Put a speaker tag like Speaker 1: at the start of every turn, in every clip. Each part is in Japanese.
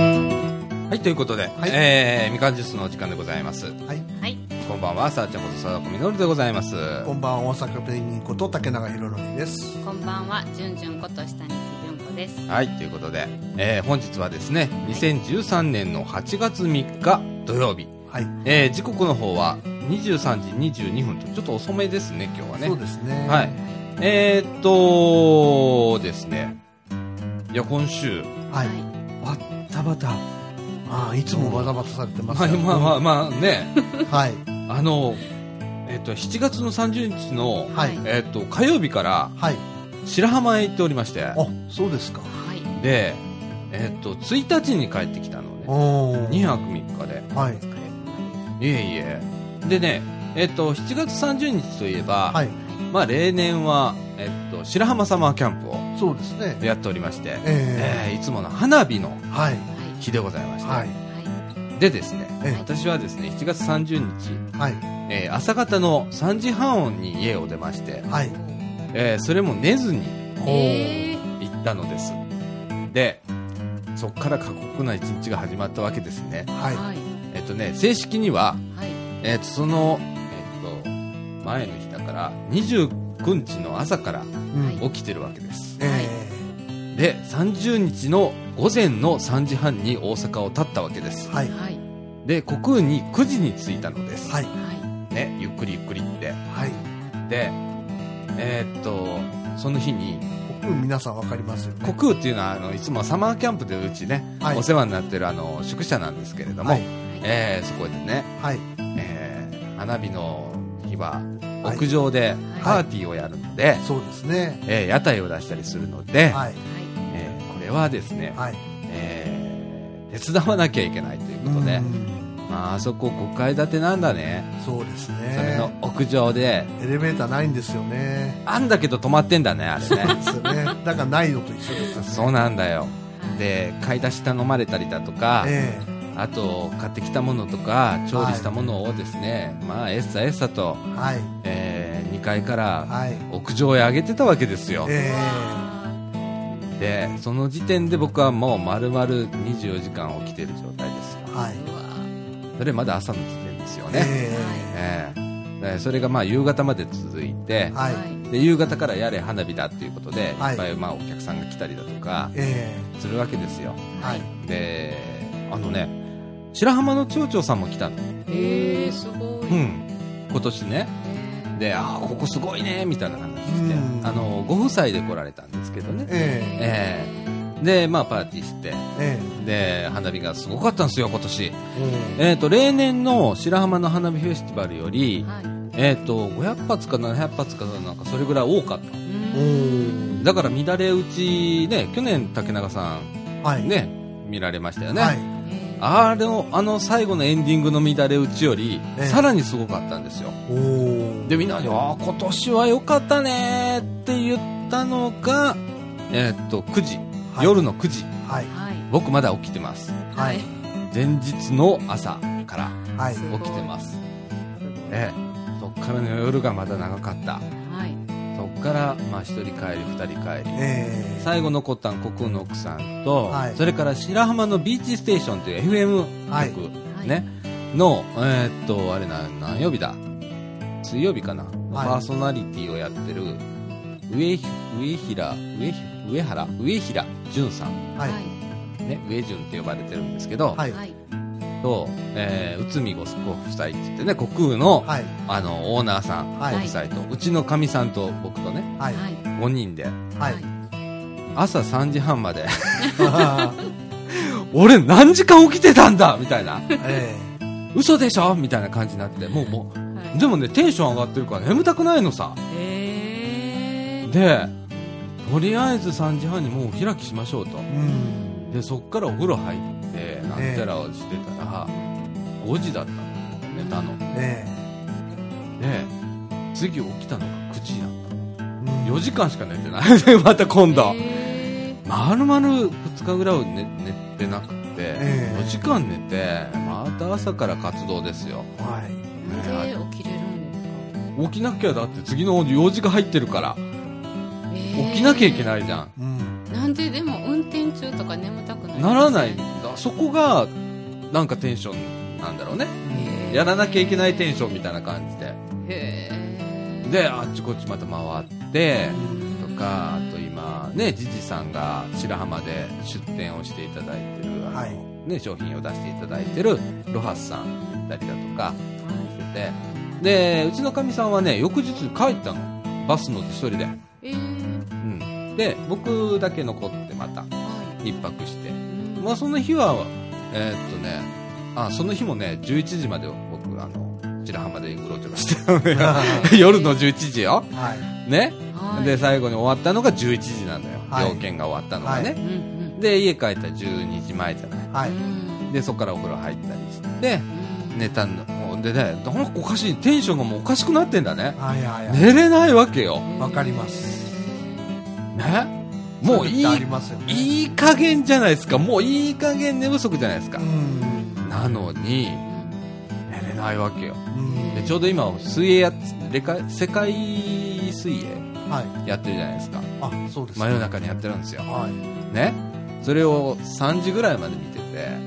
Speaker 1: はい、ということで、
Speaker 2: い
Speaker 1: えー、みかんジュースのお時間でございます。
Speaker 2: はい、
Speaker 3: はい。
Speaker 1: こんばんは、さあちゃんことさだこみのるでございます。
Speaker 2: こんばんは、大阪ペンギンこと竹永宏典です。
Speaker 3: こんばんは、じゅんじゅんこと下西純子です。
Speaker 1: はい、ということで、えー、本日はですね、2013年の8月3日土曜日、
Speaker 2: はい、
Speaker 1: えー、時刻の方は23時22分と、ちょっと遅めですね、今日はね。
Speaker 2: そうですね。
Speaker 1: はい。えー、っと、ですね。いや、今週、
Speaker 2: はい。
Speaker 3: は
Speaker 1: バッタバタ。
Speaker 2: ああ、いつもバタバタされてます
Speaker 1: まあ
Speaker 2: よ
Speaker 1: まあまあまあね、
Speaker 2: はい、
Speaker 1: あの、えっと、7月の30日の、
Speaker 2: は
Speaker 3: は
Speaker 2: い、
Speaker 1: えっと、火曜日から
Speaker 2: はい。
Speaker 1: 白浜へ行っておりまして、
Speaker 2: あ、そうですか。
Speaker 3: い。
Speaker 1: で、えっと、1日に帰ってきたのね、
Speaker 2: お
Speaker 1: 2
Speaker 2: ー。
Speaker 1: 泊3日で。
Speaker 2: はい、
Speaker 1: いえいえ。でね、えっと、7月30日といえば、
Speaker 2: はい、
Speaker 1: まあ、例年は、えっと、白浜サマーキャンプを
Speaker 2: そうですね。
Speaker 1: やっておりまして、
Speaker 2: え
Speaker 1: えーいつもの花火の
Speaker 2: えはい、
Speaker 1: 日でございまして、
Speaker 2: はい、
Speaker 1: でですね、
Speaker 2: え
Speaker 1: 私はですね、7月30日、
Speaker 2: えはい、
Speaker 1: えー朝方の3時半に家を出まして、
Speaker 2: はい。
Speaker 1: えーそれも寝ずに
Speaker 3: はい。え
Speaker 1: 行ったのです。で、そっから過酷な一日が始まったわけですね。
Speaker 2: は
Speaker 3: ー
Speaker 2: い、
Speaker 3: はい。
Speaker 1: えっ、とね、正式には、
Speaker 3: はい。
Speaker 1: えっ、と、その、えっ、と、前の日だから、29日の朝から
Speaker 2: うん。
Speaker 1: 起きてるわけです。
Speaker 2: え
Speaker 1: で、30日の午前の3時半に大阪を立ったわけです
Speaker 2: え。はい、
Speaker 3: はい。
Speaker 1: で、国空に9時に着いたのです。
Speaker 2: はい、
Speaker 3: は
Speaker 1: ね、ゆっくりゆっくりって。
Speaker 2: はい。
Speaker 1: で、えーっと、その日に、
Speaker 2: 僕、皆さんわかりますよね。
Speaker 1: 国空っていうのは、あの、いつもサマーキャンプでうちね、
Speaker 2: はい
Speaker 1: お世話になってる、あの、宿舎なんですけれども、
Speaker 2: はい、
Speaker 3: い。
Speaker 1: えーそこでね、
Speaker 2: はい、
Speaker 1: えー花火の日は、
Speaker 2: はい
Speaker 1: 屋上
Speaker 3: は
Speaker 1: で
Speaker 3: い
Speaker 1: パーティーをやるので、
Speaker 2: そうですね。
Speaker 1: えー屋台を出したりするので、
Speaker 2: はい、
Speaker 1: えーこれはですね、
Speaker 2: はい。
Speaker 1: えー手伝わなきゃいけないということで
Speaker 2: う、ん
Speaker 1: まあ、あそこ5階建てなんだね。
Speaker 2: そうです
Speaker 1: それの
Speaker 2: ね。
Speaker 1: 屋上で、
Speaker 2: エレベーターないんですよね。
Speaker 1: あんだけど止まってんだね、あれ ね。
Speaker 2: ですよね。だからないのと一緒ですよね。
Speaker 1: そうなんだよ。
Speaker 3: はい。
Speaker 1: で買い出し頼まれたりだとか、
Speaker 2: え
Speaker 1: あと買ってきたものとか調理したものをですね、まあえっさえっさと、
Speaker 2: えはい、
Speaker 1: え2階から
Speaker 2: はい、
Speaker 1: 屋上へ上げてたわけですよ、
Speaker 2: え
Speaker 3: は
Speaker 1: でその時点で僕はもう丸々24時間起きてる状態ですよ
Speaker 2: えはい
Speaker 3: い。、うわー
Speaker 1: それまだ朝の時点ですよ
Speaker 2: え
Speaker 1: ね、
Speaker 2: え
Speaker 1: ええでそれがまあ夕方まで続いて
Speaker 2: はい、
Speaker 1: で夕方からやれ花火だっていうことで、
Speaker 2: はい
Speaker 1: いっぱいまあお客さんが来たりだとか
Speaker 2: え
Speaker 1: するわけですよ
Speaker 2: えはい、
Speaker 1: であのね白浜の町長さんも来たの
Speaker 3: えー、すごい。
Speaker 1: う
Speaker 3: え
Speaker 1: ん、今年ね
Speaker 3: ー
Speaker 1: であーここすごいねみたいな話して、
Speaker 2: うん
Speaker 1: あのご夫妻で来られたんですけどね
Speaker 2: ええ
Speaker 1: えでまあパーティーして
Speaker 2: え
Speaker 1: で花火がすごかったんですよ今年
Speaker 2: えええ
Speaker 1: えっ、と例年の白浜の花火フェスティバルより、
Speaker 3: はい。
Speaker 1: えっ、と500発か700発かなんかそれぐらい多かった
Speaker 2: お
Speaker 3: う
Speaker 2: ー
Speaker 1: だから乱れ打ちね去年竹中さ
Speaker 2: はい、
Speaker 1: んね見られましたよね、
Speaker 2: はい、
Speaker 3: ん。
Speaker 1: あれのあの最後のエンディングの乱れ打ちより、
Speaker 2: ええ
Speaker 1: さらにすごかったんですよ
Speaker 2: おー
Speaker 1: でみんなに「ああ今年は良かったね」って言ったのが、えーっと9時、
Speaker 2: はい
Speaker 1: 夜の9時
Speaker 2: はい、
Speaker 3: はい。
Speaker 1: 僕まだ起きてます
Speaker 2: はい、
Speaker 1: 前日の朝から
Speaker 2: はい、
Speaker 1: 起きてますええそっからの夜がまだ長かった
Speaker 3: はい。
Speaker 1: そっからまあ1人帰り2人帰り
Speaker 2: ええ
Speaker 1: 最後残ったん国空の奥さんと、
Speaker 2: はい
Speaker 1: それから白浜のビーチステーションという FM 局、
Speaker 2: はい
Speaker 3: はい
Speaker 1: ね、の、えーっと、あれな、何曜日だ水曜日かな、パーソナリティをやってる、上ひ、上平、上ひ、上原、上平淳さん、
Speaker 2: はい、
Speaker 1: ね、上淳って呼ばれてるんですけど、
Speaker 2: はい、
Speaker 3: はい。
Speaker 1: と、えー、内海ごご夫妻って言ってね、国空の、
Speaker 2: はい、
Speaker 1: あの、オーナーさん、
Speaker 2: はい、
Speaker 1: ご夫妻と、うちのかみさんと僕とね、
Speaker 2: はい、
Speaker 3: はい。
Speaker 1: 5人で、
Speaker 2: はい、
Speaker 1: 朝3時半まで、
Speaker 2: あ
Speaker 1: 俺何時間起きてたんだみたいな、
Speaker 2: ーえ
Speaker 1: 嘘でしょみたいな感じになって、もうもう、
Speaker 3: はい。
Speaker 1: でもね、テンション上がってるから眠たくないのさ。
Speaker 3: えー。
Speaker 1: でとりあえず3時半にもうお開きしましょうと
Speaker 2: えうん、
Speaker 1: でそっからお風呂入ってなんちゃらをしてたら、5時だったの寝たの
Speaker 2: え
Speaker 1: で次起きたのが9時だったの
Speaker 2: え
Speaker 1: 4時間しか寝てない でまた今度、
Speaker 3: え
Speaker 1: まるまる2日ぐらい寝寝てなくて、
Speaker 2: ええ
Speaker 1: 4時間寝てまた朝から活動ですよ
Speaker 2: うんはい、
Speaker 3: ーなんで起きれるんですか
Speaker 1: 起きなきゃだって次の用事が入ってるから起
Speaker 3: 起。
Speaker 1: きなきゃいけないいじゃん、
Speaker 2: うん、
Speaker 3: なんででも運転中とか眠たくない
Speaker 1: ならないん
Speaker 3: は
Speaker 1: だそこがなんかテンションなんだろうね
Speaker 3: へー
Speaker 1: やらなきゃいけないテンションみたいな感じで
Speaker 3: へえ
Speaker 1: であっちこっちまた回ってとかあと今ねじじさんが白浜で出店をしていただいてるあの、
Speaker 2: はい
Speaker 1: ね、商品を出していただいてるロハスさん行ったりだとかしててでうちのかみさんはね翌日帰ったのバス乗って一人で、
Speaker 3: えー
Speaker 1: うん、で僕だけ残ってまた
Speaker 3: は
Speaker 1: 一泊して
Speaker 3: いうん
Speaker 1: まあその日はえーっとねあその日もね11時まで僕あの白浜でうろちょろしてたのよ夜の11時よ
Speaker 2: はい。
Speaker 1: ね
Speaker 3: はい
Speaker 1: で最後に終わったのが11時なんだよ、
Speaker 2: はい
Speaker 1: 条件が終わったのがね、
Speaker 3: うんうん
Speaker 1: で家帰ったら12時前じゃない
Speaker 2: はい。
Speaker 3: うん
Speaker 1: でそこからお風呂入ったりして
Speaker 3: うん
Speaker 1: 寝たのでねなんかおかしいテンションがもうおかしくなってんだね
Speaker 2: はいはいはい。
Speaker 1: 寝れないわけよ、
Speaker 2: わかります
Speaker 1: ね、もういい
Speaker 2: そういう時ってありますよね。
Speaker 1: いい加減じゃないですかもういい加減寝不足じゃないですか
Speaker 2: うん。
Speaker 1: なのに
Speaker 3: うん
Speaker 1: 寝れないわけよ
Speaker 2: うん。
Speaker 1: でちょうど今水泳やっれか世界水泳
Speaker 2: はい。
Speaker 1: やってるじゃないですか
Speaker 2: あ、そうですね。
Speaker 1: 真夜中にやってるんですよ
Speaker 2: はい。
Speaker 1: ねそれを3時ぐらいまで見てて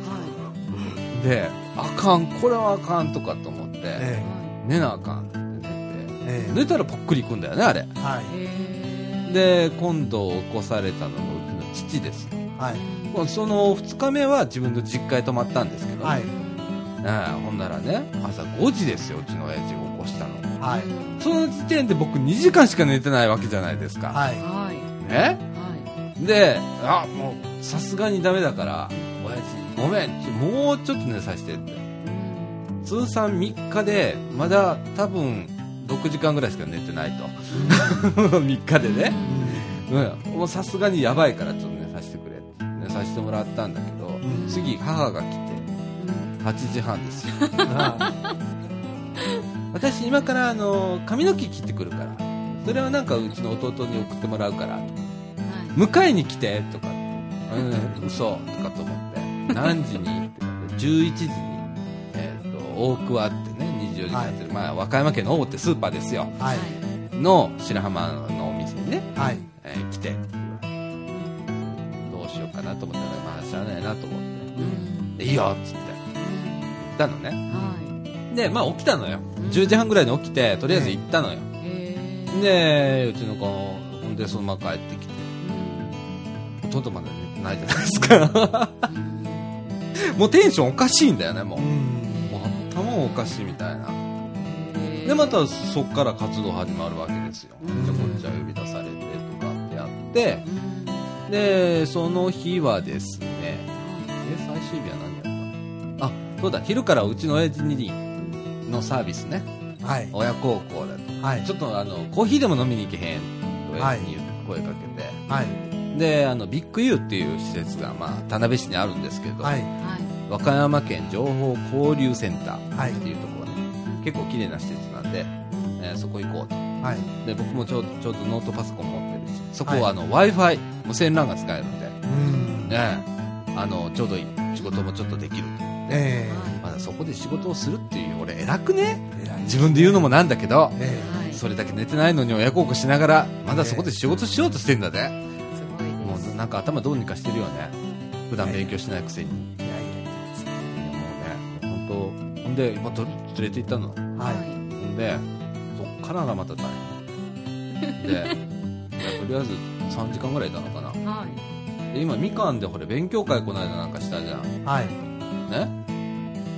Speaker 3: は
Speaker 1: であかんこれはあかんとかと思って、
Speaker 3: い
Speaker 2: え
Speaker 3: は
Speaker 1: 寝なあかんって寝
Speaker 2: え。え
Speaker 1: て
Speaker 2: え。
Speaker 1: 寝たらぽっくりいくんだよねあれ
Speaker 2: はい
Speaker 3: い。へー
Speaker 1: で今度起こされたのがうちの父です
Speaker 2: はい。
Speaker 1: その2日目は自分の実家へ泊まったんですけど、
Speaker 2: はい。
Speaker 1: ねほんならね朝5時ですようちの親父を起こしたの
Speaker 2: はい。
Speaker 1: その時点で僕2時間しか寝てないわけじゃないですか、
Speaker 2: はい。
Speaker 3: はい
Speaker 1: ね
Speaker 3: は
Speaker 1: であもうさすがにダメだから親父ごめんちょもうちょっと寝させてって
Speaker 3: いうん
Speaker 1: 通算3日でまだ多分6時間ぐらいしか寝てないと 3日でね、うん、もうさすがにやばいからちょっと寝させてくれって寝させてもらったんだけど
Speaker 2: うん
Speaker 1: 次母が来て8時半ですよ
Speaker 2: は
Speaker 1: 私今からあの髪の毛切ってくるからそれはなんかうちの弟に送ってもらうから
Speaker 3: はい
Speaker 1: 迎えに来てとかうん嘘とかと思って何時にってなって11時に、えー、と大桑ってね24時間やってる、まあ、和歌山県の大手スーパーですよ
Speaker 2: い。はい。
Speaker 1: の白浜のお店にね、
Speaker 2: はい。
Speaker 1: えー来てどうしようかなと思ったらまあしゃあないなと思
Speaker 3: う
Speaker 1: って
Speaker 3: ん
Speaker 1: でいいよっつって行ったのね
Speaker 3: は
Speaker 1: でまあ起きたのよ
Speaker 3: うん
Speaker 1: 10時半ぐらいに起きてとりあえず行ったのよ
Speaker 3: いへー
Speaker 1: でうちの子ほんでそのまま帰ってきてほとんどまだ寝てないじゃないですか
Speaker 3: うん
Speaker 1: もうテンションおかしいんだよねもう
Speaker 2: うん。
Speaker 1: もう頭もおかしいみたいな
Speaker 3: へー
Speaker 1: でまたそっから活動始まるわけですよ
Speaker 3: うん
Speaker 1: じゃあこっちは呼び出されてとかってやって
Speaker 3: うん
Speaker 1: でその日はですねえ最終日は何やったあそうだ昼からうちの親父にのサービスね
Speaker 2: はい。
Speaker 1: 親孝行だと
Speaker 2: はい。
Speaker 1: ちょっとあのコーヒーでも飲みに行けへんと親父に言って声かけて、
Speaker 2: はい。
Speaker 1: であのビッグユーっていう施設が、まあ、田辺市にあるんですけど、
Speaker 2: は
Speaker 3: は
Speaker 2: い。
Speaker 3: い
Speaker 1: 和歌山県情報交流センター
Speaker 2: はい
Speaker 1: っていうところがね、結構綺麗な施設なんで、えーそこ行こうと
Speaker 2: はい。
Speaker 1: で僕もちょうどちょうどノートパソコン持ってるしそこ
Speaker 2: は
Speaker 1: はいあの w i f i 無線 LAN が使えるんで、
Speaker 2: うん。
Speaker 1: ええあのちょうどいい仕事もちょっとできると
Speaker 2: え
Speaker 1: まだそこで仕事をするっていう俺偉くね
Speaker 2: え。偉い
Speaker 1: 自分で言うのもなんだけど
Speaker 2: え
Speaker 3: はい
Speaker 1: それだけ寝てないのに親孝行しながらまだそこで仕事しようとしてんだね、
Speaker 3: すごいです
Speaker 1: もうなんか頭どうにかしてるよね普段勉強しないくせに、
Speaker 2: え。いやい
Speaker 1: いやもうね本当ほんで、まあ、と連れて行ったの
Speaker 2: や。
Speaker 3: は
Speaker 2: はいい。
Speaker 1: ほんで、そっからがまた大変。で、い やとりあえず3時間ぐらいいたのかな。
Speaker 3: はい
Speaker 1: で、今、みかんでほれ、勉強会この間なんかしたじゃん。ね
Speaker 2: はい。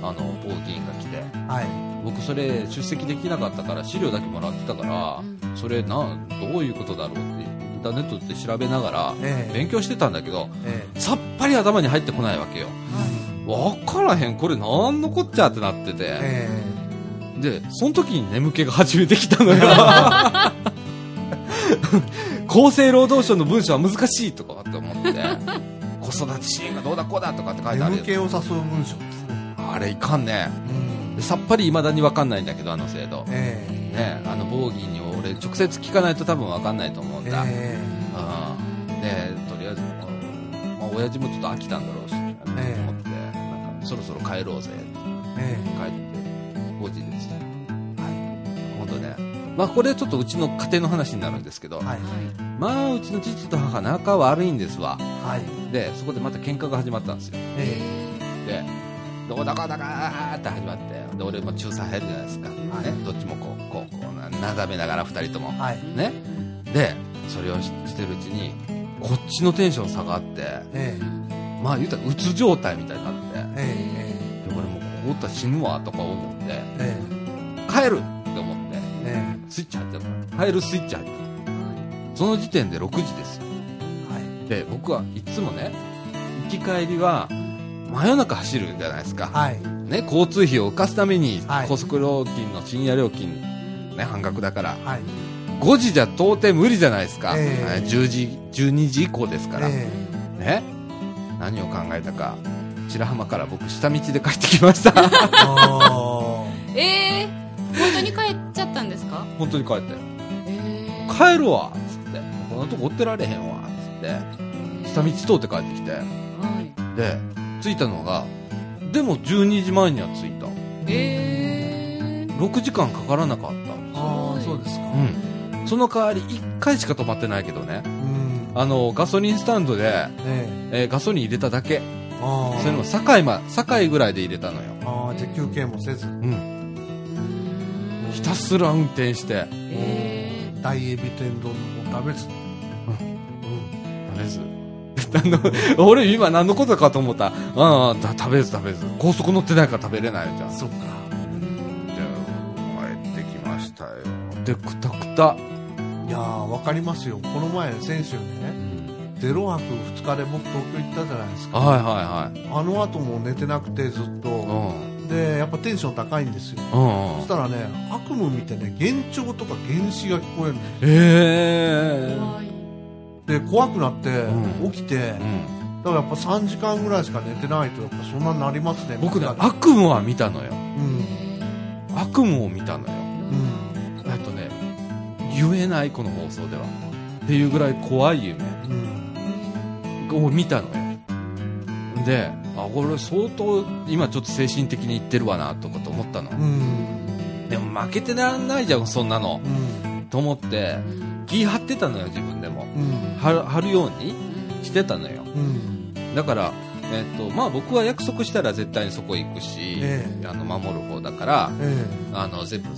Speaker 1: あの、ポーティーンが来て。
Speaker 2: はい。
Speaker 1: 僕、それ、出席できなかったから、資料だけもらってたか
Speaker 3: うん
Speaker 1: ら、それ、なん、どういうことだろうって、インターネットって調べながら、
Speaker 2: ええ。
Speaker 1: 勉強してたんだけど、
Speaker 2: え
Speaker 1: さっぱり頭に入ってこないわけよ。わからへん、これなんのこっちゃってなってて。
Speaker 2: え。え
Speaker 1: で、その時に眠気が始めてきた のよ。厚生労働省の文章は難しいとかって思って、子育て支援がどうだこうだとかって書
Speaker 2: え。
Speaker 1: いてある
Speaker 2: 眠
Speaker 1: よ
Speaker 2: 気を誘う文章ですね。
Speaker 1: あれいかんね。
Speaker 2: うん
Speaker 1: で。さっぱり未だにわかんないんだけど、あの制度。ね
Speaker 2: え
Speaker 1: あの、ボーギーに俺直接聞かないと多分わかんないと思うん
Speaker 2: え。
Speaker 1: だ。
Speaker 2: え
Speaker 1: うんで、とりあえず、うんまあ、親父もちょっと飽きたんだろうし、
Speaker 2: え
Speaker 1: 思って、なんかそろそろ帰ろうぜって
Speaker 2: え。え
Speaker 1: 帰って、5時です。
Speaker 2: え。は
Speaker 1: 本当ね、まあ、これちょっとうちの家庭の話になるんですけど、
Speaker 2: い。は
Speaker 3: は
Speaker 2: い。
Speaker 1: まあうちの父と母仲悪いんですわ
Speaker 2: はい。
Speaker 1: でそこでまた喧嘩が始まったんですよ
Speaker 2: え
Speaker 1: でどこどこどこーって始まってで俺も中3入るじゃないですか、
Speaker 2: はい
Speaker 1: ね、どっちもこうこうこうな眺めながら2人とも
Speaker 2: はい。
Speaker 1: ねでそれをししてるうちにこっちのテンション下がって
Speaker 2: ええ
Speaker 1: まあ言うたらうつ状態みたいになって
Speaker 2: ええ
Speaker 1: で俺もうこうおったら死ぬわとか思って
Speaker 2: ええ
Speaker 1: 帰るって思って
Speaker 2: えええ
Speaker 1: スイッチ入っちゃった帰るスイッチ入っ
Speaker 3: は
Speaker 1: ちゃったその時点で6時ですよ
Speaker 2: えはい
Speaker 1: で僕はいつもね行き帰りは真夜中走るじゃないですか、
Speaker 2: はい
Speaker 1: ね、交通費を浮かすために、
Speaker 2: はい
Speaker 1: 高速料金の深夜料金、ね、半額だから
Speaker 2: はい
Speaker 1: 5時じゃ到底無理じゃないですか、
Speaker 2: ええ
Speaker 1: はい10時12時以降ですから、
Speaker 2: え
Speaker 1: ね何を考えたか白浜から僕下道で帰ってきま した
Speaker 2: えおー
Speaker 3: い。ええ本当に帰っちゃったんですか
Speaker 1: 本当に帰ったよ
Speaker 3: え
Speaker 1: 帰るわっつってこんなとこ追ってられへんわっつって
Speaker 3: え
Speaker 1: 下道通って帰ってきて
Speaker 3: はい。
Speaker 1: で着いたのがでも12時前には着いた
Speaker 3: ええ
Speaker 1: 6時間かからなかった
Speaker 2: ああそうですか
Speaker 1: うんその代わり1回しか止まってないけどね
Speaker 2: うん
Speaker 1: あのガソリンスタンドで、
Speaker 2: え
Speaker 1: えーガソリン入れただけ
Speaker 2: えあ
Speaker 1: それ
Speaker 2: ー
Speaker 1: も堺ま堺ぐらいで入れたのよ
Speaker 2: あーじゃあ休憩もせず
Speaker 1: うんひたすら運転して
Speaker 3: え
Speaker 2: 大エビ天丼も食べず
Speaker 1: 食べず あの俺今何のことかと思ったああだ食べず食べず高速乗ってないから食べれないじゃん
Speaker 2: そっか
Speaker 1: で帰ってきましたよでくたくた、
Speaker 2: いやーわかりますよこの前先週ね0泊2日で僕東京行ったじゃないですか
Speaker 1: はいはいはい
Speaker 2: あの後も寝てなくてずっ
Speaker 1: う
Speaker 2: と
Speaker 1: ん
Speaker 2: でやっぱテンション高いんですよ
Speaker 1: うんうん
Speaker 2: そしたらね悪夢見てね幻聴とか幻視が聞こえるんです
Speaker 1: え
Speaker 3: え
Speaker 1: え
Speaker 3: 怖い。
Speaker 2: で怖くなって
Speaker 1: うん
Speaker 2: 起きて、
Speaker 1: うん、
Speaker 2: だからやっぱ3時間ぐらいしか寝てないとやっぱそんなになりますね
Speaker 1: 僕ね
Speaker 2: みんな
Speaker 1: 悪夢は見たのよ
Speaker 2: うん
Speaker 1: 悪夢を見たのよ
Speaker 2: うん
Speaker 1: えっとね言えないこの放送ではっていうぐらい怖い夢
Speaker 2: うん
Speaker 1: を見たのよであこれ相当今ちょっと精神的にいってるわなとかと思ったの
Speaker 2: うん
Speaker 1: でも負けてらんないじゃんそんなの
Speaker 2: うん
Speaker 1: と思って気張ってたのよ自分でも
Speaker 2: うん
Speaker 1: 張る張るようにしてたのよ
Speaker 2: うん
Speaker 1: だから、えっとまあ、僕は約束したら絶対にそこ行くし、
Speaker 2: ええ
Speaker 1: あの守る方だから
Speaker 2: え
Speaker 1: あの全部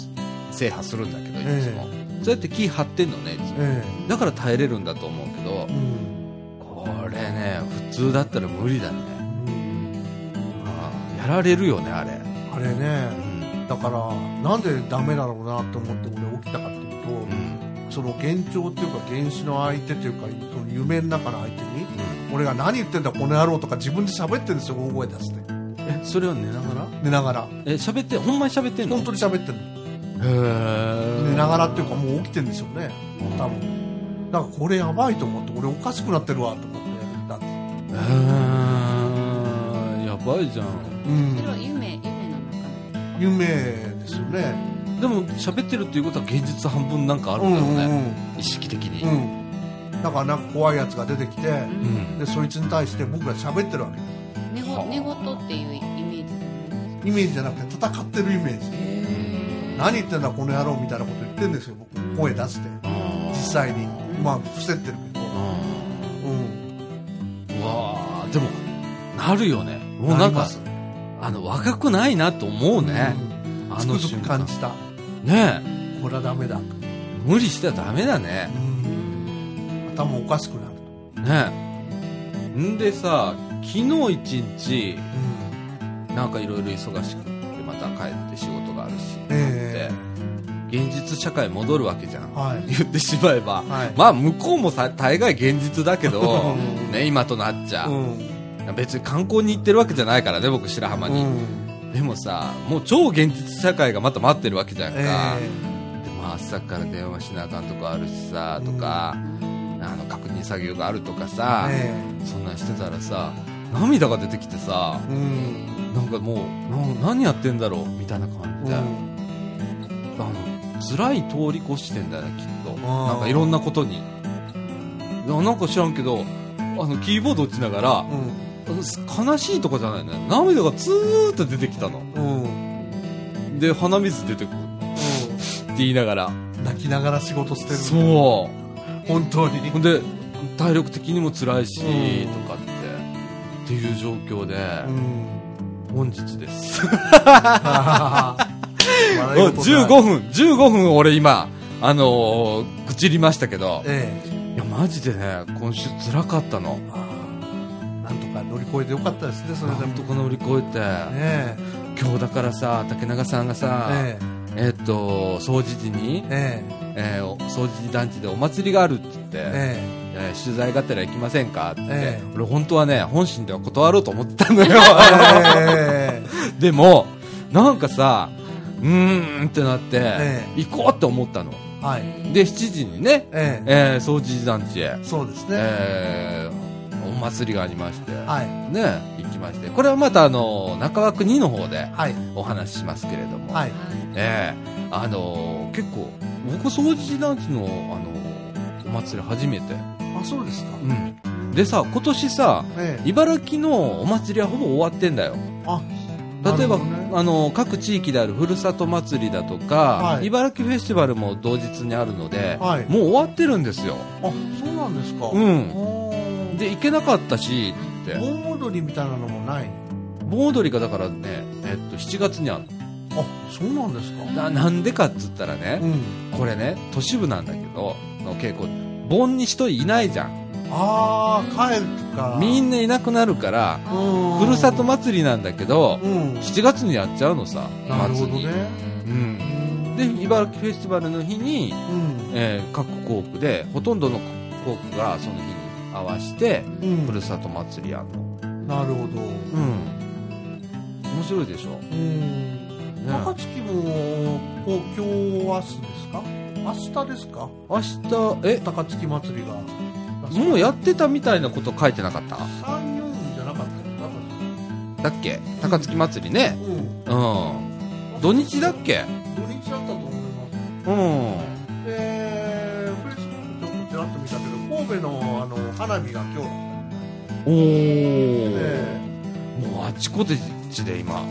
Speaker 1: 制覇するんだけどい
Speaker 2: ええ
Speaker 1: つも、そうやって気張ってんのねいつ
Speaker 2: え
Speaker 1: も
Speaker 2: え
Speaker 1: だから耐えれるんだと思うけど
Speaker 2: えうん
Speaker 1: これね普通だったら無理だ
Speaker 2: う
Speaker 1: ね
Speaker 2: ん
Speaker 1: ああやられるよねあれ、
Speaker 2: あれ
Speaker 1: う
Speaker 2: ね
Speaker 1: ん
Speaker 2: だからなんでダメだろうなと思って俺起きたかっていうと、
Speaker 1: うん
Speaker 2: その幻聴っていうか幻視の相手というかその夢の中の相手に
Speaker 1: う
Speaker 2: 俺が何言ってんだこの野郎とか自分で喋ってるんですよ大声出して
Speaker 1: ん、えそれは寝ながら
Speaker 2: 寝ながら
Speaker 1: え喋ってほんまに喋ってんの
Speaker 2: 本当に喋ってる
Speaker 1: へえ
Speaker 2: の寝ながらっていうかもう起きてるんでしょうね多分だからこれやばいと思って俺おかしくなってるわと思ってだって
Speaker 1: へえやばいじゃん
Speaker 2: う
Speaker 3: それは
Speaker 2: ん
Speaker 3: 夢、夢の中の。
Speaker 2: 夢ですよね
Speaker 1: でも喋ってるっていうことは現実半分なんかあるんだろうね、意識的に
Speaker 2: うんうんうんだからなんか怖いやつが出てきて
Speaker 3: う
Speaker 1: うんん
Speaker 2: でそいつに対して僕ら喋ってるわけです
Speaker 3: 寝
Speaker 1: はあ
Speaker 3: ご寝言っていうイメージじゃないですか。
Speaker 2: イメージじゃなくて戦ってるイメージ
Speaker 3: え
Speaker 2: 何言ってんだこの野郎みたいなこと言ってるんですよ僕声出して実際にまあ伏せってるけど
Speaker 1: う
Speaker 2: うん
Speaker 1: んうわーでもなるよねもうなん
Speaker 2: りま
Speaker 1: か
Speaker 2: す
Speaker 1: あの若くないなと思うね、
Speaker 2: うん
Speaker 1: あ
Speaker 2: つく
Speaker 1: の
Speaker 2: づ
Speaker 1: 瞬
Speaker 2: く
Speaker 1: 間
Speaker 2: 感じた
Speaker 1: ね
Speaker 2: これはダメだう
Speaker 1: え無理してはダメだね
Speaker 2: ん頭おかしくなる
Speaker 1: ねえんでさ昨日一日
Speaker 2: うん
Speaker 1: なんかいろいろ忙しくてまた帰って仕事があるし
Speaker 2: え
Speaker 1: 現実社会戻るわけじゃん
Speaker 2: えはい
Speaker 1: 言ってしまえば
Speaker 2: はい
Speaker 1: まあ向こうもさ大概現実だけど
Speaker 2: うん
Speaker 1: ね今となっちゃ
Speaker 2: う
Speaker 1: う、
Speaker 2: ん
Speaker 1: 別に観光に行ってるわけじゃないからね僕白浜に、
Speaker 2: うん
Speaker 1: でもさもう超現実社会がまた待ってるわけじゃん
Speaker 2: え
Speaker 1: か、でも朝から電話しなあかんとこあるしさとか、あの確認作業があるとか
Speaker 2: え
Speaker 1: さ、
Speaker 2: え
Speaker 1: そんなんしてたらさ涙が出てきてさ
Speaker 2: えうん
Speaker 1: なんかもうな何やってんだろうみたいな感じで、
Speaker 2: うん
Speaker 1: あの辛い通り越してんだよねきっと
Speaker 2: あー
Speaker 1: なんかいろんなことにいやなんか知らんけどあのキーボード打ちながらあのす悲しいとかじゃないね涙がツーッと出てきたの
Speaker 2: うんうん
Speaker 1: で鼻水出てくるって言いながら
Speaker 2: 泣きながら仕事してる
Speaker 1: そ
Speaker 2: 本当に
Speaker 1: うほんで体力的にも辛いし
Speaker 2: うん
Speaker 1: とかってっていう状況で
Speaker 2: うん
Speaker 1: 本日です。
Speaker 2: 笑い事だ
Speaker 1: 15分、15分俺今、あのー、愚痴りましたけど、
Speaker 2: ええ
Speaker 1: いや、マジでね、今週辛かったの。
Speaker 2: なんとか乗り越えてよかったですねそれ
Speaker 1: な
Speaker 2: で
Speaker 1: ん
Speaker 2: も
Speaker 1: とか乗り越えて、
Speaker 2: え
Speaker 1: 今日だからさ、竹中さんがさ、え
Speaker 2: え
Speaker 1: っと、掃除時に、
Speaker 2: え
Speaker 1: えーお掃除団地でお祭りがあるって言って、
Speaker 2: え
Speaker 1: え
Speaker 2: え
Speaker 1: ー取材がてら行きませんかって、
Speaker 2: ええ
Speaker 1: 俺本当はね、本心では断ろうと思ってたの よ。
Speaker 2: ええ
Speaker 1: でも、なんかさ、うーんってなって、
Speaker 2: え
Speaker 1: 行こうって思ったの。
Speaker 2: えはい
Speaker 1: で、7時にね、
Speaker 2: ええ
Speaker 1: えー、掃除団地へ、
Speaker 2: そうですね
Speaker 1: えー、お祭りがありまして、
Speaker 2: はい
Speaker 1: ね、行きまして、これはまたあの、中枠2の方で
Speaker 2: はい
Speaker 1: お話ししますけれども、
Speaker 2: はい
Speaker 1: ええあのー結構、僕、掃除団地の、あのーお祭り初めて。
Speaker 2: あそうですか
Speaker 1: うん。でさ、今年さ、
Speaker 2: ええ
Speaker 1: 茨城のお祭りはほぼ終わってんだよ。
Speaker 2: あ
Speaker 1: 例えば、
Speaker 2: なるほどね
Speaker 1: あのー各地域であるふるさと祭りだとか、
Speaker 2: はい
Speaker 1: 茨城フェスティバルも同日にあるので、
Speaker 2: はい
Speaker 1: もう終わってるんですよ。
Speaker 2: あそうなんですか
Speaker 1: うん。
Speaker 2: おー
Speaker 1: で、行けなかったし、って。
Speaker 2: 盆踊りみたいなのもない
Speaker 1: 盆踊りがだからね、えっと、7月にある
Speaker 2: あそうなんですか
Speaker 1: の。な、なんでかっつったらね、
Speaker 2: うん
Speaker 1: これね、都市部なんだけど、の傾向、盆に一人いないじゃん。
Speaker 2: ああ帰るか
Speaker 1: みんないなくなるから、ふるさと祭りなんだけど、
Speaker 2: うん
Speaker 1: 7月にやっちゃうのさ、
Speaker 2: なるほど
Speaker 1: 夏に。
Speaker 2: ね
Speaker 1: うん。で、茨城フェスティバルの日に、
Speaker 2: うん
Speaker 1: えー各校区で、ほとんどの校区がその日に合わせて、
Speaker 2: うん
Speaker 1: ふるさと祭りやんの。
Speaker 2: なるほど
Speaker 1: うん。面白いでしょ。
Speaker 2: うん
Speaker 1: ね
Speaker 2: 高槻も公共明日ですか明日ですか
Speaker 1: 明日、え、
Speaker 2: 高槻祭りが
Speaker 1: もうやってたみたいなこと書いてなかった
Speaker 2: 三四じゃなかったよ高
Speaker 1: だっけ高槻祭りね。
Speaker 2: 槻うん
Speaker 1: うん。土日だっけ
Speaker 2: 土日だったと思います
Speaker 1: うん。
Speaker 2: えー、フェイスブックでもちらっと見たけど神戸のあの花火が今日だ
Speaker 1: お
Speaker 2: った
Speaker 1: ー。
Speaker 2: ね
Speaker 1: もうあちこちで今。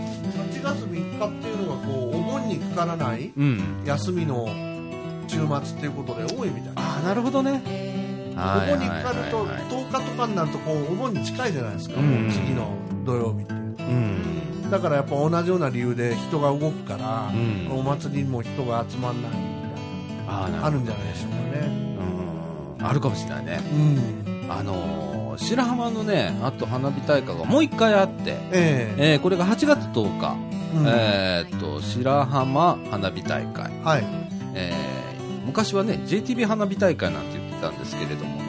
Speaker 2: 8月3日っていうのがこうお盆にかからない
Speaker 1: うん。
Speaker 2: 休みの週末っていうことで多いみたいな
Speaker 1: ああ、なるほどね。
Speaker 2: お盆にかかると10日とかになるとこうお盆に近いじゃないですか、
Speaker 1: うん
Speaker 2: もう次の土曜日って
Speaker 1: うん。
Speaker 2: だからやっぱ同じような理由で人が動くから
Speaker 1: う、ん。
Speaker 2: お祭りにも人が集まんないみたい
Speaker 1: ああ、な
Speaker 2: なあるんじゃないでしょうかね
Speaker 1: うん。あるかもしれないね。
Speaker 2: うん
Speaker 1: あのー、白浜のね、あと花火大会がもう一回あって、
Speaker 2: ええ
Speaker 1: えー、これが8月10日、
Speaker 2: うん
Speaker 1: えーっと、白浜花火大会。
Speaker 2: はい
Speaker 1: えー、昔はね、JTB 花火大会なんて言ってたんですけれども、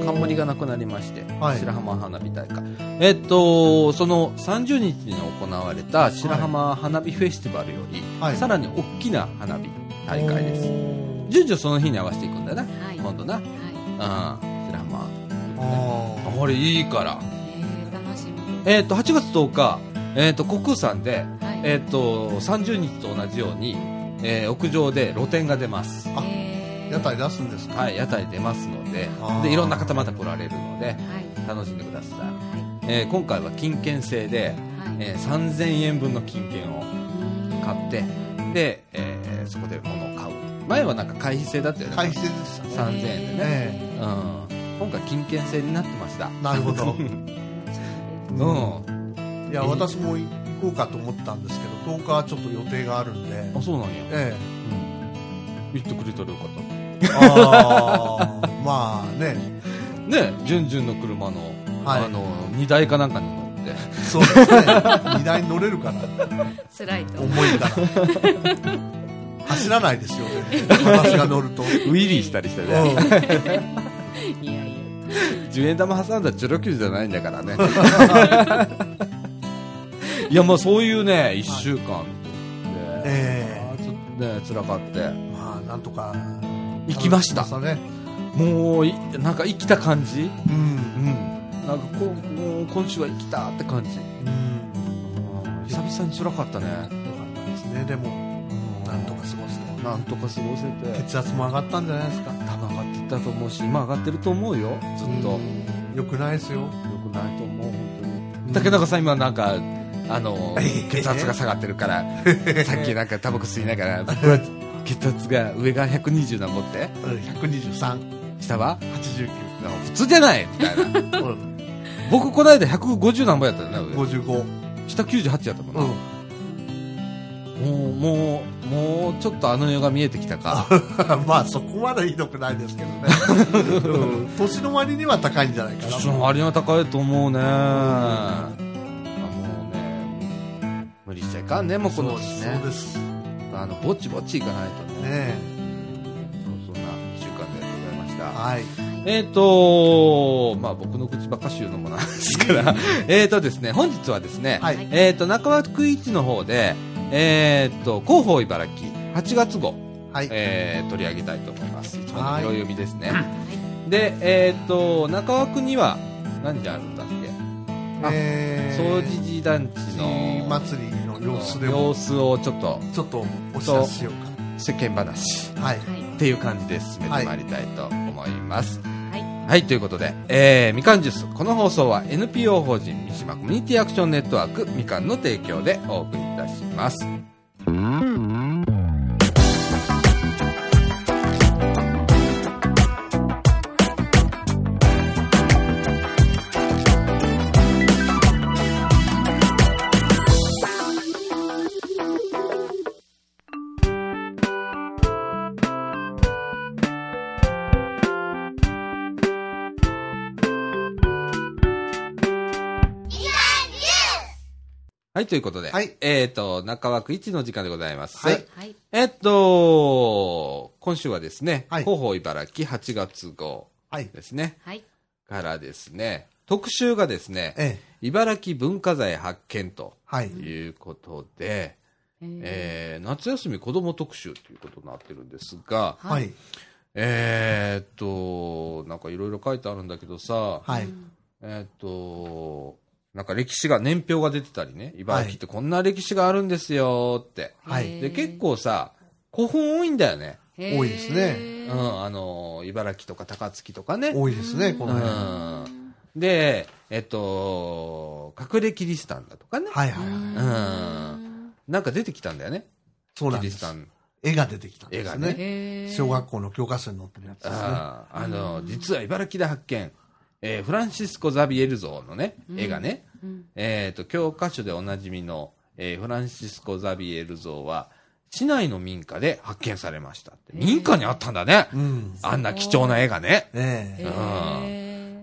Speaker 2: お
Speaker 1: 冠がなくなりまして、
Speaker 2: はい
Speaker 1: 白浜花火大会。えっと、その30日に行われた白浜花火フェスティバルより、
Speaker 2: はい
Speaker 1: さらに大きな花火大会です。
Speaker 2: お
Speaker 1: 順序その日に合わせていくんだよな、
Speaker 3: はい
Speaker 1: 今度な。うん、
Speaker 3: は
Speaker 1: 白浜。
Speaker 2: あー
Speaker 1: あれいいから。
Speaker 3: いえー楽しみ
Speaker 1: えっと、8月10日、えっと、国空山で、
Speaker 3: はい
Speaker 1: えっと、30日と同じように、えー屋上で露店が出ます。
Speaker 2: あ
Speaker 3: えー
Speaker 2: 屋台出すんですか
Speaker 1: はい、屋台出ますので
Speaker 2: あー、
Speaker 1: で、いろんな方また来られるので、
Speaker 3: はい
Speaker 1: 楽しんでください。
Speaker 3: は
Speaker 1: えー今回は金券制で、
Speaker 3: いはい
Speaker 1: えー3000円分の金券を
Speaker 3: うん
Speaker 1: 買ってで、えーそこで物を買う前はなんか会費制だったよね
Speaker 2: 回避制でした
Speaker 1: 3000
Speaker 2: ね
Speaker 1: 円でね、
Speaker 2: え
Speaker 1: うん、今回金券制になってました
Speaker 2: なる ほど
Speaker 1: うん
Speaker 2: いや私も行こうかと思ったんですけど10日はちょっと予定があるんで
Speaker 1: あそうなんや、
Speaker 2: え
Speaker 1: 言ってくれたらよかった
Speaker 2: えあーまあね
Speaker 1: ねじゅんじゅんの車の,、
Speaker 2: はい
Speaker 1: あの荷台かなんかに乗って
Speaker 2: そうですね荷台に乗れるかな
Speaker 3: 辛いと思う
Speaker 2: 重いから走ら ないですよね私が乗る と、う
Speaker 1: ウィリーしたりしてね、
Speaker 2: ん
Speaker 3: いやいや
Speaker 1: 10円玉挟んだチョロ Q じゃないんだから ねいやまあそういうね1週間で、
Speaker 2: え
Speaker 1: あーちょっとね辛かって
Speaker 2: えまあなんとか
Speaker 1: 行きました
Speaker 2: 楽みね
Speaker 1: もういなんか生きた感じ
Speaker 2: うん、
Speaker 1: うんなんかこうもう今週は生きたって感じ
Speaker 2: うん、
Speaker 1: 久々に辛かったね
Speaker 2: よかったですねでもなんとか過ごせて
Speaker 1: なんとか過ごせて
Speaker 2: 血圧も上がったんじゃないですか
Speaker 1: 多分上がってたと思うし今上がってると思うよずっとよ
Speaker 2: よくないですよ
Speaker 1: くないと思う本当に竹中さん今なんかあの血圧が下がってるからさっきなんかタバコ吸いながら僕は血圧が上が120なんぼって
Speaker 2: 12389
Speaker 1: 下はなんか普通じゃないみたいな僕この間150なんぼやったよね上
Speaker 2: 55
Speaker 1: 下98やったもんな、もうもうもうちょっとあの世が見えてきた か
Speaker 2: うん、 まあそこまでひどくないですけどね、うん、年の割には高いんじゃないかな
Speaker 1: その割が高いと思うね、あもうね無理しちゃいかんねもうこの
Speaker 2: そう
Speaker 1: うち
Speaker 2: そ
Speaker 1: ね
Speaker 2: うですね
Speaker 1: あのぼちぼちいかないとね
Speaker 2: え
Speaker 1: そんな1週間でございました
Speaker 2: はい
Speaker 1: えっ、とまあ僕の口ばっかし言うのもなんですからえっとですね、本日はですね、
Speaker 2: はい、
Speaker 3: はい
Speaker 1: えっ、と、中川区一の方で、えっ、と、広報茨城8月号、
Speaker 2: はい
Speaker 1: えー取り上げたいと思います。一番の
Speaker 2: はい
Speaker 1: 広い読みですね。で、えっ、と、中川区には何時あるんだっけあ
Speaker 2: え
Speaker 1: 総除寺団地の
Speaker 2: 祭りの様子でも
Speaker 1: 様子をちょっと
Speaker 2: ちょっとお知らせしよう
Speaker 1: 世間話
Speaker 2: かはい
Speaker 3: はい
Speaker 1: っていう感じで進めてまいりたいと思います。
Speaker 3: はい
Speaker 1: はい、ということで、えー、みかんジュース。この放送は NPO 法人三島コミュニティアクションネットワークみかんの提供でお送りいたします。はい、ということで、
Speaker 2: はい
Speaker 1: えっ、と、中枠1の時間でございます。
Speaker 2: はい
Speaker 3: はい
Speaker 1: えっと、今週はですね、
Speaker 2: はい
Speaker 1: 広報茨城8月号
Speaker 2: はい
Speaker 1: ですね、
Speaker 3: はい
Speaker 1: からですね、特集がですね、
Speaker 2: ええ
Speaker 1: 茨城文化財発見と
Speaker 2: はい
Speaker 1: いうことで、
Speaker 3: えー
Speaker 1: えー夏休み子ども特集ということになってるんですが、
Speaker 2: は
Speaker 3: はい
Speaker 2: い
Speaker 1: えーっと、なんかいろいろ書いてあるんだけどさ、
Speaker 2: はい
Speaker 1: えーっと、なんか歴史が、年表が出てたりね、茨城ってこんな歴史があるんですよって。
Speaker 2: はい
Speaker 1: で、結構さ、古墳多いんだよね。
Speaker 3: へー
Speaker 2: 多いですね
Speaker 1: う
Speaker 3: は
Speaker 1: ん、あの、茨城とか高槻とかね。
Speaker 2: 多いですねこ
Speaker 1: う
Speaker 2: の辺は
Speaker 1: ん。で、えっと、隠れキリシタンだとかね。
Speaker 2: いはいはい
Speaker 1: うんなんか出てきたんだよね。
Speaker 2: そうな
Speaker 1: キ
Speaker 2: ん
Speaker 1: リ
Speaker 2: で
Speaker 1: シ
Speaker 2: す
Speaker 1: タン。
Speaker 2: 絵が出てきたんです
Speaker 1: 絵が
Speaker 2: ね
Speaker 3: へー
Speaker 2: 小学校の教科書に載ってるやつですね
Speaker 1: あーあの、実は茨城で発見。えーフランシスコ・ザビエル像のね、絵がね、
Speaker 3: うん
Speaker 1: えっ、と、教科書でおなじみの、えーフランシスコ・ザビエル像は、市内の民家で発見されましたって。民家にあったんだね。
Speaker 2: うん
Speaker 1: あんな貴重な絵がね。
Speaker 2: ええ
Speaker 3: へ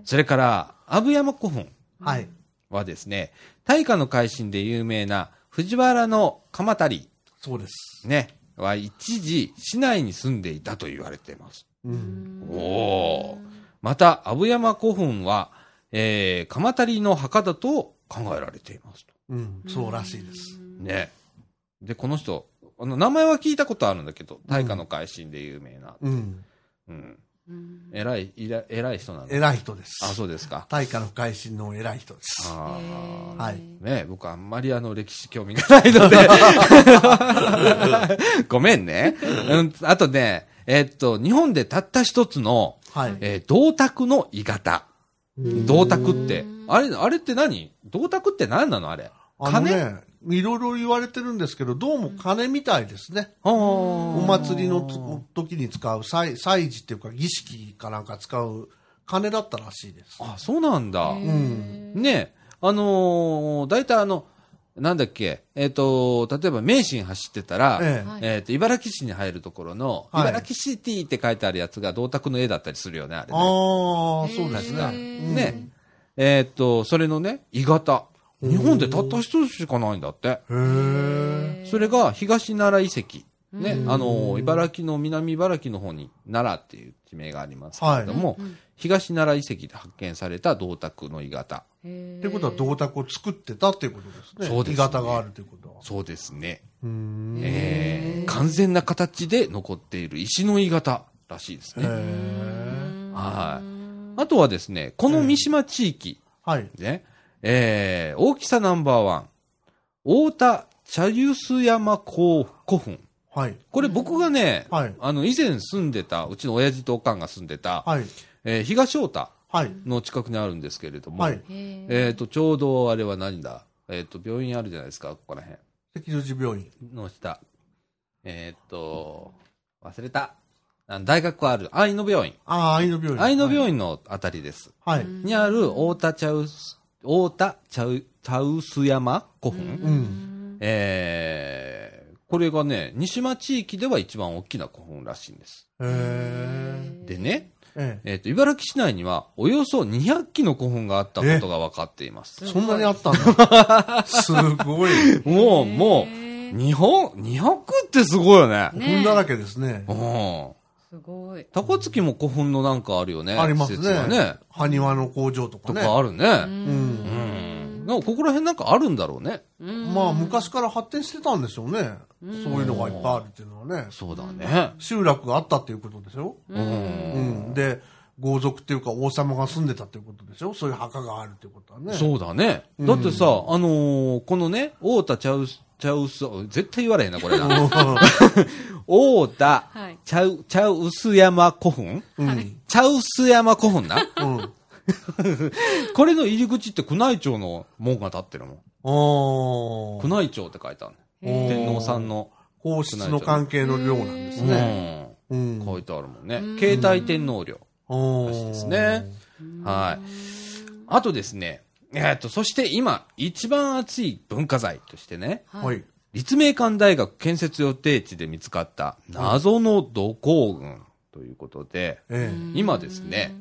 Speaker 3: ー
Speaker 1: それから、阿武山古墳
Speaker 2: はい
Speaker 1: はですね、大化の改新で有名な藤原の鎌足り、
Speaker 2: そうです
Speaker 1: ね、は一時市内に住んでいたと言われています。
Speaker 2: うん
Speaker 1: おおー。また、阿武山古墳は、えー、鎌足りの墓だと考えられていますと。
Speaker 2: うんそうらしいです
Speaker 1: ね。で、この人、あの、名前は聞いたことあるんだけど、大化の改新で有名な。
Speaker 2: うん
Speaker 1: うん。
Speaker 3: うん
Speaker 1: 偉い、いら偉い人なんだ。
Speaker 2: 偉い人です
Speaker 1: あ、そうですか。
Speaker 2: 大化の改新の偉い人です
Speaker 1: あ
Speaker 3: へー
Speaker 1: ー
Speaker 2: はい
Speaker 1: ね僕あんまりあの歴史興味がない ので。ごめんね。うん、あとね、えっと、日本でたった一つの、
Speaker 2: はい
Speaker 1: えー銅鐸の鋳型。
Speaker 3: うん
Speaker 1: 銅鐸って
Speaker 3: う。ん
Speaker 1: あれ、あれって何銅鐸って何なのあれ。
Speaker 2: あのね、いろいろ言われてるんですけど、どうも金みたいですね。
Speaker 1: お
Speaker 2: お祭りのつ時に使う祭、祭事っていうか儀式かなんか使う金だったらしいです。
Speaker 1: あ、そうなんだ。
Speaker 3: へー
Speaker 1: ねあのー、大体あの、なんだっけ、えっ、と、例えば名神走ってたら、
Speaker 2: え
Speaker 3: はい
Speaker 1: えっ、と、茨城市に入るところの、
Speaker 2: はい
Speaker 1: 茨城シティって書いてあるやつが銅鐸の絵だったりするよね、あれ
Speaker 2: え。
Speaker 1: ね。
Speaker 2: ああ、そうです
Speaker 1: 確か。
Speaker 2: ね。うん
Speaker 1: ね。えーっと、それのね、鋳型。日本でたった一つしかないんだって。
Speaker 2: へえ。
Speaker 1: それが東奈良遺跡。ね
Speaker 3: う、ん
Speaker 1: あの、茨城の南茨城の方に奈良っていう地名がありますけれども、
Speaker 3: うん
Speaker 1: 東奈良遺跡で発見された銅鐸の鋳型。
Speaker 3: へー
Speaker 2: ってことは銅鐸を作ってたっていうことですね。
Speaker 1: そうですね
Speaker 2: 鋳型があるということは。
Speaker 1: そうですね。
Speaker 2: うーん。
Speaker 1: え
Speaker 3: へー
Speaker 1: ー完全な形で残っている石の鋳型らしいです
Speaker 2: へ
Speaker 1: ね。
Speaker 2: え。
Speaker 1: はい。あとはですね、この三島地域、
Speaker 2: はい。
Speaker 1: ね、えー、大きさナンバーワン。大田茶臼山古古墳。
Speaker 2: はい。
Speaker 1: これ僕がね、
Speaker 2: はい
Speaker 1: あの、以前住んでた、うちの親父とおかんが住んでた、
Speaker 2: はい。
Speaker 1: えー東太田
Speaker 2: はい。
Speaker 1: の近くにあるんですけれども、
Speaker 2: はい。
Speaker 3: へー
Speaker 1: えっ、と、ちょうどあれは何だえっ、と、病院あるじゃないですか、ここら辺
Speaker 2: 赤十字病院。
Speaker 1: の下。えっ、と、忘れた。あの大学はある、愛の病院。
Speaker 2: ああ、愛の病院。
Speaker 1: 愛の
Speaker 2: 院。
Speaker 1: 病院のあたりです。
Speaker 2: はい。
Speaker 1: にある大田茶臼、大田茶臼タウス山古墳、
Speaker 2: うん。
Speaker 1: えーこれがね、西間地域では一番大きな古墳らしいんです。
Speaker 2: へえ。
Speaker 1: でね、
Speaker 2: え
Speaker 1: えっ、と、茨城市内にはおよそ200基の古墳があったことが分かっています
Speaker 2: え。。そんなにあったんだ。すごい。
Speaker 1: もう、もう、日本、200ってすごいよね。
Speaker 3: ね
Speaker 2: 本だらけですね
Speaker 1: う。ん。
Speaker 3: すごい。
Speaker 1: 高槻も古墳のなんかあるよね。
Speaker 2: あります
Speaker 1: 施設はね
Speaker 2: ね。。埴輪の工場とか
Speaker 1: と
Speaker 2: ね。
Speaker 1: かある
Speaker 3: う
Speaker 1: ね。う
Speaker 2: ん
Speaker 1: ん。なんかここら辺なんかあるんだろうね。
Speaker 3: うん
Speaker 2: まあ、昔から発展してたんでしょうね。そういうのがいっぱいあるっていうのはね。
Speaker 1: そうだね。
Speaker 2: 集落があったっていうことでしょ。
Speaker 1: う。
Speaker 2: うんん。で、豪族っていうか王様が住んでたっていうことでしょ。そういう墓があるっていうことはね。
Speaker 1: そうだね。だってさ、あのーこのね、大田チャウス、チャウス、絶対言われへんな、これな。大田、
Speaker 3: はい
Speaker 1: チャウ、チャウス山古墳
Speaker 2: うん。うん。
Speaker 1: チャウス山古墳 な。
Speaker 2: うん。
Speaker 1: これの入り口って宮内庁の門が立ってるもん。
Speaker 2: おー。
Speaker 1: 宮内庁って書いてある
Speaker 2: おー
Speaker 1: 天皇さんの。
Speaker 2: 皇室の関係の量なんですね。
Speaker 1: ね。
Speaker 2: うん。
Speaker 1: 書いてあるもんね
Speaker 3: う。ん
Speaker 1: 携帯天皇陵。
Speaker 2: お
Speaker 1: らしい
Speaker 2: ー
Speaker 1: ですね。はい。あとですね、えーっと、そして今、一番熱い文化財としてね、
Speaker 2: は。い。
Speaker 1: 立命館大学建設予定地で見つかった謎の土工群ということで、
Speaker 2: ええ。
Speaker 1: 今ですね。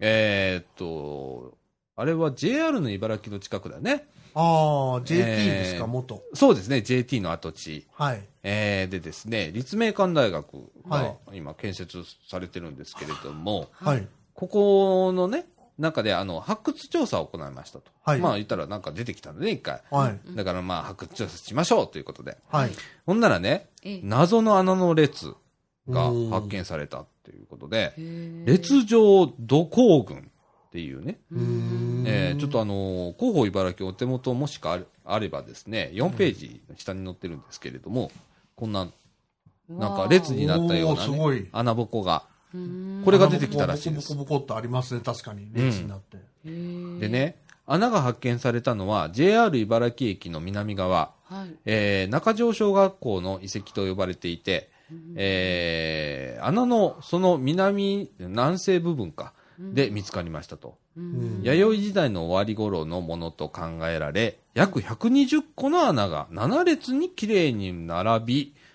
Speaker 1: えーっと、あれは JR の茨城の近くだね。
Speaker 2: ああ、JT です
Speaker 1: え
Speaker 2: か、
Speaker 1: ー
Speaker 2: 元。
Speaker 1: そうですね、JT の跡地。
Speaker 2: はい。
Speaker 1: えーでですね、立命館大学
Speaker 2: は
Speaker 1: が今建設されてるんですけれども、
Speaker 2: はい。
Speaker 1: ここのね、中であの発掘調査を行いましたと。
Speaker 2: はい
Speaker 1: まあ言ったらなんか出てきたんでね、一回。
Speaker 2: はい。
Speaker 1: だからまあ発掘調査しましょうということで。
Speaker 2: はい。
Speaker 1: ほんならね、
Speaker 3: ええ
Speaker 1: 謎の穴の列が
Speaker 2: うん
Speaker 1: 発見されたということ
Speaker 3: へ
Speaker 1: で、
Speaker 3: え
Speaker 1: 列状土工群っていうね、
Speaker 2: うーん
Speaker 1: えーちょっとあのー広報茨城お手元もしかあれあればですね、4ページの下に載ってるんですけれども、こんな、なんか列になったような
Speaker 2: おーす
Speaker 1: ね、
Speaker 2: ごい
Speaker 1: 穴ぼこが。
Speaker 3: うん
Speaker 1: これが出てきたらしいで
Speaker 2: ボ
Speaker 1: す。
Speaker 2: コボコボコボコっとありますね、確かに。列になって。
Speaker 3: へえ
Speaker 1: でね、穴が発見されたのは JR 茨城駅の南側、
Speaker 3: はい。
Speaker 1: えー中条小学校の遺跡と呼ばれていて、えー穴のその南、南西部分か、で見つかりましたと。
Speaker 2: うん
Speaker 1: 弥生時代の終わり頃のものと考えられ、約120個の穴が7列にきれいに並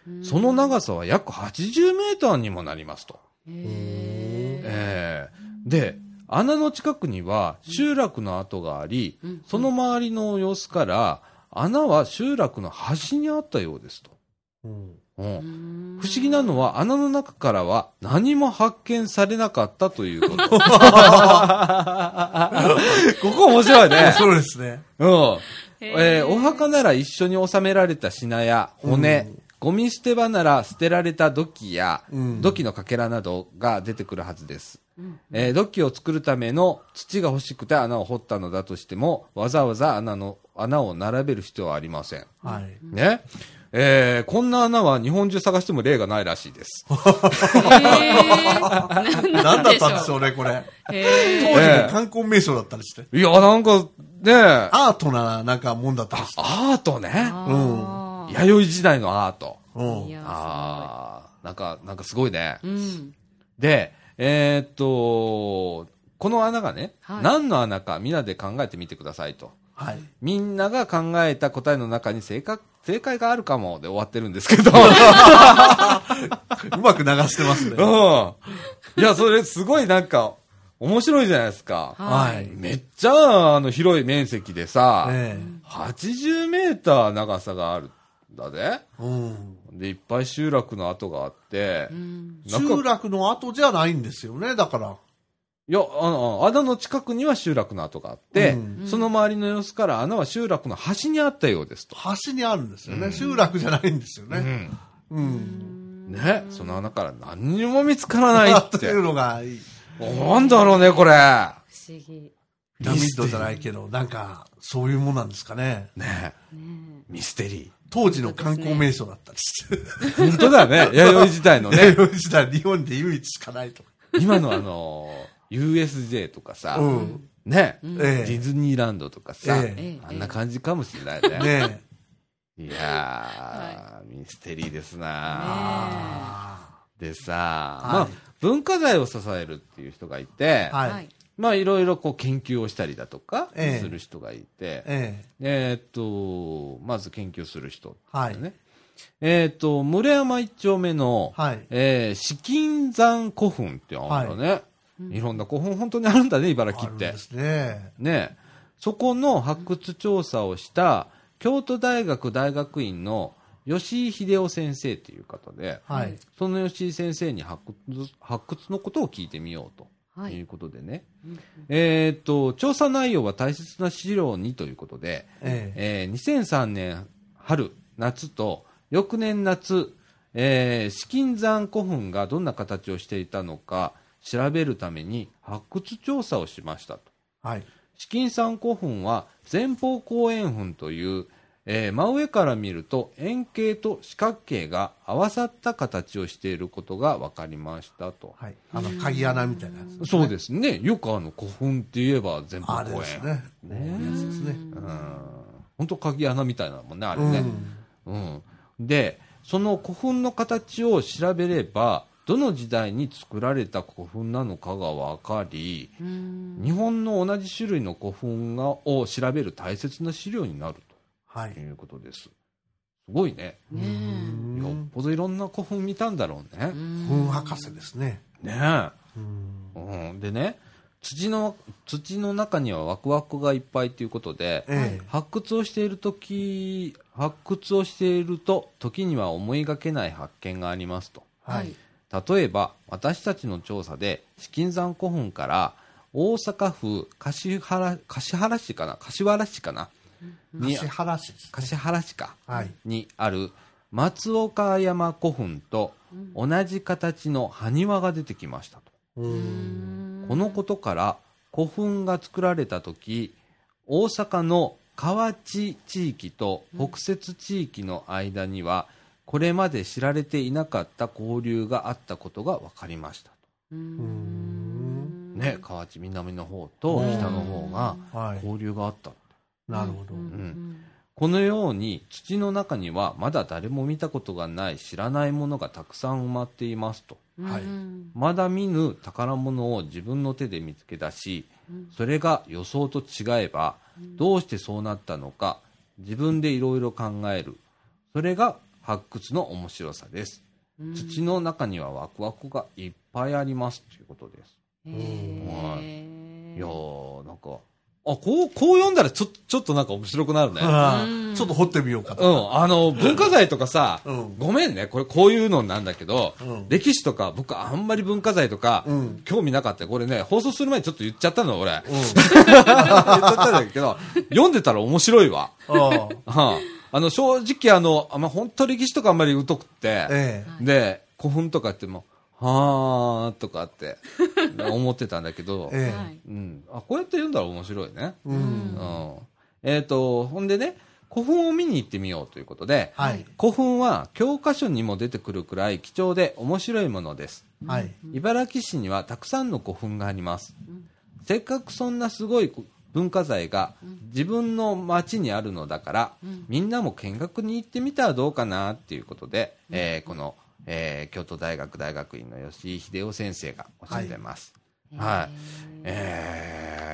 Speaker 1: び、その長さは約80メーターにもなりますと。えーで、穴の近くには集落の跡があり、その周りの様子から、穴は集落の端にあったようですと。
Speaker 2: うん
Speaker 1: うん
Speaker 3: 不
Speaker 1: 不思議なのは穴の中からは何も発見されなかったという こと。ここ面白い ね。
Speaker 2: そうですね。
Speaker 1: うん。
Speaker 3: へ
Speaker 1: え
Speaker 3: え
Speaker 1: ーお墓なら一緒に納められた品や骨、ゴミ捨て場なら捨てられた土器や、
Speaker 2: うん
Speaker 1: 土器のかけらなどが出てくるはずです。えー土器を作るための土が欲しくて穴を掘ったのだとしても、わざわざ穴の、穴を並べる必要はありません。
Speaker 2: はい。
Speaker 1: ね。えーこんな穴は日本中探しても例がないらしいです。
Speaker 2: 何だったんでしょうね、これ。当時
Speaker 3: へえ
Speaker 2: の観光名所だったりして。
Speaker 1: いや、なんか、ねア
Speaker 2: アートな、なんかもんだったりして。
Speaker 1: ートね。
Speaker 3: あー
Speaker 1: 弥生時代のアート。
Speaker 2: うん
Speaker 3: い。や
Speaker 1: ああ、なんか、なんかすごいね。
Speaker 3: うん
Speaker 1: で、えーっと、この穴がね、
Speaker 3: はい
Speaker 1: 何の穴かみんなで考えてみてくださいと。
Speaker 2: はい。
Speaker 1: みんなが考えた答えの中に正確、正解があるかもで終わってるんですけ ど。
Speaker 2: うまく流してます
Speaker 1: う
Speaker 2: ね。
Speaker 1: ん。いや、それすごいなんか、面白いじゃないですか。
Speaker 3: はい
Speaker 2: はい
Speaker 1: めっちゃ、あの、広い面積でさ、
Speaker 2: え
Speaker 1: 80メーター長さがあるんだぜ。
Speaker 2: え。うん。
Speaker 1: で、いっぱい集落の跡があって、
Speaker 3: うん
Speaker 1: なんか
Speaker 2: 集落の後じゃないんですよね、だから。
Speaker 1: いや、あの、穴の近くには集落の跡があって、
Speaker 2: う
Speaker 1: その周りの様子から穴は集落の端にあったようですと。
Speaker 2: 端にあるんですよね。集落じゃないんですよね。うん。
Speaker 1: ね、その穴から何にも見つからないっ
Speaker 2: と
Speaker 1: て
Speaker 2: い。うのがいい、
Speaker 1: なんだろうね、これ。
Speaker 3: 不思議
Speaker 2: ピラミッドじゃないけど、なんか、そういうもんなんですかね。
Speaker 1: ね、
Speaker 3: ね
Speaker 1: ミステリ
Speaker 2: 当時の観光名所だったりして。
Speaker 1: ー。本当だよね、弥生時代の
Speaker 2: 弥
Speaker 1: ね。
Speaker 2: 生時代、日本で唯一しかないとか。
Speaker 1: 今のあの、USJ とかさ、
Speaker 2: うん。
Speaker 1: ね、デ
Speaker 2: え
Speaker 1: ィズニーランドとかさ、
Speaker 2: え
Speaker 3: え
Speaker 1: あんな感じかもしれないね。
Speaker 2: え。ねえ。
Speaker 1: いやー、ミステリーですなー
Speaker 3: ね
Speaker 1: でさ、
Speaker 2: い
Speaker 1: まあ、文化財を支えるっていう人がい
Speaker 3: え
Speaker 1: て、
Speaker 2: はい。
Speaker 3: はい
Speaker 1: まあいろいろこう研究をしたりだとか
Speaker 2: ええ
Speaker 1: する人がいて、え
Speaker 2: ええ。
Speaker 1: ーっと、まず研究する人、ね。
Speaker 2: はい。
Speaker 1: えーっと、村山一丁目の、
Speaker 2: はい。
Speaker 1: えー、紫金山古墳ってあるんだね、い。ろんな古墳本当にあるんだね、茨城
Speaker 2: あ
Speaker 1: っ
Speaker 2: るん
Speaker 1: て
Speaker 2: で。すね。
Speaker 1: ねえ、そこの発掘調査をした京都大学大学院の吉井秀夫先生という方で、
Speaker 2: はい。
Speaker 1: その吉井先生に発掘発掘のことを聞いてみようと
Speaker 3: はいい。
Speaker 1: うことでね、
Speaker 3: うん
Speaker 1: えーっと調査内容は大切な資料にということで、
Speaker 2: ええ。
Speaker 1: えー2003年春、夏と翌年夏、えー、紫金山古墳がどんな形をしていたのか調べるために発掘調査をしましたと。
Speaker 2: はい。
Speaker 1: 紫金山古墳は前方後円墳という、えー真上から見ると円形と四角形が合わさった形をしていることが分かりましたと。
Speaker 2: はい。あの、鍵穴みたいなやつ。
Speaker 1: そうですね。よくあの古墳って言えば前方
Speaker 2: あ
Speaker 1: 後
Speaker 2: れ
Speaker 1: 円。
Speaker 2: ですね。
Speaker 1: ね
Speaker 2: やつですね。
Speaker 1: うん。本当鍵穴みたいなもんね、あれ
Speaker 2: う
Speaker 1: ね。
Speaker 2: ん。
Speaker 1: うん、でその古墳の形を調べればどの時代に作られた古墳なのかが分かり
Speaker 3: うん
Speaker 1: 日本の同じ種類の古墳がを調べる大切な資料になる
Speaker 2: はい
Speaker 1: と。いうことですすごいね
Speaker 3: ね
Speaker 2: うん
Speaker 1: よっぽどいろんな古墳見たんだろうね
Speaker 3: え。うん
Speaker 2: 本博士ですね。
Speaker 1: ね
Speaker 2: うん
Speaker 1: え、うん、でね土の土の中にはワクワクがいっぱいということで
Speaker 2: ええ。
Speaker 1: 発掘をしている時発掘をしていると時には思いがけない発見がありますと
Speaker 2: はい。。
Speaker 1: 例えば私たちの調査で紫金山古墳から大阪府橿原橿原市かな柏原市かなに
Speaker 2: 橿原市です。
Speaker 1: 橿原市か
Speaker 2: はい。
Speaker 1: にある松岡山古墳と同じ形の埴輪が出てきましたと
Speaker 2: うん。
Speaker 1: このことから古墳が作られた時大阪の河内地域と北摂地域の間には、これまで知られていなかった交流があったことが分かりましたと、
Speaker 3: うん
Speaker 1: ね、河内南の方と北の方が
Speaker 2: はい。
Speaker 1: 交流があった、
Speaker 2: なるほど
Speaker 3: う。ん
Speaker 1: このように土の中にはまだ誰も見たことがない知らないものがたくさん埋まっていますと
Speaker 3: うん
Speaker 2: はい
Speaker 3: うん
Speaker 1: まだ見ぬ宝物を自分の手で見つけ出し
Speaker 3: うん
Speaker 1: それが予想と違えばどうしてそうなったのか自分でいろいろ考えるそれが発掘の面白さです
Speaker 3: うん
Speaker 1: 土の中にはワクワクがいっぱいありますということです
Speaker 3: へ
Speaker 1: は
Speaker 3: え
Speaker 1: いやーなんかあこうこう読んだらちょちょっとなんか面白くなるね
Speaker 2: あ
Speaker 3: う
Speaker 2: あ
Speaker 3: ん
Speaker 2: ちょっと掘ってみようか
Speaker 1: う
Speaker 2: と。
Speaker 1: んあの文化財とかさ
Speaker 2: うん
Speaker 1: ごめんねこれこういうのなんだけど、
Speaker 2: うん
Speaker 1: 歴史とか僕あんまり文化財とか、
Speaker 2: うん
Speaker 1: 興味なかったこれね放送する前にちょっと言っちゃったの俺
Speaker 2: うん。
Speaker 1: 言っちゃったんだけど読んでたら面白いわ
Speaker 2: ああ。
Speaker 1: はあ、あの正直あの、あんま本当歴史とかあんまり疎くて、
Speaker 2: え
Speaker 3: え
Speaker 1: で古墳とかってもはあとかって思ってたんだけ ど、
Speaker 2: え。え
Speaker 3: は
Speaker 2: え。
Speaker 3: い
Speaker 1: うん、あこうやって読んだら面白いね、
Speaker 2: う。
Speaker 1: うんえっ、とほんでね古墳を見に行ってみようということで、
Speaker 2: はい。
Speaker 1: 古墳は教科書にも出てくるくらい貴重で面白いものです
Speaker 2: はい。
Speaker 1: 茨城市にはたくさんの古墳があります、
Speaker 3: うん
Speaker 1: せっかくそんなすごい文化財が自分の町にあるのだから、
Speaker 3: うん
Speaker 1: みんなも見学に行ってみたらどうかなっていうことで、えーこの、えー京都大学大学院の吉井秀夫先生がおっしゃってます、はい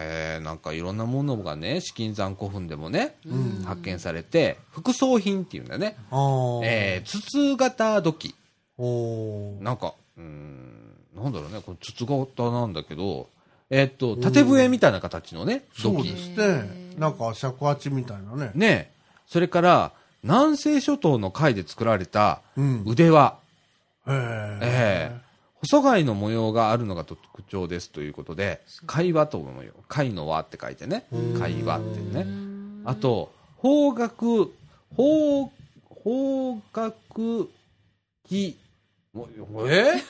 Speaker 1: えーなんかいろんなものがね紫金山古墳でもね
Speaker 2: うん。
Speaker 1: 発見されて副葬品っていうんだね、
Speaker 2: ああ。
Speaker 1: えー筒型土器
Speaker 2: おー
Speaker 1: なんか、うーん、なんだろうね、これ筒型なんだけど、えっと、縦笛みたいな形のね、土
Speaker 2: そう
Speaker 1: 器
Speaker 2: で。
Speaker 3: す
Speaker 2: すね。なんか尺八みたいなね。
Speaker 1: ねえそれから、南西諸島の貝で作られた
Speaker 2: うん。
Speaker 1: 腕輪。
Speaker 2: へ
Speaker 1: ええ
Speaker 2: え。
Speaker 1: 細貝の模様があるのが特徴ですということで、貝輪と思うよ。貝の輪って書いてね。貝輪ってね。あと、方角、方、方角木、もう ええ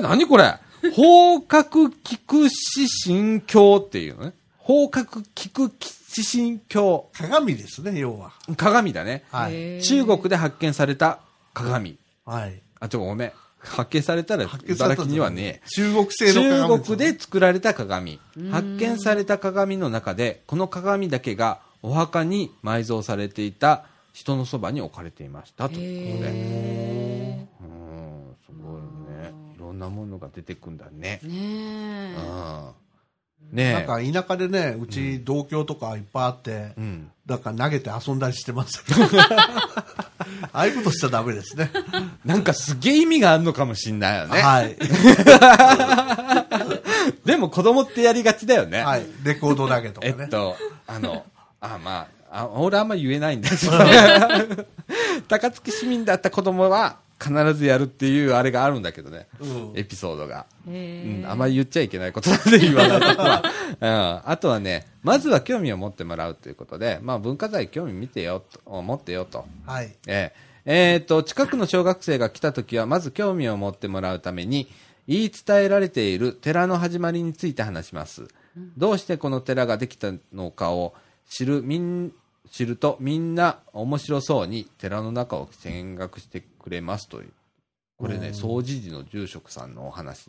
Speaker 1: 何これ方角菊子神経っていうのね。方角菊子神経。
Speaker 2: 鏡ですね、要は。
Speaker 1: 鏡だね。
Speaker 2: はい。
Speaker 1: 中国で発見された鏡。
Speaker 2: はい。
Speaker 1: あ、ちょ、ごめん。発見されたら
Speaker 2: 発見され
Speaker 1: 茨城
Speaker 2: たんだ
Speaker 1: にはねえ。
Speaker 2: 中国製の鏡。
Speaker 1: 中国で。作られた鏡発見された鏡の中でこの鏡だけがお墓に埋蔵されていた人のそばに置かれていましたということで
Speaker 3: へ
Speaker 1: うんすごいねいろんんなものが出てくんだね。う
Speaker 4: ねえ。
Speaker 1: ん。ねえ。
Speaker 2: なんか田舎でね、うち同居とかいっぱいあって、
Speaker 1: うん。
Speaker 2: だから投げて遊んだりしてます。 ああいうことしちゃダメですね。
Speaker 1: なんかすげえ意味があるのかもしんないよね。
Speaker 2: はい。
Speaker 1: でも子供ってやりがちだよね。
Speaker 2: はい。レコード投げとか
Speaker 1: え
Speaker 2: ね。
Speaker 1: っと、あ の、あ、まあ、あ俺あんま言えないんだけど、 高槻市民だった子供は必ずやるっていうあれがあるんだけどね、
Speaker 2: うん
Speaker 1: エピソードが。う
Speaker 4: へ
Speaker 1: ん、
Speaker 4: え
Speaker 1: あまり言っちゃいけないことなんで言わないとこは、 うん、あとはね、まずは興味を持ってもらうということで、まあ文化財興味見てよと、持ってよと。
Speaker 2: はい。
Speaker 1: えええーと、近くの小学生が来た時は、まず興味を持ってもらうために、言い伝えられている寺の始まりについて話します。どうしてこの寺ができたのかを知る、みん、知るとみんな面白そうに寺の中を見学してくれますという。これね、総持寺の住職さんのお話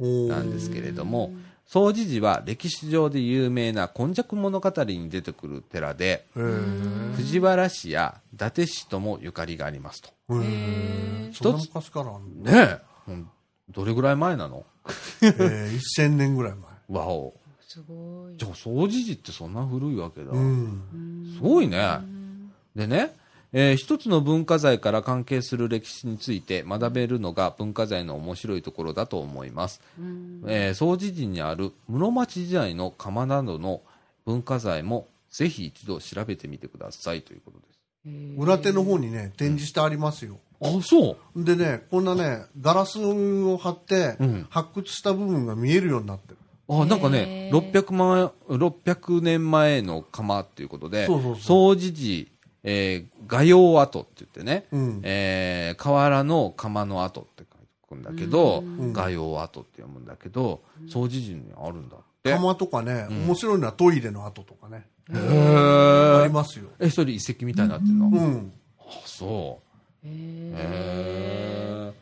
Speaker 2: お
Speaker 1: なんですけれども、総持寺は歴史上で有名な今昔物語に出てくる寺で、
Speaker 2: へー
Speaker 1: 藤原氏や伊達氏ともゆかりがありますと。
Speaker 2: へ
Speaker 4: へ
Speaker 2: ーそんな昔からあるの
Speaker 1: ねえ、うんどれぐらい前なの
Speaker 2: えー、1000年ぐらい前。
Speaker 1: わお。
Speaker 4: すごい
Speaker 1: じ。ゃあ、総持寺ってそんな古いわけだ。
Speaker 2: うん。
Speaker 1: すごいね。でね、えー一つの文化財から関係する歴史について学べるのが文化財の面白いところだと思います。
Speaker 4: うん
Speaker 1: えー、総持寺にある室町時代の釜などの文化財もぜひ一度調べてみてくださいということです。
Speaker 2: 裏手の方にね、展示してありますよ。
Speaker 1: あ、そう。
Speaker 2: でね、こんなね、ガラスを張って
Speaker 1: うん、
Speaker 2: 発掘した部分が見えるようになってる。
Speaker 1: あなんかね、
Speaker 4: へー
Speaker 1: 600万、600年前の釜っていうことで、
Speaker 2: そうそう
Speaker 1: 総持寺、えー、画用跡って言ってね、
Speaker 2: うん
Speaker 1: えー、河原の釜の跡って書くんだけど、
Speaker 2: ん
Speaker 1: 画用跡って読むんだけど、総持寺にあるんだって。
Speaker 2: 釜とかね、面白いのはトイレの跡とかね、
Speaker 1: へ
Speaker 2: あり
Speaker 1: ー。
Speaker 2: ますよ。
Speaker 1: え、それ遺跡みたいになってんの、
Speaker 2: う
Speaker 1: あ、
Speaker 2: ん。
Speaker 1: そう。
Speaker 4: へえ。
Speaker 1: へ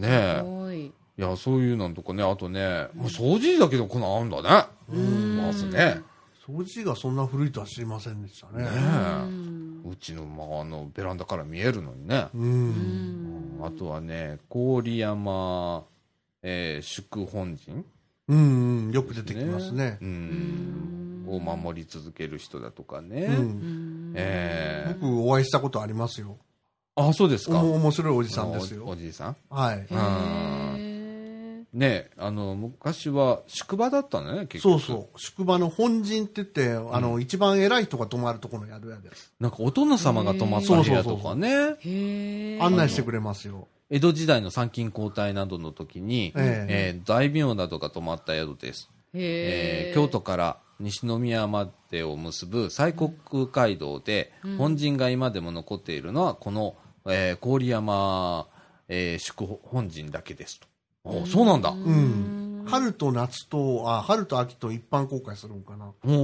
Speaker 1: ー。ね
Speaker 4: す
Speaker 1: え。
Speaker 4: ごい。
Speaker 1: いや、そういうのとかね、あとね、もう総持寺だけどこんなんあるんだね。まずね。
Speaker 2: 掃除がそんな古いとは知りませんでしたね。
Speaker 1: ねえ。
Speaker 4: うん
Speaker 1: うちの,、まあ、あのベランダから見えるのにね、
Speaker 2: う。
Speaker 4: うんん
Speaker 1: あとはね郡山、えー宿本陣、
Speaker 2: うんうん、よく出てきますね
Speaker 1: う。ん、を守り続ける人だとかね、
Speaker 2: うん。
Speaker 1: え
Speaker 2: 僕、お会いしたことありますよ。
Speaker 1: ーあそうです
Speaker 2: お
Speaker 1: か
Speaker 2: も面白いおじ
Speaker 1: お
Speaker 2: さんです
Speaker 1: お
Speaker 2: よ。
Speaker 1: じいさん
Speaker 2: はい。
Speaker 4: へー
Speaker 1: ねあの昔は宿場だったのね結局
Speaker 2: そうそう。宿場の本陣って言って、あの、一番偉い人が泊まるところの宿屋です。
Speaker 1: なんかお殿様が泊まった部屋とかね
Speaker 4: へえ。
Speaker 2: 案内してくれますよ。
Speaker 1: 江戸時代の参勤交代などの時に、
Speaker 2: ええ
Speaker 1: えー大名などが泊まった宿ですえ
Speaker 4: へ
Speaker 1: ー
Speaker 4: ー
Speaker 1: 京都から西宮までを結ぶ西国街道で、本陣が今でも残っているのはこの、えー郡山、えー宿本陣だけですと。おうそうなんだ。
Speaker 2: うん。春と夏と、あ、春と秋と一般公開するのかな。
Speaker 1: 面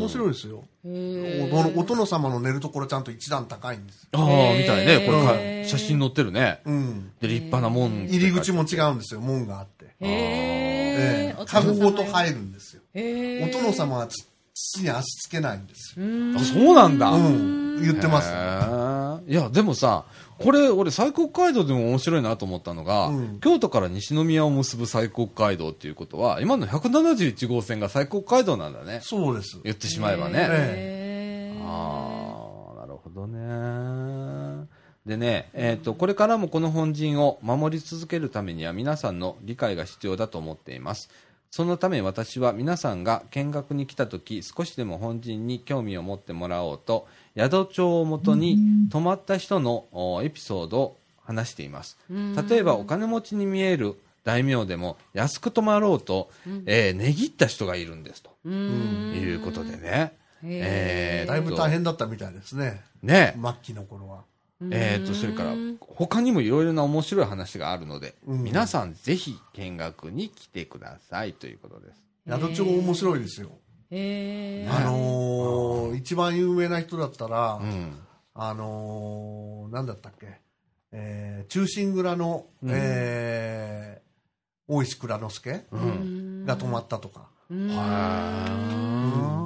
Speaker 2: 面白いですよ。
Speaker 4: へ
Speaker 2: お
Speaker 4: ー
Speaker 2: 殿お殿様の寝るところちゃんと一段高いんですよ。
Speaker 1: ああ、みたいね。これか
Speaker 4: へー
Speaker 1: 写真載ってるね。
Speaker 2: うん。
Speaker 1: で、立派な門。
Speaker 2: 入り口も違うんですよ、門があって。
Speaker 4: へ
Speaker 2: え
Speaker 4: ー
Speaker 2: え、籠ごと入るんですよ。
Speaker 4: へー
Speaker 2: お殿様はつ土に足つけないんですよ。
Speaker 1: あ、そうなんだ。
Speaker 2: うん、言ってます。
Speaker 1: へーいや、でもさ、これ、俺、西国街道でも面白いなと思ったのが、
Speaker 2: うん
Speaker 1: 京都から西宮を結ぶ西国街道っていうことは、今の171号線が西国街道なんだね。
Speaker 2: そうです。
Speaker 1: 言ってしまえば
Speaker 4: へ
Speaker 1: ね。
Speaker 4: ー
Speaker 1: ああ、なるほどね。でね、えっ、と、これからもこの本陣を守り続けるためには皆さんの理解が必要だと思っています。そのため私は皆さんが見学に来た時、少しでも本陣に興味を持ってもらおうと、宿帳をもとに泊まった人のおエピソードを話しています。例えばお金持ちに見える大名でも安く泊まろうと、えー値切った人がいるんですと。
Speaker 4: うん
Speaker 1: いうことでね。
Speaker 4: へ
Speaker 1: えー
Speaker 2: だいぶ大変だったみたいですね。
Speaker 1: ね
Speaker 2: 末期の頃は。
Speaker 1: えー、とそれから他にもいろいろな面白い話があるので、
Speaker 2: うん
Speaker 1: 皆さんぜひ見学に来てくださいということです。
Speaker 2: 宿帳面白いですよ。
Speaker 4: へー
Speaker 2: あのー、一番有名な人だったら
Speaker 1: う、ん、
Speaker 2: あのー、なんだったっけ、えー、忠臣蔵の、えー、大石蔵之介
Speaker 4: うん
Speaker 2: が泊まったとか。
Speaker 4: うん
Speaker 1: は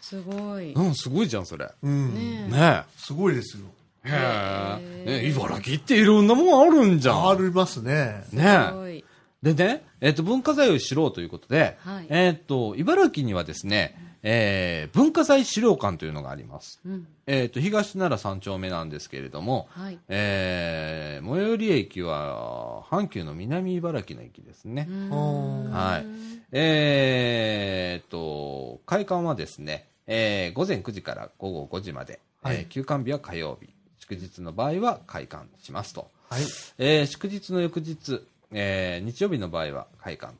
Speaker 4: すご
Speaker 1: い。
Speaker 4: い
Speaker 1: うん、すごいじゃんそれ。
Speaker 2: うん。
Speaker 4: ね
Speaker 1: ね
Speaker 2: すごいですよ。
Speaker 1: え、へえ、ね茨城っていろんなもんあるんじゃん。
Speaker 2: ありますね。
Speaker 4: え
Speaker 1: ね
Speaker 4: すごい
Speaker 1: え、でね、えっと、文化財を知ろうということで、
Speaker 4: はい
Speaker 1: えっと、茨城にはですね、えー文化財資料館というのがあります。
Speaker 4: うん。
Speaker 1: えっと、東奈良三丁目なんですけれども、
Speaker 4: はい。
Speaker 1: えー最寄り駅は、阪急の南茨城の駅ですね
Speaker 4: う。ん
Speaker 1: はいえー、と、開館はですね、えー午前9時から午後5時まで、
Speaker 2: はい
Speaker 1: えー休館日は火曜日、祝日の場合は開館しますと。
Speaker 2: はい。
Speaker 1: えー祝日の翌日、えー日曜日の場合は開館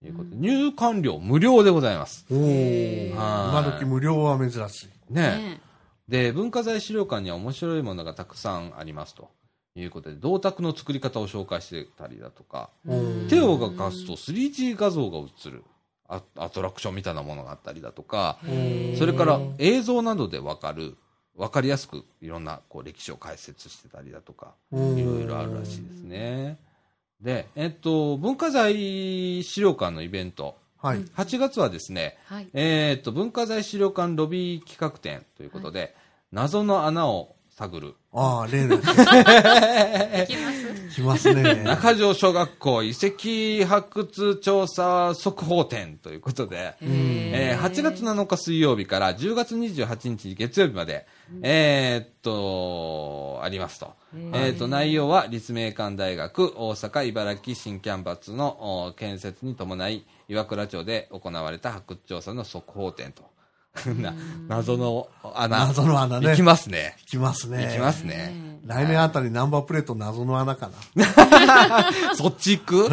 Speaker 1: ということで、入館料無料でございます。
Speaker 2: お
Speaker 4: へ
Speaker 2: ー
Speaker 4: ー
Speaker 2: 今
Speaker 1: はい
Speaker 2: 時無料は珍しい。
Speaker 1: ね
Speaker 4: ね
Speaker 1: で、文化財資料館には面白いものがたくさんありますということで、銅鐸の作り方を紹介してたりだとか、
Speaker 2: おー
Speaker 1: 手を動かすと 3D 画像が映るアアトラクションみたいなものがあったりだとか、
Speaker 4: へー
Speaker 1: それから映像などでわかる、わかりやすくいろんなこう歴史を解説してたりだとか、
Speaker 2: い
Speaker 1: いろいろあるらしいですね。で、えっと、文化財資料館のイベント、
Speaker 2: はい。
Speaker 1: 8月はですね、
Speaker 4: はい。
Speaker 1: えっと、文化財資料館ロビー企画展ということで、謎の穴を探る、
Speaker 2: ああ、例のや
Speaker 4: 行きます。
Speaker 2: つ来ますね。
Speaker 1: 中条小学校遺跡発掘調査速報展ということで、えー8月
Speaker 4: の。
Speaker 1: 7日水曜日から10月28日月曜日まで、えーっと、ありますと。えーっと、内容は立命館大学大阪茨城新キャンバスのお建設に伴い、岩倉町で行われた発掘調査の速報展と。 な謎の穴。
Speaker 2: 謎の穴ね
Speaker 1: いきますね。
Speaker 2: 来ますね。
Speaker 1: いきますね。
Speaker 2: 来年あたりナンバープレート謎の穴かな。
Speaker 1: そっち行 く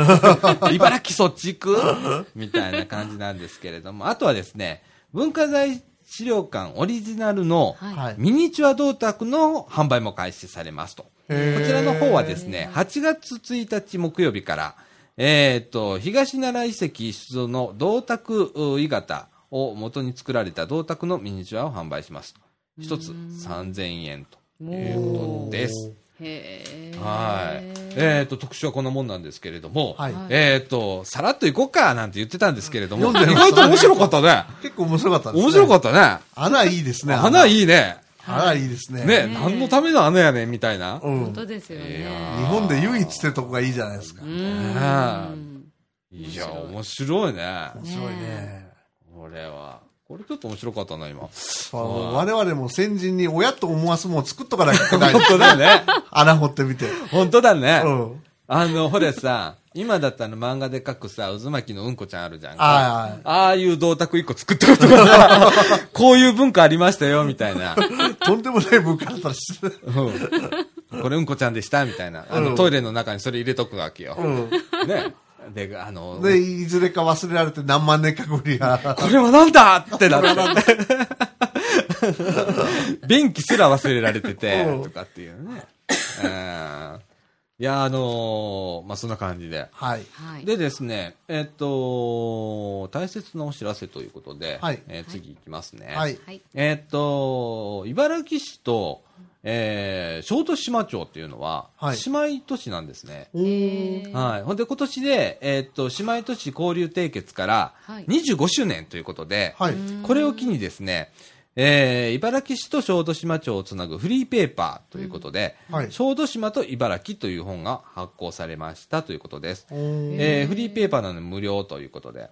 Speaker 1: 茨城そっち行くみたいな感じなんですけれども、あとはですね、文化財資料館オリジナルの
Speaker 4: はい
Speaker 2: はい。
Speaker 1: ミニチュア銅鐸の販売も開始されますと。こ
Speaker 2: へー
Speaker 1: ちらの方はですね、8月1日木曜日から、えっ、と、東奈良遺跡出土の銅鐸鋳型を元に作られた銅鐸のミニチュアを販売しますと。一つ3000円と。
Speaker 4: と
Speaker 1: いうことです。
Speaker 4: へー
Speaker 1: はい。えっ、と、特集はこんなもんなんですけれども、
Speaker 2: はい
Speaker 1: えっ、と、さらっと行こうかなんて言ってたんですけれども、
Speaker 2: 読んで
Speaker 1: 意
Speaker 2: まし
Speaker 1: 外
Speaker 2: た
Speaker 1: と面白かったね。
Speaker 2: 結構面白かったですね。
Speaker 1: 面白か
Speaker 2: っ
Speaker 1: ったね。
Speaker 2: た。穴いいですね。
Speaker 1: 穴
Speaker 2: い。
Speaker 1: いいね。
Speaker 2: 穴いいですね。
Speaker 1: ね、
Speaker 4: ね
Speaker 1: 何のための穴やねんみたいな。
Speaker 2: う
Speaker 4: 本
Speaker 2: ん。
Speaker 4: 当
Speaker 2: 日
Speaker 4: ですよ
Speaker 1: いや
Speaker 4: ね。
Speaker 1: ー
Speaker 2: 本で唯一ってとこがいいじゃないですか。
Speaker 4: う
Speaker 2: 面
Speaker 1: ー
Speaker 4: ん。
Speaker 1: いや、面白いね。
Speaker 2: 白い
Speaker 4: ね
Speaker 2: ね。
Speaker 1: これは。これちょっと面白かったな、今。
Speaker 2: そう我々も先人に親と思わすもん作っとかないといけない
Speaker 1: 本当だ ね。
Speaker 2: 穴掘ってみて。
Speaker 1: 本当だ
Speaker 2: う
Speaker 1: ね。
Speaker 2: ん。
Speaker 1: あの、ほれさ、今だったら漫画で描くさ、渦巻きのうんこちゃんあるじゃんか。
Speaker 2: ああ、
Speaker 1: ああいう銅鐸一個作ったことが さ、こういう文化ありましたよ、みたいな。
Speaker 2: とんでもない文化だったらしい。
Speaker 1: うんこれうんこちゃんでしたみたいな。あの、
Speaker 2: うん
Speaker 1: トイレの中にそれ入れとくわけよ。
Speaker 2: うん。
Speaker 1: ね。で、あの、
Speaker 2: で、いずれか忘れられて何万年かぶりが。
Speaker 1: これはなんだってなって。 便器すら忘れられてて
Speaker 2: う、ん
Speaker 1: とかっていうね。うんいや、あのーまあ、そんな感じで。
Speaker 2: はい。
Speaker 4: はい。
Speaker 1: でですね、えっと、大切なお知らせということで、
Speaker 2: はい
Speaker 1: えー次いきますね。
Speaker 2: はい。
Speaker 4: はい。
Speaker 1: えーっと、茨城市と、えー、小豆島町っていうのは、
Speaker 2: はい
Speaker 1: 姉妹都市なんですね。
Speaker 2: おー
Speaker 4: えー
Speaker 1: はい。ほんで、今年で、えーっと、姉妹都市交流締結から
Speaker 4: はい
Speaker 1: 25周年ということで、
Speaker 2: はい。
Speaker 1: これを機にですね、えー、茨城市と小豆島町をつなぐフリーペーパーということで、
Speaker 2: うんはい
Speaker 1: 小豆島と茨城という本が発行されましたということです。
Speaker 2: おー
Speaker 1: えーフリーペーパーなので無料ということで、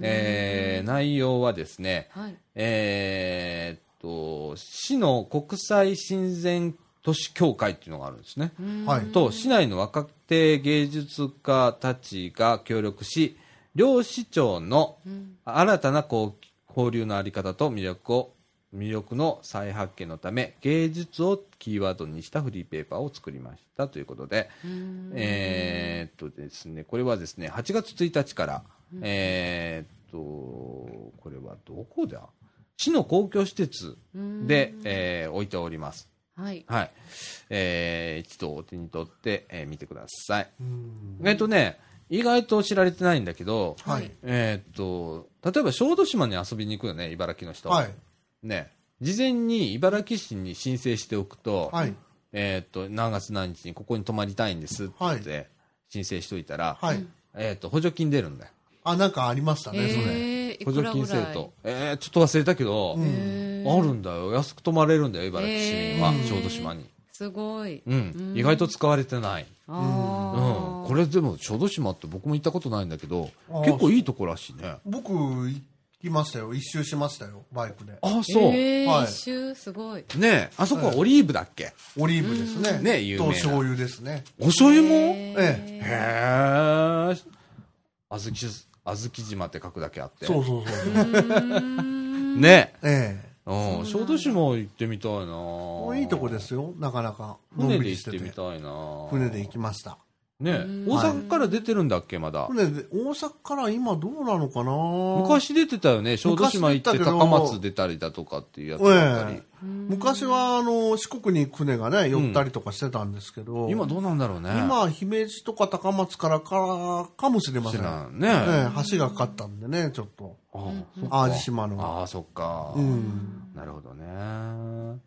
Speaker 1: えー、内容はですね、
Speaker 4: はい。
Speaker 1: えーっと、市の国際親善都市協会っていうのがあるんですね。
Speaker 2: はい。
Speaker 1: と、市内の若手芸術家たちが協力し、両市長の新たな交交流のあり方と魅力を、魅力の再発見のため、芸術をキーワードにしたフリーペーパーを作りましたということで、えーっとですね、これはですね、8月1日から、えーっと、これはどこだ市の公共施設で、えー置いております。
Speaker 4: はい。
Speaker 1: はい。えー、一度お手に取って、えー見てください。
Speaker 2: うん
Speaker 1: えっとね、意外と知られてないんだけど、
Speaker 2: はい。
Speaker 1: えーっと、例えば小豆島に遊びに行くよね、茨城の人。
Speaker 2: はい。
Speaker 1: ね。事前に茨城市に申請しておくと、
Speaker 2: はい。
Speaker 1: えーっと、何月何日にここに泊まりたいんですって言って申請しといたら、
Speaker 2: はい。
Speaker 1: えーっと、補助金出るんだよ。
Speaker 2: あ、なんかありましたね、それ。
Speaker 4: えー、い
Speaker 1: 補
Speaker 4: く
Speaker 1: 助
Speaker 4: らぐ
Speaker 1: 金
Speaker 4: ら
Speaker 1: する
Speaker 4: い
Speaker 1: と。えー、ちょっと忘れたけど、
Speaker 4: えー
Speaker 1: あるんだよ。安く泊まれるんだよ、茨城市民は、
Speaker 4: えー
Speaker 1: 小豆島に。
Speaker 4: すごい。
Speaker 1: うん、意外と使われてない。
Speaker 4: あ
Speaker 1: うん、こ
Speaker 4: ー
Speaker 1: これでも小豆島って僕も行ったことないんだけど
Speaker 2: あー
Speaker 1: 結構いいとこらしいね
Speaker 2: 僕、行きましたよ。一周しましたよ、バイクで。
Speaker 1: あそう、
Speaker 4: えー
Speaker 2: はい
Speaker 4: 一周すごい。
Speaker 1: ねえあそこはオリーブだっけ、
Speaker 2: オリーブですね。
Speaker 1: ね有名
Speaker 2: と
Speaker 1: な
Speaker 2: 醤油ですね。
Speaker 1: お醤油もへ
Speaker 2: え
Speaker 1: えあずきあずき島って書くだけあって
Speaker 2: そうそうそう。
Speaker 4: うーん
Speaker 1: ね
Speaker 2: ええ。
Speaker 1: えうん小豆島行ってみたいな
Speaker 2: もういいとこですよ、なかなか。
Speaker 1: 船
Speaker 2: のんび
Speaker 1: で
Speaker 2: り
Speaker 1: 行っ
Speaker 2: して
Speaker 1: みたいな
Speaker 2: 船で行きました。
Speaker 1: ねえ
Speaker 4: うん
Speaker 1: 大阪から出てるんだっけまだ
Speaker 2: 船で、大阪から今どうなのかな
Speaker 1: 昔出てたよね小豆島行って
Speaker 2: 昔出たけど
Speaker 1: 高松出たりだとかっていうやつだったり、
Speaker 2: ええ昔は、あの、四国に船がね、寄ったりとかしてたんですけど、
Speaker 1: 今どうなんだろうね
Speaker 2: 今、姫路とか高松からか、かもしれません。
Speaker 1: なんね、
Speaker 2: ええ橋がかかったんでね、ちょっと。
Speaker 1: ああそっか
Speaker 2: 淡路島の。
Speaker 1: ああそっか、
Speaker 2: うん。
Speaker 1: なるほどね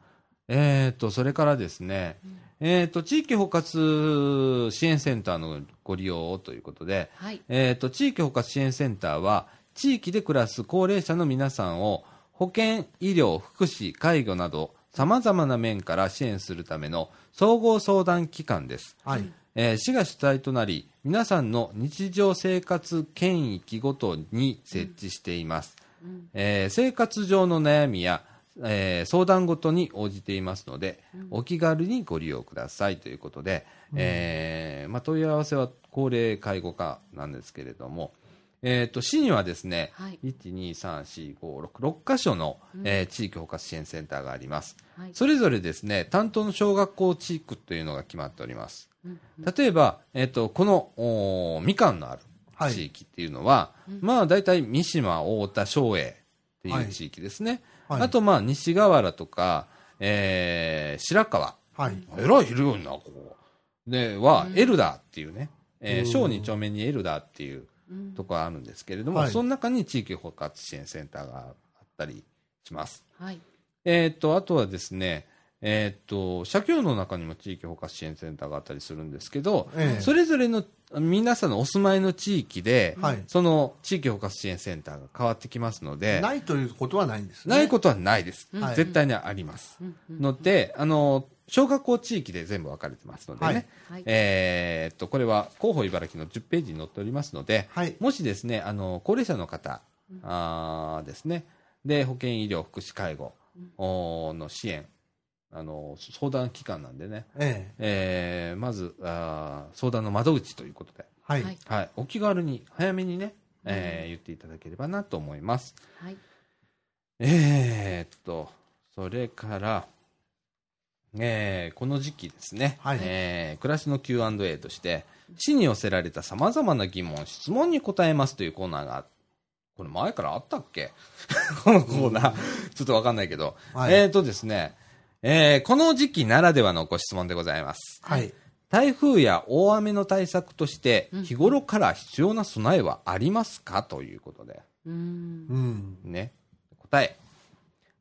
Speaker 1: えっ、とそれからですねえっ、と地域包括支援センターのご利用をということで、
Speaker 4: はい。
Speaker 1: えー、と地域包括支援センターは地域で暮らす高齢者の皆さんを保健、医療、福祉、介護などさまざまな面から支援するための総合相談機関です、
Speaker 2: はい。
Speaker 1: えー市が主体となり皆さんの日常生活圏域ごとに設置しています、
Speaker 4: うん
Speaker 1: えー生活上の悩みや、えー相談ごとに応じていますので、お気軽にご利用くださいということで、えーまあ、問い合わせは高齢介護課なんですけれども、えー、と市にはですね、
Speaker 4: はい
Speaker 1: 1、2、3、4、5、6、6箇所の、えー地域包括支援センターがあります。
Speaker 4: はい。
Speaker 1: それぞれですね、担当の小学校地区というのが決まっております。
Speaker 4: うん
Speaker 1: 例えば、えっと、このおーみかんのある
Speaker 2: はい
Speaker 1: 地域っていうのは、まあ大体三島、太田、松栄っていう地域ですね。
Speaker 2: はい
Speaker 1: あとまあ西河原とか、えー白川。
Speaker 2: はい。
Speaker 1: えらい広いな、ここ。で、は、エルダーっていうね、えー小2丁目にエルダーっていう
Speaker 4: うん
Speaker 1: とこがあるんですけれども、
Speaker 2: はい
Speaker 1: その中に地域包括支援センターがあったりします。
Speaker 4: はい。
Speaker 1: えーっと、あとはですね、えーっと、社協の中にも地域包括支援センターがあったりするんですけど、
Speaker 2: ええ
Speaker 1: それぞれの皆さんのお住まいの地域で、
Speaker 2: はい
Speaker 1: その地域包括支援センターが変わってきますので、
Speaker 2: ないということはないんですね。
Speaker 1: ないことはないです。
Speaker 2: はい
Speaker 1: 絶対にあります。
Speaker 4: うんうん
Speaker 1: ので、あの、小学校地域で全部分かれてますのでね、
Speaker 2: はい
Speaker 4: はい。
Speaker 1: えーっと、これは広報茨城の10ページに載っておりますので、
Speaker 2: はい。
Speaker 1: もしですね、あの、高齢者の方、あーですね、で、保健医療、福祉、介護おーの支援、あの、相談機関なんでね、
Speaker 2: ええ。
Speaker 1: えーまずあー相談の窓口ということで、
Speaker 2: は
Speaker 4: はい
Speaker 2: い。
Speaker 1: はい、お気軽に、早めにね、えー言っていただければなと思います。
Speaker 4: はい。
Speaker 1: えーっと、それから、えーこの時期ですね、
Speaker 2: はい
Speaker 1: えー暮らしの Q&A として、市に寄せられたさまざまな疑問、質問に答えますというコーナーが、これ前からあったっけ このコーナー、ちょっとわかんないけど、
Speaker 2: はい
Speaker 1: えーっとですね、えーこの時期ならではのご質問でございます。
Speaker 2: はい。
Speaker 1: 台風や大雨の対策として
Speaker 4: うん、
Speaker 1: 日頃から必要な備えはありますかということで。
Speaker 4: うーん。
Speaker 2: うん。
Speaker 1: ね。答え。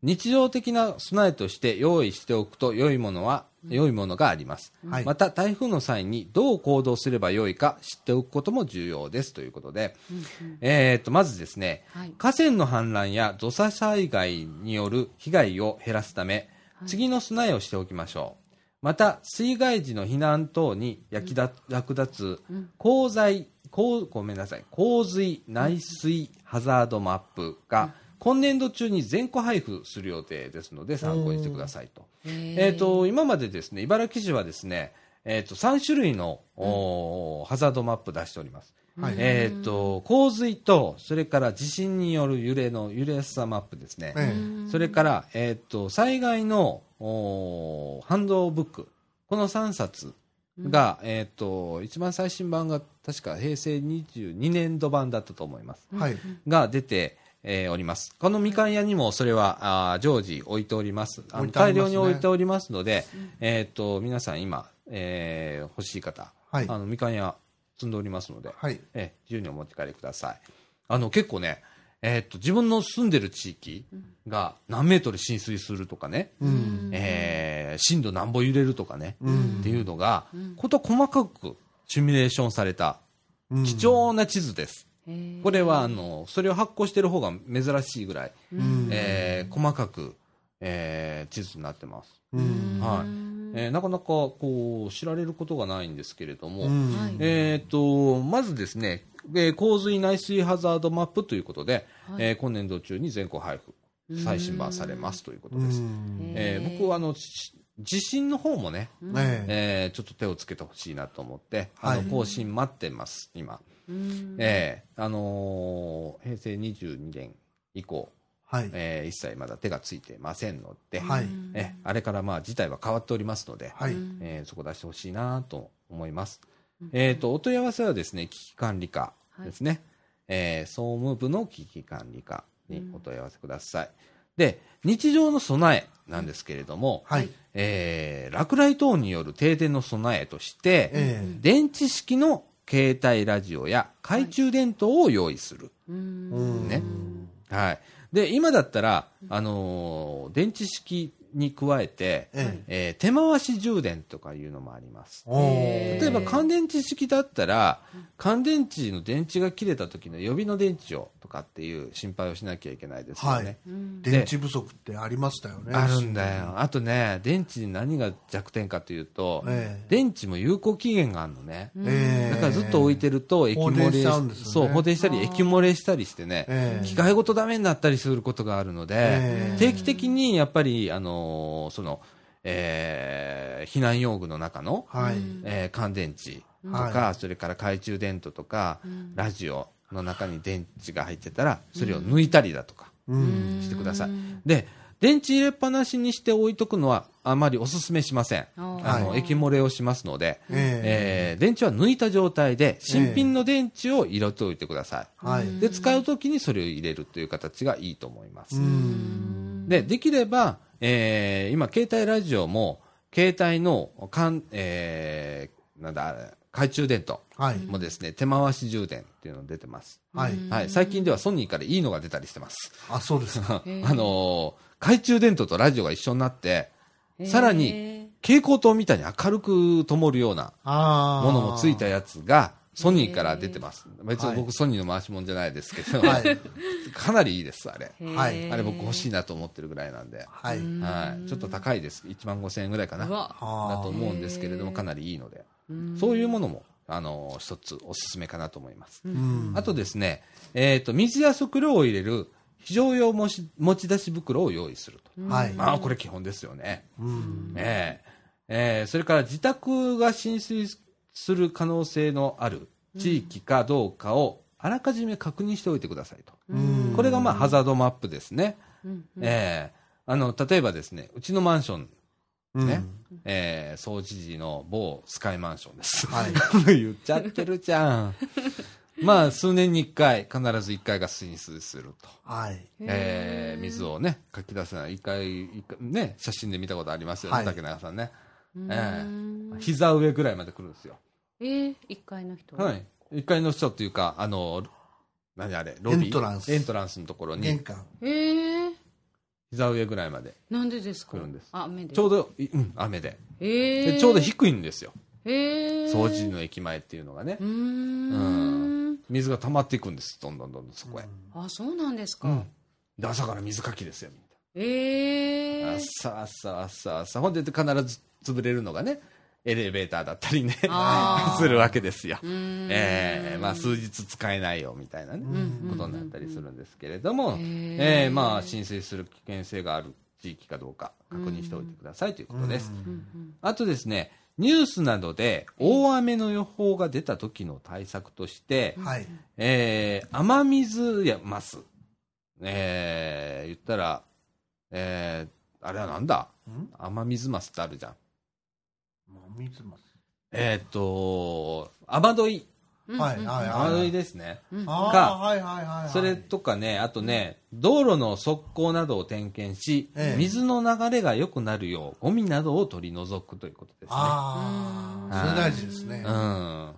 Speaker 1: 日常的な備えとして用意しておくと良いものは、良いものがあります。
Speaker 2: はい
Speaker 1: また、台風の際にどう行動すれば良いか知っておくことも重要ですということで、えー、と、まずですね、
Speaker 4: はい。
Speaker 1: 河川の氾濫や土砂災害による被害を減らすため、次の備えをしておきましょう。また、水害時の避難等に役立役立つ、洪水、洪ごめんなさい、洪水内水ハザードマップが、今年度中に全個配布する予定ですので、参考にしてくださいと。え
Speaker 4: え
Speaker 1: っ、、と、今までですね、茨城市はですね、えっ、と、3種類の、おーハザードマップ出しております。
Speaker 2: はい
Speaker 1: えっ、と、洪水と、それから地震による揺れの揺れやすさマップですね。
Speaker 2: え
Speaker 1: それから、えっ、と、災害の、おーハンドブック。この3冊が、えっ、と、一番最新版が確か平成22年度版だったと思います。
Speaker 2: え。はい。
Speaker 1: が出て、えーおります。このみかん屋にもそれはあー常時置いております。あの
Speaker 2: 置いてあ
Speaker 1: 大
Speaker 2: ります
Speaker 1: 量
Speaker 2: ね
Speaker 1: に置いておりますので、えーっと、皆さん今、えー欲しい方、
Speaker 2: はい
Speaker 1: あのみかん屋積んでおりますので、
Speaker 2: はい。
Speaker 1: えー自由にお持ち帰りください。あの、結構ね、えーっと、自分の住んでる地域が何メートル浸水するとかね、
Speaker 2: うん。
Speaker 1: えー震度何ぼ揺れるとかね、
Speaker 2: うん
Speaker 1: っていうのが、こと細かくシミュレーションされた
Speaker 2: うん
Speaker 1: 貴重な地図です。
Speaker 4: え
Speaker 1: これはあのそれを発行している方が珍しいぐらい、
Speaker 2: うん。
Speaker 1: えー細かく、えー地図になってます、
Speaker 2: うん。
Speaker 1: は
Speaker 4: ー
Speaker 1: えーなかなかこう知られることがないんですけれども、
Speaker 2: うん
Speaker 4: はい
Speaker 1: えー、とまずですね、えー洪水内水ハザードマップということで、
Speaker 4: はい
Speaker 1: えー今年度中に全国配布、最新版されますということ
Speaker 2: う
Speaker 1: です。
Speaker 2: ん
Speaker 1: えー僕はあのし地震の方もね、
Speaker 4: うん
Speaker 2: ねえ
Speaker 1: えーちょっと手をつけてほしいなと思って、あ
Speaker 2: はい
Speaker 1: の更新待ってます、今、
Speaker 4: うん
Speaker 1: えーあのー平成22年以降、
Speaker 2: はい。
Speaker 1: えー一切まだ手がついてませんので、
Speaker 2: はい
Speaker 4: うん
Speaker 1: えーあれからまあ事態は変わっておりますので、
Speaker 2: はい。
Speaker 4: うん
Speaker 1: えーそこ出してほしいなと思います。
Speaker 4: うん
Speaker 1: えっ、と、お問い合わせはですね、危機管理課ですね。えー総務部の危機管理課にお問い合わせください。で、日常の備えなんですけれども、
Speaker 2: はい。
Speaker 1: えー落雷等による停電の備えとして、
Speaker 2: ええ
Speaker 1: 電池式の携帯ラジオや懐中電灯を用意する。
Speaker 4: うん
Speaker 2: うん
Speaker 1: ねはい。で、今だったら、あのー電池式に加えて、
Speaker 2: ええ
Speaker 1: えー手回し充電とかいうのもあります。
Speaker 2: お
Speaker 4: え
Speaker 2: ー
Speaker 1: 例えば
Speaker 4: えー
Speaker 1: 乾電池式だったら、乾電池の電池が切れた時の予備の電池をとかっていう心配をしなきゃいけないですよね。
Speaker 4: うん
Speaker 2: 電池不足ってありましたよね。
Speaker 1: あるんだよ。あとね、電池に何が弱点かというと、
Speaker 2: ええ
Speaker 1: 電池も有効期限があるのね。
Speaker 2: ええ
Speaker 1: だからずっと置いてると、液
Speaker 2: 放
Speaker 1: 漏
Speaker 2: 電
Speaker 1: れ
Speaker 2: しちゃうんですよね
Speaker 1: そう、放電したり、液漏れしたりしてね、
Speaker 2: ええ
Speaker 1: 機械ごとダメになったりすることがあるので、
Speaker 2: ええ
Speaker 1: 定期的にやっぱり、あのーその、えー避難用具の中の、
Speaker 2: はい。
Speaker 1: えー乾電池とか、
Speaker 2: は
Speaker 1: それから懐中電灯とか、
Speaker 4: ん
Speaker 1: ラジオの中に電池が入ってたら、それを抜いたりだとか
Speaker 2: うん。
Speaker 1: してください。
Speaker 4: うん
Speaker 1: で、電池入れっぱなしにして置いとくのはあまりおすすめしません。
Speaker 4: あー
Speaker 1: あの、
Speaker 4: はい
Speaker 1: 液漏れをしますので、え
Speaker 2: え
Speaker 1: ー電池は抜いた状態で、新品の電池を入れておいてくださ
Speaker 2: えはい。
Speaker 1: い。で、使うときにそれを入れるという形がいいと思います
Speaker 2: う。ん。
Speaker 1: で、できれば、えー今、携帯ラジオも、携帯の、かん、えーなんだ、あれ懐中電灯
Speaker 2: はい。
Speaker 1: もですね、手回し充電っていうの出てます。
Speaker 2: はい。
Speaker 1: はい。最近ではソニーからいいのが出たりしてます。
Speaker 2: あ、そうです か。
Speaker 1: あ
Speaker 4: へー
Speaker 1: のー懐中電灯とラジオが一緒になって、さらに
Speaker 4: へ
Speaker 1: 蛍光灯みたいに明るく灯るような
Speaker 2: ああ。
Speaker 1: ものもついたやつが、ソニーから出てます。別に
Speaker 2: は
Speaker 1: 僕ソニーの回しもんじゃないですけど、
Speaker 2: はい。
Speaker 1: かなりいいです、あれ。
Speaker 4: ー
Speaker 2: はい
Speaker 4: へー
Speaker 1: あれ僕欲しいなと思ってるぐらいなんで。
Speaker 2: はい。
Speaker 1: はい。ちょっと高いです。1万5千円ぐらいかな。
Speaker 4: う
Speaker 1: だ
Speaker 4: わ
Speaker 2: あ
Speaker 1: と
Speaker 2: ー
Speaker 1: 思うんですけれども、
Speaker 4: へー
Speaker 1: かなりいいので。
Speaker 4: うん
Speaker 1: そういうものも、あのー、一つおすすめかなと思います。
Speaker 2: うん。
Speaker 1: あとですね、えっ、と、水や食料を入れる非常用持ち持ち出し袋を用意すると。
Speaker 2: はい。
Speaker 1: まあ、これ基本ですよね。
Speaker 2: うん。
Speaker 1: えええーそれから自宅が浸水する可能性のある地域かどうかをあらかじめ確認しておいてくださいと。
Speaker 2: うん
Speaker 1: これがまあハザードマップですね。
Speaker 4: うんうん
Speaker 1: ええあの、例えばですね、うちのマンション、
Speaker 2: うん
Speaker 1: ね。ええ総知事の某スカイマンションです。
Speaker 2: はい。
Speaker 1: 言っちゃってるじゃん。 まあ、数年に一回、必ず一回が浸水すると。
Speaker 2: はい。
Speaker 1: えー水をね、かき出せない、一回、一回ね、写真で見たことありますよね、
Speaker 2: はい
Speaker 1: 竹中さんね。
Speaker 4: うん
Speaker 1: えー膝上ぐらいまで来るんですよ。
Speaker 4: えー一階の人
Speaker 1: はい。一階の人っていうか、あの、何あれ、ロビー。
Speaker 2: エントランス
Speaker 1: エントランスのところ
Speaker 2: 玄
Speaker 1: に、
Speaker 2: 関。
Speaker 4: えー
Speaker 1: 膝上ぐらいまで。
Speaker 4: なんでですか
Speaker 1: 来るんです
Speaker 4: あ雨で
Speaker 1: ちょうど、いうん、雨で。
Speaker 4: えー
Speaker 1: でちょうど低いんですよ。
Speaker 4: えー
Speaker 1: 掃除の駅前っていうのがね
Speaker 4: う。ーん
Speaker 1: 水が溜まっていくんです。どんどんどんどんそこへ。
Speaker 4: あそうなんです
Speaker 1: う
Speaker 4: か
Speaker 1: ん。で、朝から水かきですよ、みんな。
Speaker 4: えー
Speaker 1: 朝朝朝朝ほんで必ず潰れるのがねエレベーターだったりね
Speaker 4: あー
Speaker 1: するわけですよ、
Speaker 4: ん
Speaker 1: えーまあ、数日使えないよみたいな、ね
Speaker 4: ん
Speaker 1: ことになったりするんですけれども、
Speaker 4: へー
Speaker 1: えーまあ、浸水する危険性がある地域かどうか確認しておいてくださいということです、あとですねニュースなどで大雨の予報が出た時の対策として、
Speaker 2: はい。
Speaker 1: えー雨水やます。えー言ったら、えーあれはなんだ
Speaker 2: ん
Speaker 1: 雨水ますってあるじゃん。
Speaker 2: もう水ます。
Speaker 1: えーっと、雨どい。
Speaker 4: うん
Speaker 2: はい。
Speaker 4: うん
Speaker 2: はい。
Speaker 1: 雨ど
Speaker 2: はいい。
Speaker 1: ですね。
Speaker 2: ああ、はいはいはいはい。
Speaker 1: それとかね、あとね、道路の側溝などを点検し、
Speaker 2: ええ
Speaker 1: 水の流れが良くなるよう、ゴミなどを取り除くということですね。
Speaker 2: ああ、それ大事ですね
Speaker 1: う。ん。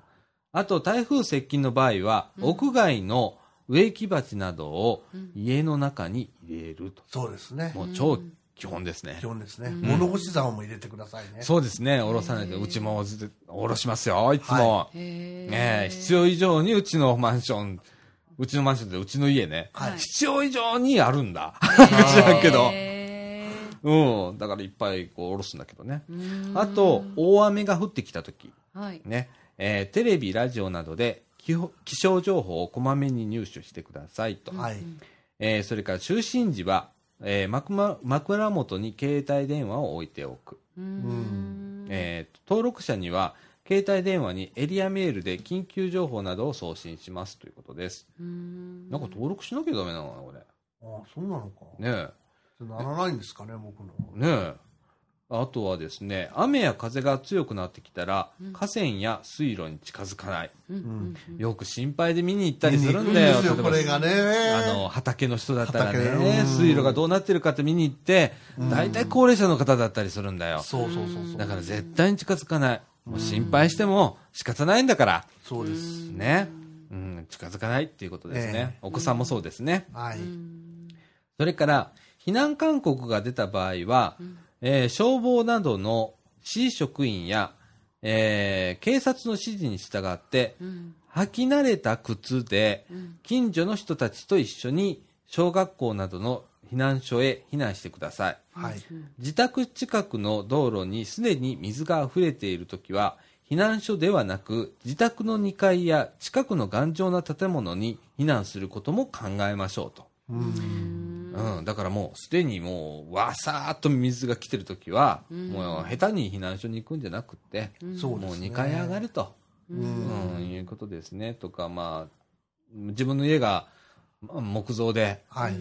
Speaker 1: あと、台風接近の場合は、屋外の植木鉢などを家の中に入れると。
Speaker 2: そうですね。
Speaker 1: もう超基本ですね
Speaker 2: 基。本ですね。物干し竿も入れてくださいね。
Speaker 1: そうですね、おろさないで、うちもずおろしますよ、いつも
Speaker 2: は。
Speaker 4: へー
Speaker 1: ねえ必要以上にうちのマンション、うちのマンションでうちの家ね、
Speaker 2: はい
Speaker 1: 必要以上にあるんだ。
Speaker 4: へー
Speaker 1: 知らんけど。
Speaker 4: へ
Speaker 1: うん。だからいっぱいこうおろすんだけどね。
Speaker 4: うん
Speaker 1: あと、大雨が降ってきた時
Speaker 4: はい。
Speaker 1: ね、えーテレビ、ラジオなどで気候気象情報をこまめに入手してくださいと。
Speaker 2: はい。
Speaker 1: えーそれから就寝時は、えー枕枕元に携帯電話を置いておく。
Speaker 4: うん
Speaker 1: えー登録者には、携帯電話にエリアメールで緊急情報などを送信しますということです。
Speaker 4: うん
Speaker 1: なんか登録しなきゃダメなのかな、これ。
Speaker 2: ああ、そうなのか。
Speaker 1: ね
Speaker 2: ならないんですかね、僕の。
Speaker 1: え。ねえ。あとはですね、雨や風が強くなってきたら
Speaker 4: うん、
Speaker 1: 河川や水路に近づかない。
Speaker 4: うんうんうん
Speaker 1: よく心配で見に行ったりするんだよ。
Speaker 2: 見に行くんですよこ
Speaker 1: 例えば
Speaker 2: れがね。
Speaker 1: あの、畑の人だったら
Speaker 2: 畑ね
Speaker 1: ね
Speaker 2: うん、
Speaker 1: 水路がどうなってるかって見に行って、大体高齢者の方だったりするんだよ。
Speaker 2: そうそうそうそう。
Speaker 1: だから絶対に近づかない。もう心配しても仕方ないんだから、
Speaker 2: そうです。
Speaker 1: ね。うん、近づかないっていうことです
Speaker 2: え
Speaker 1: ね。お子さんもそうですね。
Speaker 2: はい。
Speaker 1: それから、避難勧告が出た場合は、えー消防などの市職員や、えー警察の指示に従って、
Speaker 4: うん
Speaker 1: 履き慣れた靴で
Speaker 4: うん
Speaker 1: 近所の人たちと一緒に小学校などの避難所へ避難してください
Speaker 2: はい。
Speaker 1: 自宅近くの道路にすでに水が溢れているときは避難所ではなく自宅の2階や近くの頑丈な建物に避難することも考えましょうと、うん、だからもうすでにもうわさーっと水が来てるときは、もう下手に避難所に行くんじゃなくって、
Speaker 2: そうで
Speaker 1: もう
Speaker 2: すね。
Speaker 1: 2階上がると。
Speaker 2: うん。
Speaker 1: うん、いうことですね。とか、まあ、自分の家がまあ木造で、
Speaker 2: はい。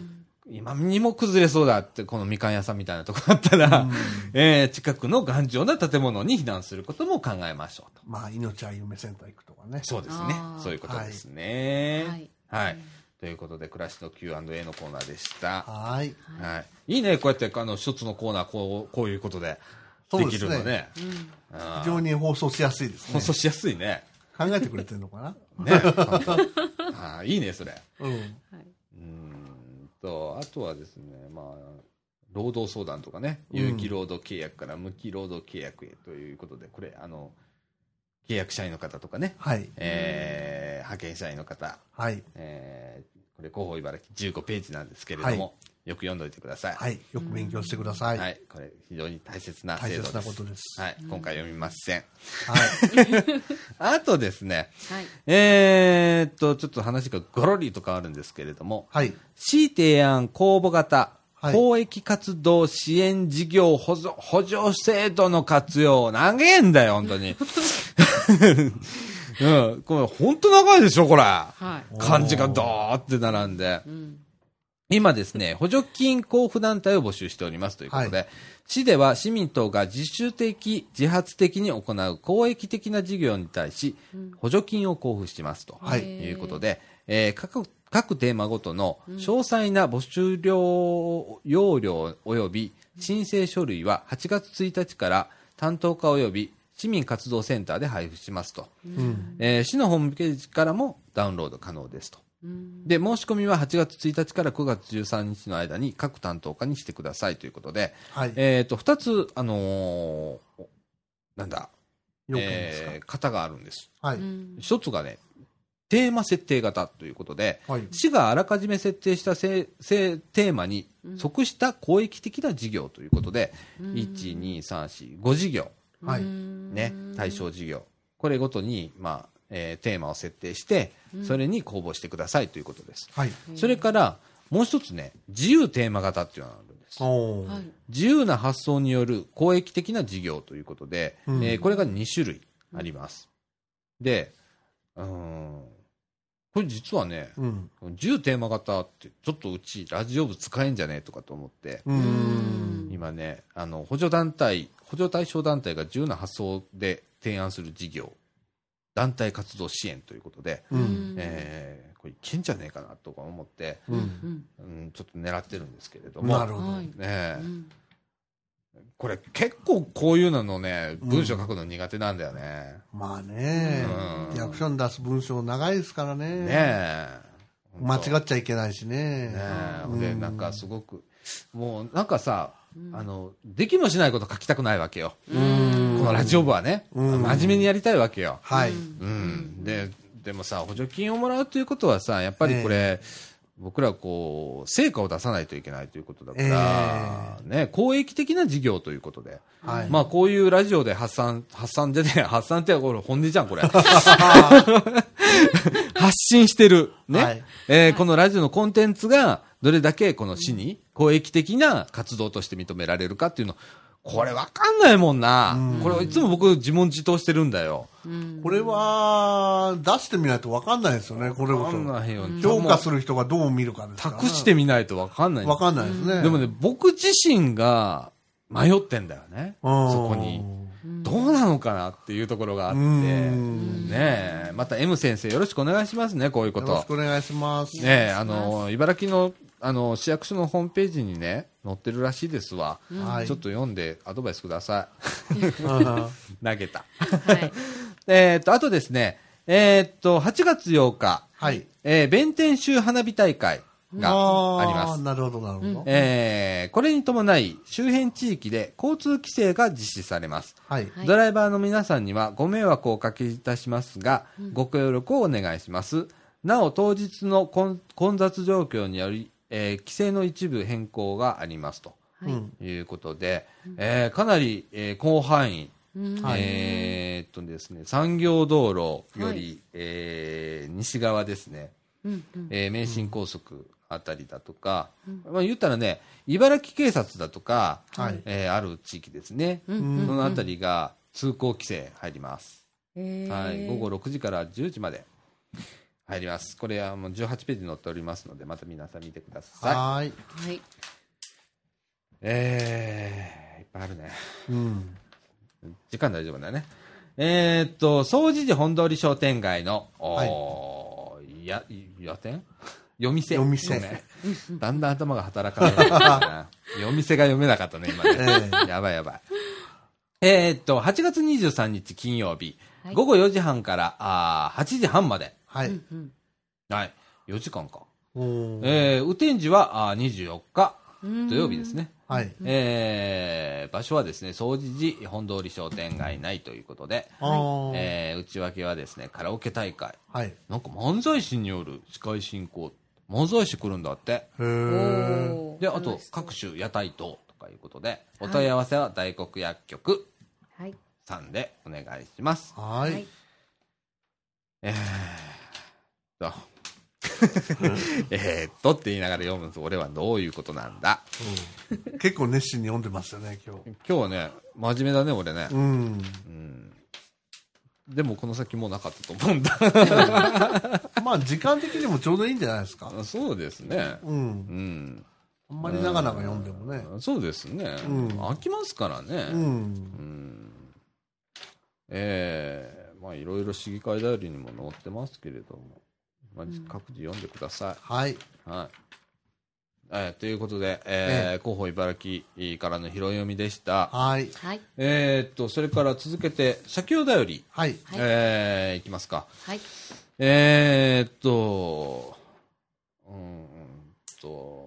Speaker 1: 今にも崩れそうだって、このみかん屋さんみたいなとこだったら、えー近くの頑丈な建物に避難することも考えましょうと。
Speaker 2: まあ、命は夢センター行くとかね。
Speaker 1: そうですね
Speaker 4: あ。ー
Speaker 1: そういうことですね。はい。
Speaker 4: うん
Speaker 1: ということで、暮らしの Q&A のコーナーでした。
Speaker 2: はい。
Speaker 1: はい。いいね、こうやって、あの、一つのコーナー、こう、こういうことで、
Speaker 2: そ
Speaker 1: で
Speaker 2: うで
Speaker 1: き
Speaker 2: すね
Speaker 1: るのね。
Speaker 2: 非常に放送しやすいです
Speaker 1: 放
Speaker 2: ね。
Speaker 1: 送しやすいね。
Speaker 2: 考えてくれてるのかな
Speaker 1: ね。 本当あーいいね、それ。
Speaker 2: うん。
Speaker 4: はい。
Speaker 1: うーんと、あとはですね、まあ、労働相談とかね、
Speaker 2: うん
Speaker 1: 有期労働契約から無期労働契約へということで、これ、あの、契約社員の方とかね、
Speaker 2: はい。
Speaker 1: えー派遣社員の方、
Speaker 2: はい。
Speaker 1: えーこれ、広報茨城15ページなんですけれども、よく読んどいてください。
Speaker 2: はい。よく勉強してください。
Speaker 1: はいこれ、非常に大切な
Speaker 2: 大
Speaker 1: 制度です。
Speaker 2: 切なことです。
Speaker 1: はい、今回読みません。
Speaker 2: はい。
Speaker 1: あとですね、
Speaker 4: はい。
Speaker 1: えーっと、ちょっと話がゴロリと変わるんですけれども、
Speaker 2: はい。
Speaker 1: 市提案公募型、
Speaker 2: はい
Speaker 1: 公益活動支援事業補助補助制度の活用、長えんだよ、本当 に。うん、これ本当長いでしょ、これ。
Speaker 4: はい。
Speaker 1: 漢字がドーって並んで。
Speaker 4: うん
Speaker 1: 今ですね、補助金交付団体を募集しておりますということで、
Speaker 2: は
Speaker 1: 市では市民等が自主的、自発的に行う公益的な事業に対し、補助金を交付しますと。
Speaker 2: はい
Speaker 1: ということで、えー各各テーマごとの詳細な募集量、要領及び申請書類は8月1日から担当課及び市民活動センターで配布しますと、えー市のホームページからもダウンロード可能ですと。で、申し込みは8月1日から9月13日の間に各担当課にしてくださいということで、
Speaker 2: はい。
Speaker 1: えっ、と、2つ、あのーおなんだ、
Speaker 2: よくですか
Speaker 1: えー型があるんです。
Speaker 2: はい。
Speaker 1: 一つがね、テーマ設定型ということで、
Speaker 2: はい
Speaker 1: 市があらかじめ設定したせせテーマに即した公益的な事業ということで、1、2、3、4、5事業、
Speaker 2: はい。
Speaker 1: ね、対象事業、これごとに、まあえーテーマを設定して、それに公募してくださいということです。
Speaker 2: はい。
Speaker 1: それから、もう一つね、自由テーマ型っていうのがあるんです。
Speaker 2: おー
Speaker 4: はい。
Speaker 1: 自由な発想による公益的な事業ということで、
Speaker 2: うん
Speaker 1: えーこれが2種類あります。で、うーん、これ実はね、
Speaker 2: うん。
Speaker 1: 自由テーマ型って、ちょっとうちラジオ部使えんじゃねえとかと思って、
Speaker 2: うーん。
Speaker 1: 今ね、あの、補助団体、補助対象団体が自由な発想で提案する事業、団体活動支援ということで、
Speaker 2: うん。
Speaker 1: えーこれいけんじゃねえかなとか思って、
Speaker 2: うん。
Speaker 4: うん
Speaker 1: うん、ちょっと狙ってるんですけれども、
Speaker 2: なるほど
Speaker 4: は。い。
Speaker 1: ねえ
Speaker 4: うん
Speaker 1: これ結構こういうののね、文章書くの苦手なんだよね。
Speaker 2: まあね
Speaker 1: う、ん
Speaker 2: 役所に出す文章長いですからね。
Speaker 1: ねえ。
Speaker 2: 間違
Speaker 1: ね
Speaker 2: っちゃいけないしね。
Speaker 1: え
Speaker 2: うん
Speaker 1: で、なんかすごく、もうなんかさ、
Speaker 4: うん
Speaker 1: あの、できもしないこと書きたくないわけよ。
Speaker 2: う
Speaker 1: こ
Speaker 2: ん
Speaker 1: のラジオ部はね、
Speaker 2: うん
Speaker 1: 真面目にやりたいわけよ。
Speaker 2: はい。
Speaker 1: うん。で、でもさ、補助金をもらうということはさ、やっぱりこれ、僕らこう、成果を出さないといけないということだから、ね、公益的な事業ということで。
Speaker 2: はい。
Speaker 1: まあこういうラジオで発散、発散でね、発散ってこれ本音じゃん、 これ。発信してる。ね。
Speaker 2: はい
Speaker 1: えーこのラジオのコンテンツが、どれだけこの市に公益的な活動として認められるかっていうの、これわかんないもんな。
Speaker 2: うん
Speaker 1: これいつも僕自問自答してるんだよ。
Speaker 4: うん
Speaker 2: これは、出してみないと分かんないですよね、これ
Speaker 1: わ
Speaker 2: こ
Speaker 1: かん
Speaker 2: そ。
Speaker 1: ないよ。
Speaker 2: 評価
Speaker 1: る。
Speaker 2: する人がどう見るかですから、
Speaker 1: 託してみないとわかんない。
Speaker 2: 分かんないですね。
Speaker 1: でもね、僕自身が迷ってんだよね。
Speaker 2: うん、
Speaker 1: そこに。どうなのかなっていうところがあって。
Speaker 2: うん
Speaker 1: ねえ、また M 先生よろしくお願いしますね、こういうこ
Speaker 2: よろし
Speaker 1: と
Speaker 2: く。お願いします。
Speaker 1: ねえ、あの、茨城の、あの、市役所のホームページにね、載ってるらしいですわ。
Speaker 2: はい
Speaker 1: ちょっと読んでアドバイスくださ
Speaker 2: うん
Speaker 1: い。 投げた。
Speaker 4: はい
Speaker 1: えーっと、あとですね、えーっと、8月8日、
Speaker 2: はい。
Speaker 1: えー弁天州花火大会がありま
Speaker 2: ー
Speaker 1: す。
Speaker 2: なるほど、なるほど。
Speaker 1: えーこれに伴い、周辺地域で交通規制が実施されます。
Speaker 2: はい。
Speaker 4: はい
Speaker 1: ドライバーの皆さんにはご迷惑をおかけいたしますが、ご協力をお願いします。なお、当日の混混雑状況により、えー規制の一部変更がありますと
Speaker 4: はい
Speaker 2: うん
Speaker 1: いうことで、えーかなり、えー広範囲、
Speaker 4: うん
Speaker 2: はい
Speaker 1: えーっとですね、産業道路より、
Speaker 4: は
Speaker 1: えー西側ですね、
Speaker 4: うんうん
Speaker 1: えー名神高速あたりだとか、まあ、言ったらね、茨城警察だとか、
Speaker 2: はい。
Speaker 1: えーある地域ですね、
Speaker 4: うんうん
Speaker 1: そのあたりが通行規制入ります。
Speaker 4: えー
Speaker 1: はい、午後6時から10時まで入ります。これはもう18ページに載っておりますので、また皆さん見てください。
Speaker 2: はーい。
Speaker 4: はい
Speaker 1: えー、いっぱいあるね。
Speaker 2: うん。
Speaker 1: 時間大丈夫だね。えー、っと、総持寺本通り商店街の、
Speaker 2: はい
Speaker 1: おーい、や、夜店夜店。
Speaker 2: 夜店
Speaker 1: ごめんだんだん頭が働かなくなってきた な。夜店が読めなかったね、今ね。
Speaker 2: え
Speaker 1: やばいやばい。えーっと、8月23日金曜日、
Speaker 4: はい
Speaker 1: 午後4時半からあー8時半まで。
Speaker 2: は
Speaker 4: う
Speaker 2: い
Speaker 4: ん。うん
Speaker 1: はい。4時間か。
Speaker 2: おー
Speaker 1: えー、雨天時はあー24日
Speaker 4: うん
Speaker 1: 土曜日ですね。
Speaker 2: はい。
Speaker 1: えー、場所はですね、総除寺本通り商店街内ということで、
Speaker 2: あー
Speaker 1: えー、内訳はですね、カラオケ大会。
Speaker 2: はい。へ
Speaker 1: なんか漫才師による司会進行。漫才師来るんだって。
Speaker 2: ー
Speaker 4: おー
Speaker 1: で、あと
Speaker 4: 楽しそう
Speaker 1: 各種屋台等とかいうことで、お問い合わせは大黒薬局
Speaker 4: はい
Speaker 1: さんでお願いします。
Speaker 2: は
Speaker 4: はい
Speaker 2: い。
Speaker 1: と えーっとって言いながら読むんです。俺はどういうことなんだ。
Speaker 2: うん結構熱心に読んでますよね、今日。
Speaker 1: 今日はね、真面目だね、俺ね。
Speaker 2: うん。
Speaker 1: でもこの先もうなかったと思うんだ。
Speaker 2: まあ、時間的にもちょうどいいんじゃないですか。
Speaker 1: そうですね。
Speaker 2: うん
Speaker 1: う。ん。
Speaker 2: あんまり長々読んでもね。
Speaker 1: そうですね。
Speaker 2: うん
Speaker 1: 飽きますからね。
Speaker 2: うん。
Speaker 1: えーまあいろいろ市議会だよりにも載ってますけれども、まあ、各自読んでください。
Speaker 2: はい。
Speaker 1: はい。えーということで、えー広報茨城からの拾い読みでした。
Speaker 2: はい。
Speaker 4: はい
Speaker 1: えーっと、それから続けて、社協だより、
Speaker 2: はい。
Speaker 4: はい
Speaker 1: えーいきますか。
Speaker 4: はい
Speaker 1: えーっと、うーんと、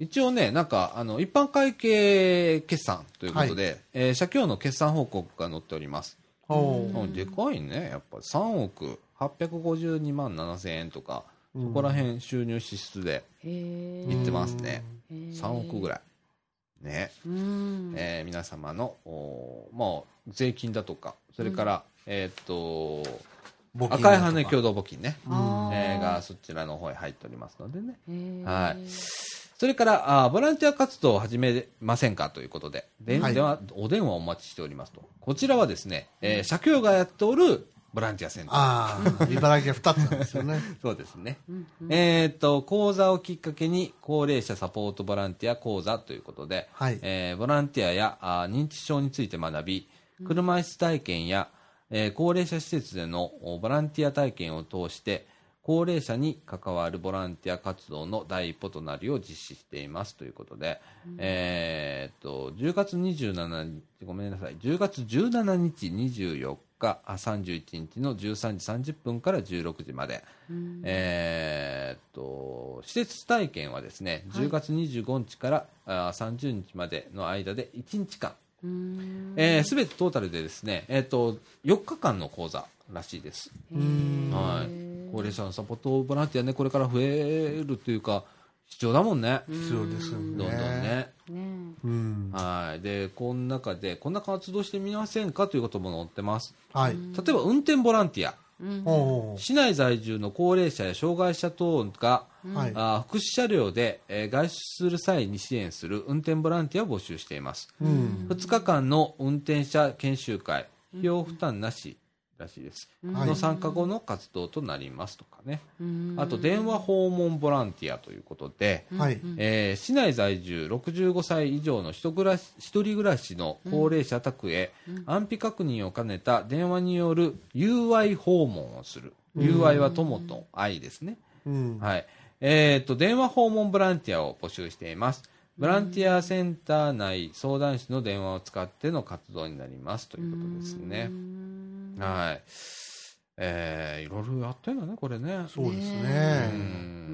Speaker 1: 一応ね、なんか、あの、一般会計決算ということで、えー社協の決算報告が載っております。
Speaker 2: おー
Speaker 1: うんでかいね、やっぱ3億852万7千円とか、
Speaker 2: うん
Speaker 1: そこら辺収入支出で
Speaker 4: え
Speaker 1: いってますね。
Speaker 4: ー
Speaker 1: 3億ぐらい。ね。
Speaker 4: うん
Speaker 1: えー皆様の、おーまあ、税金だとか、それから、えーっと、
Speaker 2: 募金だとか
Speaker 1: 赤い羽共同募金ね、
Speaker 4: あー
Speaker 1: えーがそちらの方へ入っておりますのでね。
Speaker 4: へー
Speaker 1: はいそれから、あーボランティア活動を始めませんかということで、電
Speaker 2: はい
Speaker 1: 話、お電話をお待ちしておりますと。こちらはですね、えー社協がやっておるボランティアセンター。
Speaker 2: ああ、茨城は2つなんですよね。
Speaker 1: そうですね。
Speaker 4: うんうん
Speaker 1: えーっと、講座をきっかけに、高齢者サポートボランティア講座ということで、
Speaker 2: はい
Speaker 1: えーボランティアやあー認知症について学び、車椅子体験や、えー高齢者施設でのおボランティア体験を通して、高齢者に関わるボランティア活動の第一歩となるよう実施していますということで、えーっと、10月27日、ごめんなさい、10月17日、24日、あ31日の13時30分から16時まで、えーっと、施設体験はですね、10月25日から、あー30日までの間で1日間、
Speaker 4: うん
Speaker 1: えーすべてトータルでですね、えーっと、4日間の講座らしいです。
Speaker 4: へー
Speaker 1: はい高齢者のサポートボランティアね、これから増えるというか、必要だもんね。
Speaker 2: 必要ですよ
Speaker 1: どん
Speaker 2: ね
Speaker 1: どんね。
Speaker 4: ね
Speaker 2: うん。
Speaker 1: はい。で、この中で、こんな活動してみませんかということも載ってます。
Speaker 2: はい。
Speaker 1: 例えば、運転ボランティア。
Speaker 4: えうん
Speaker 2: おー
Speaker 1: 市内在住の高齢者や障害者等が、
Speaker 2: はい。
Speaker 1: あー福祉車両で、えー外出する際に支援する運転ボランティアを募集しています。
Speaker 2: うん。
Speaker 1: 2日間の運転者研修会、費用負担なしらしいです。
Speaker 2: はい
Speaker 1: の参加後の活動となりますとかね。
Speaker 4: うん
Speaker 1: あと、電話訪問ボランティアということで、
Speaker 2: はい。
Speaker 1: えー市内在住65歳以上の一暮らし一人暮らしの高齢者宅へ、安否確認を兼ねた電話による友愛訪問をする。友愛は友と愛ですね。
Speaker 2: うん。
Speaker 1: はい。えっ、と、電話訪問ボランティアを募集しています。ボランティアセンター内相談室の電話を使っての活動になりますということですね。はい。えー、いろいろやってんだね、これね。
Speaker 2: そうです
Speaker 1: う
Speaker 2: ね。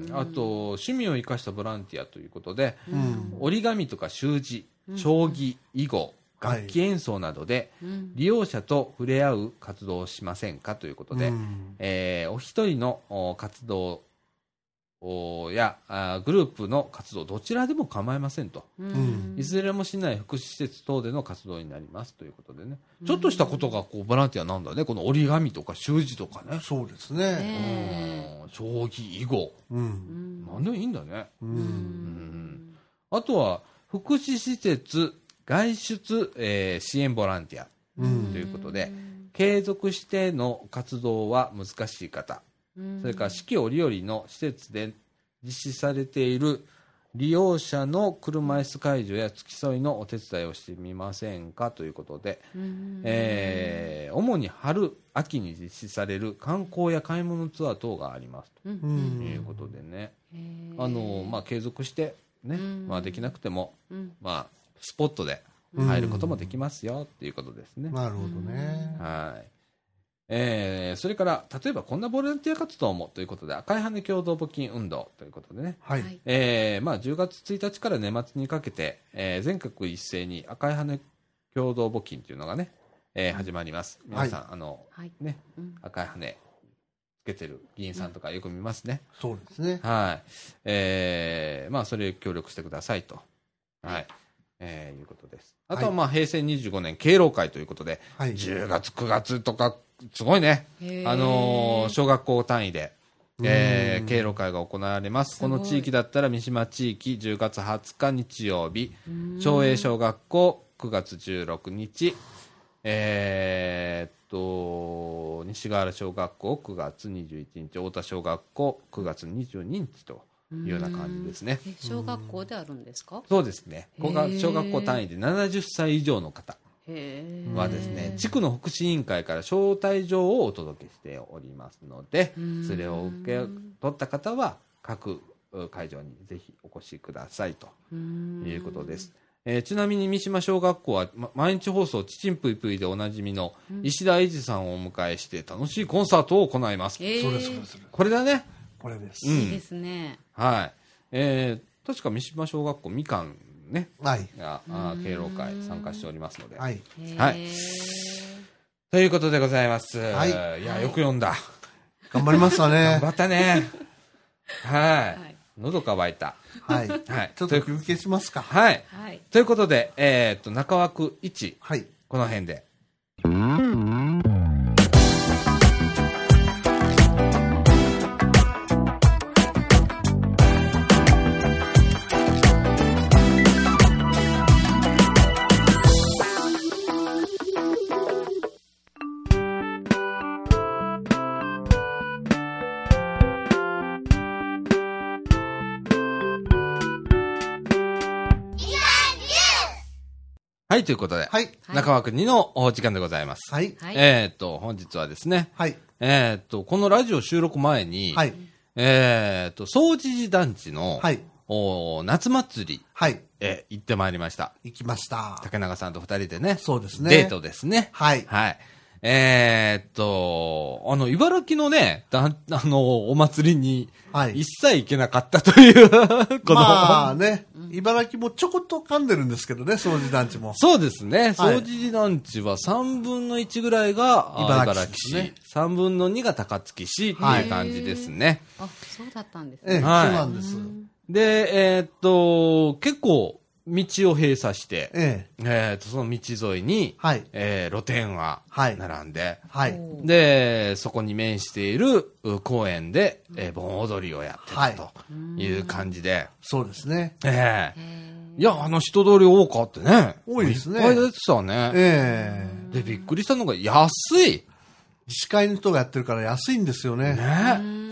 Speaker 1: んあと、趣味を生かしたボランティアということで、
Speaker 2: うん。
Speaker 1: 折り紙とか習字、将棋、囲碁、
Speaker 2: はい
Speaker 1: 楽器演奏などで、
Speaker 4: うん
Speaker 1: 利用者と触れ合う活動をしませんかということで、
Speaker 2: うん
Speaker 1: えーお一人のお活動おやあーグループの活動どちらでも構いませんと、
Speaker 2: ん
Speaker 1: いずれも市内福祉施設等での活動になりますということでね、ちょっとしたことがこうボランティアなんだねこの折り紙とか習字とかね、
Speaker 2: そうですね。
Speaker 4: ね
Speaker 1: うん将棋囲碁
Speaker 2: う。
Speaker 4: えうんん
Speaker 1: なんでもいいんだね
Speaker 2: う
Speaker 4: うん
Speaker 2: ん。
Speaker 1: んあとは福祉施設外出、えー支援ボランティア
Speaker 2: うん
Speaker 1: ということで継続しての活動は難しい方
Speaker 4: うん
Speaker 1: それから四季折々の施設で実施されている利用者の車椅子介助や付き添いのお手伝いをしてみませんかということで、
Speaker 4: うん
Speaker 1: えー主に春、秋に実施される観光や買い物ツアー等があります
Speaker 4: う
Speaker 2: うん。
Speaker 1: というんことでね、
Speaker 4: へー
Speaker 1: あのまあ、継続して、ね
Speaker 4: うん
Speaker 1: まあ、できなくても、
Speaker 4: うん
Speaker 1: まあ、スポットで入ることもできますよっていうことですね。
Speaker 2: なるほどね。
Speaker 1: はい。えーそれから、例えばこんなボランティア活動もということで、赤い羽根共同募金運動ということでね、
Speaker 2: は。
Speaker 4: はいい
Speaker 1: えーまあ、10月1日から年末にかけて、えー全国一斉に赤い羽根共同募金というのがね、えー始まります。皆さん、あの、
Speaker 4: はい
Speaker 1: ね、
Speaker 4: うん
Speaker 1: 赤い羽根つけてる議員さんとかよく見ますね。
Speaker 2: そうですね。
Speaker 1: はい。えーまあ、それ協力してくださいと。はい。えーいうことです。あとは、
Speaker 2: はい
Speaker 1: まあ、平成25年敬老会ということで、
Speaker 2: はい。
Speaker 1: 10月、9月とか、すごいね。
Speaker 4: へー
Speaker 1: あのー小学校単位で、えー、敬老会が行われます。
Speaker 4: すご
Speaker 1: こ
Speaker 4: い
Speaker 1: の地域だったら、三島地域、10月20日日曜日、
Speaker 4: うん
Speaker 1: 町営小学校、9月16日、えーっと、西川原小学校、9月21日、太田小学校、9月22日というような感じですね。
Speaker 4: え小学校であるんですか
Speaker 1: そうですね。ここが
Speaker 4: へー
Speaker 1: 小学校単位で70歳以上の方。
Speaker 4: へえ
Speaker 1: はですね、地区の福祉委員会から招待状をお届けしておりますので
Speaker 4: うん、
Speaker 1: それを受け取った方は、各う会場にぜひお越しくださいということです。えーちなみに三島小学校は、ま毎日放送、ちちんぷいぷいでおなじみの石田英二さんをお迎えして楽しいコンサートを行います。
Speaker 4: ええ
Speaker 2: それそれそれ。
Speaker 1: これだね。
Speaker 2: これです。
Speaker 1: うん
Speaker 4: いいですね
Speaker 1: はい。えー確か三島小学校みかんね、
Speaker 2: はい。
Speaker 1: が、あー敬老会参加しておりますので。
Speaker 2: はい。
Speaker 1: はい
Speaker 4: へー
Speaker 1: ということでございます。
Speaker 2: はい
Speaker 1: いや、よく読んだ。
Speaker 2: 頑張りましたね
Speaker 1: 頑。張ったね。はい、
Speaker 4: はい
Speaker 1: 喉乾いた。
Speaker 2: はい。
Speaker 1: はい
Speaker 2: ちょっと休憩しますか。
Speaker 1: はい。
Speaker 4: はい
Speaker 1: ということで、えーっと、中枠1、
Speaker 2: はい。
Speaker 1: この辺で。はい、ということで、
Speaker 2: はい。
Speaker 4: はい
Speaker 1: 中枠2のお時間でございます。
Speaker 2: はい。
Speaker 4: はい
Speaker 1: えーっと、本日はですね、
Speaker 2: はい。
Speaker 1: えーっと、このラジオ収録前に、
Speaker 2: はい。
Speaker 1: えーっと、総知事団地の、
Speaker 2: はい
Speaker 1: おー夏祭り、
Speaker 2: はい。
Speaker 1: えー行ってまいりました。
Speaker 2: 行きました。
Speaker 1: 竹中さんと二人でね、
Speaker 2: そうですね
Speaker 1: デートですね。
Speaker 2: はい。
Speaker 1: はい。えーっと、あの、茨城のね、だ んあの、お祭りに
Speaker 2: はい。
Speaker 1: 一切行けなかったという、 この、
Speaker 2: まあね
Speaker 4: う、ん
Speaker 2: 茨城もちょこっと噛んでるんですけどね、掃除団地も。
Speaker 1: そうですね。
Speaker 2: はい
Speaker 1: 掃除団地は3分の1ぐらいがあ
Speaker 2: 茨
Speaker 1: 茨
Speaker 2: 城
Speaker 1: 城
Speaker 2: 市
Speaker 1: 市、
Speaker 2: ね
Speaker 1: 3分の2が高槻市って
Speaker 2: はい
Speaker 1: いう感じですね。
Speaker 4: あ、そうだったんです
Speaker 2: ええ、そう
Speaker 4: ね。
Speaker 1: はい
Speaker 2: なんです。
Speaker 1: で、えーっと、結構、道を閉鎖して、え
Speaker 2: ええ、
Speaker 1: ーっと、その道沿いに、
Speaker 2: はい。
Speaker 1: えー露店が
Speaker 2: はい
Speaker 1: 並んで、
Speaker 2: はい。
Speaker 4: おー
Speaker 1: で、そこに面しているう公園で、えー盆踊りをやって
Speaker 2: は
Speaker 1: た
Speaker 2: い
Speaker 1: という感じで、
Speaker 2: そうですね。
Speaker 1: ええ
Speaker 4: へ
Speaker 1: いや、あの人通り多かってね。
Speaker 2: 多いですね
Speaker 1: いっぱい出てたね。
Speaker 2: ええ。
Speaker 1: で、びっくりしたのが安い。
Speaker 2: 自治会の人がやってるから安いんですよね。
Speaker 1: ね。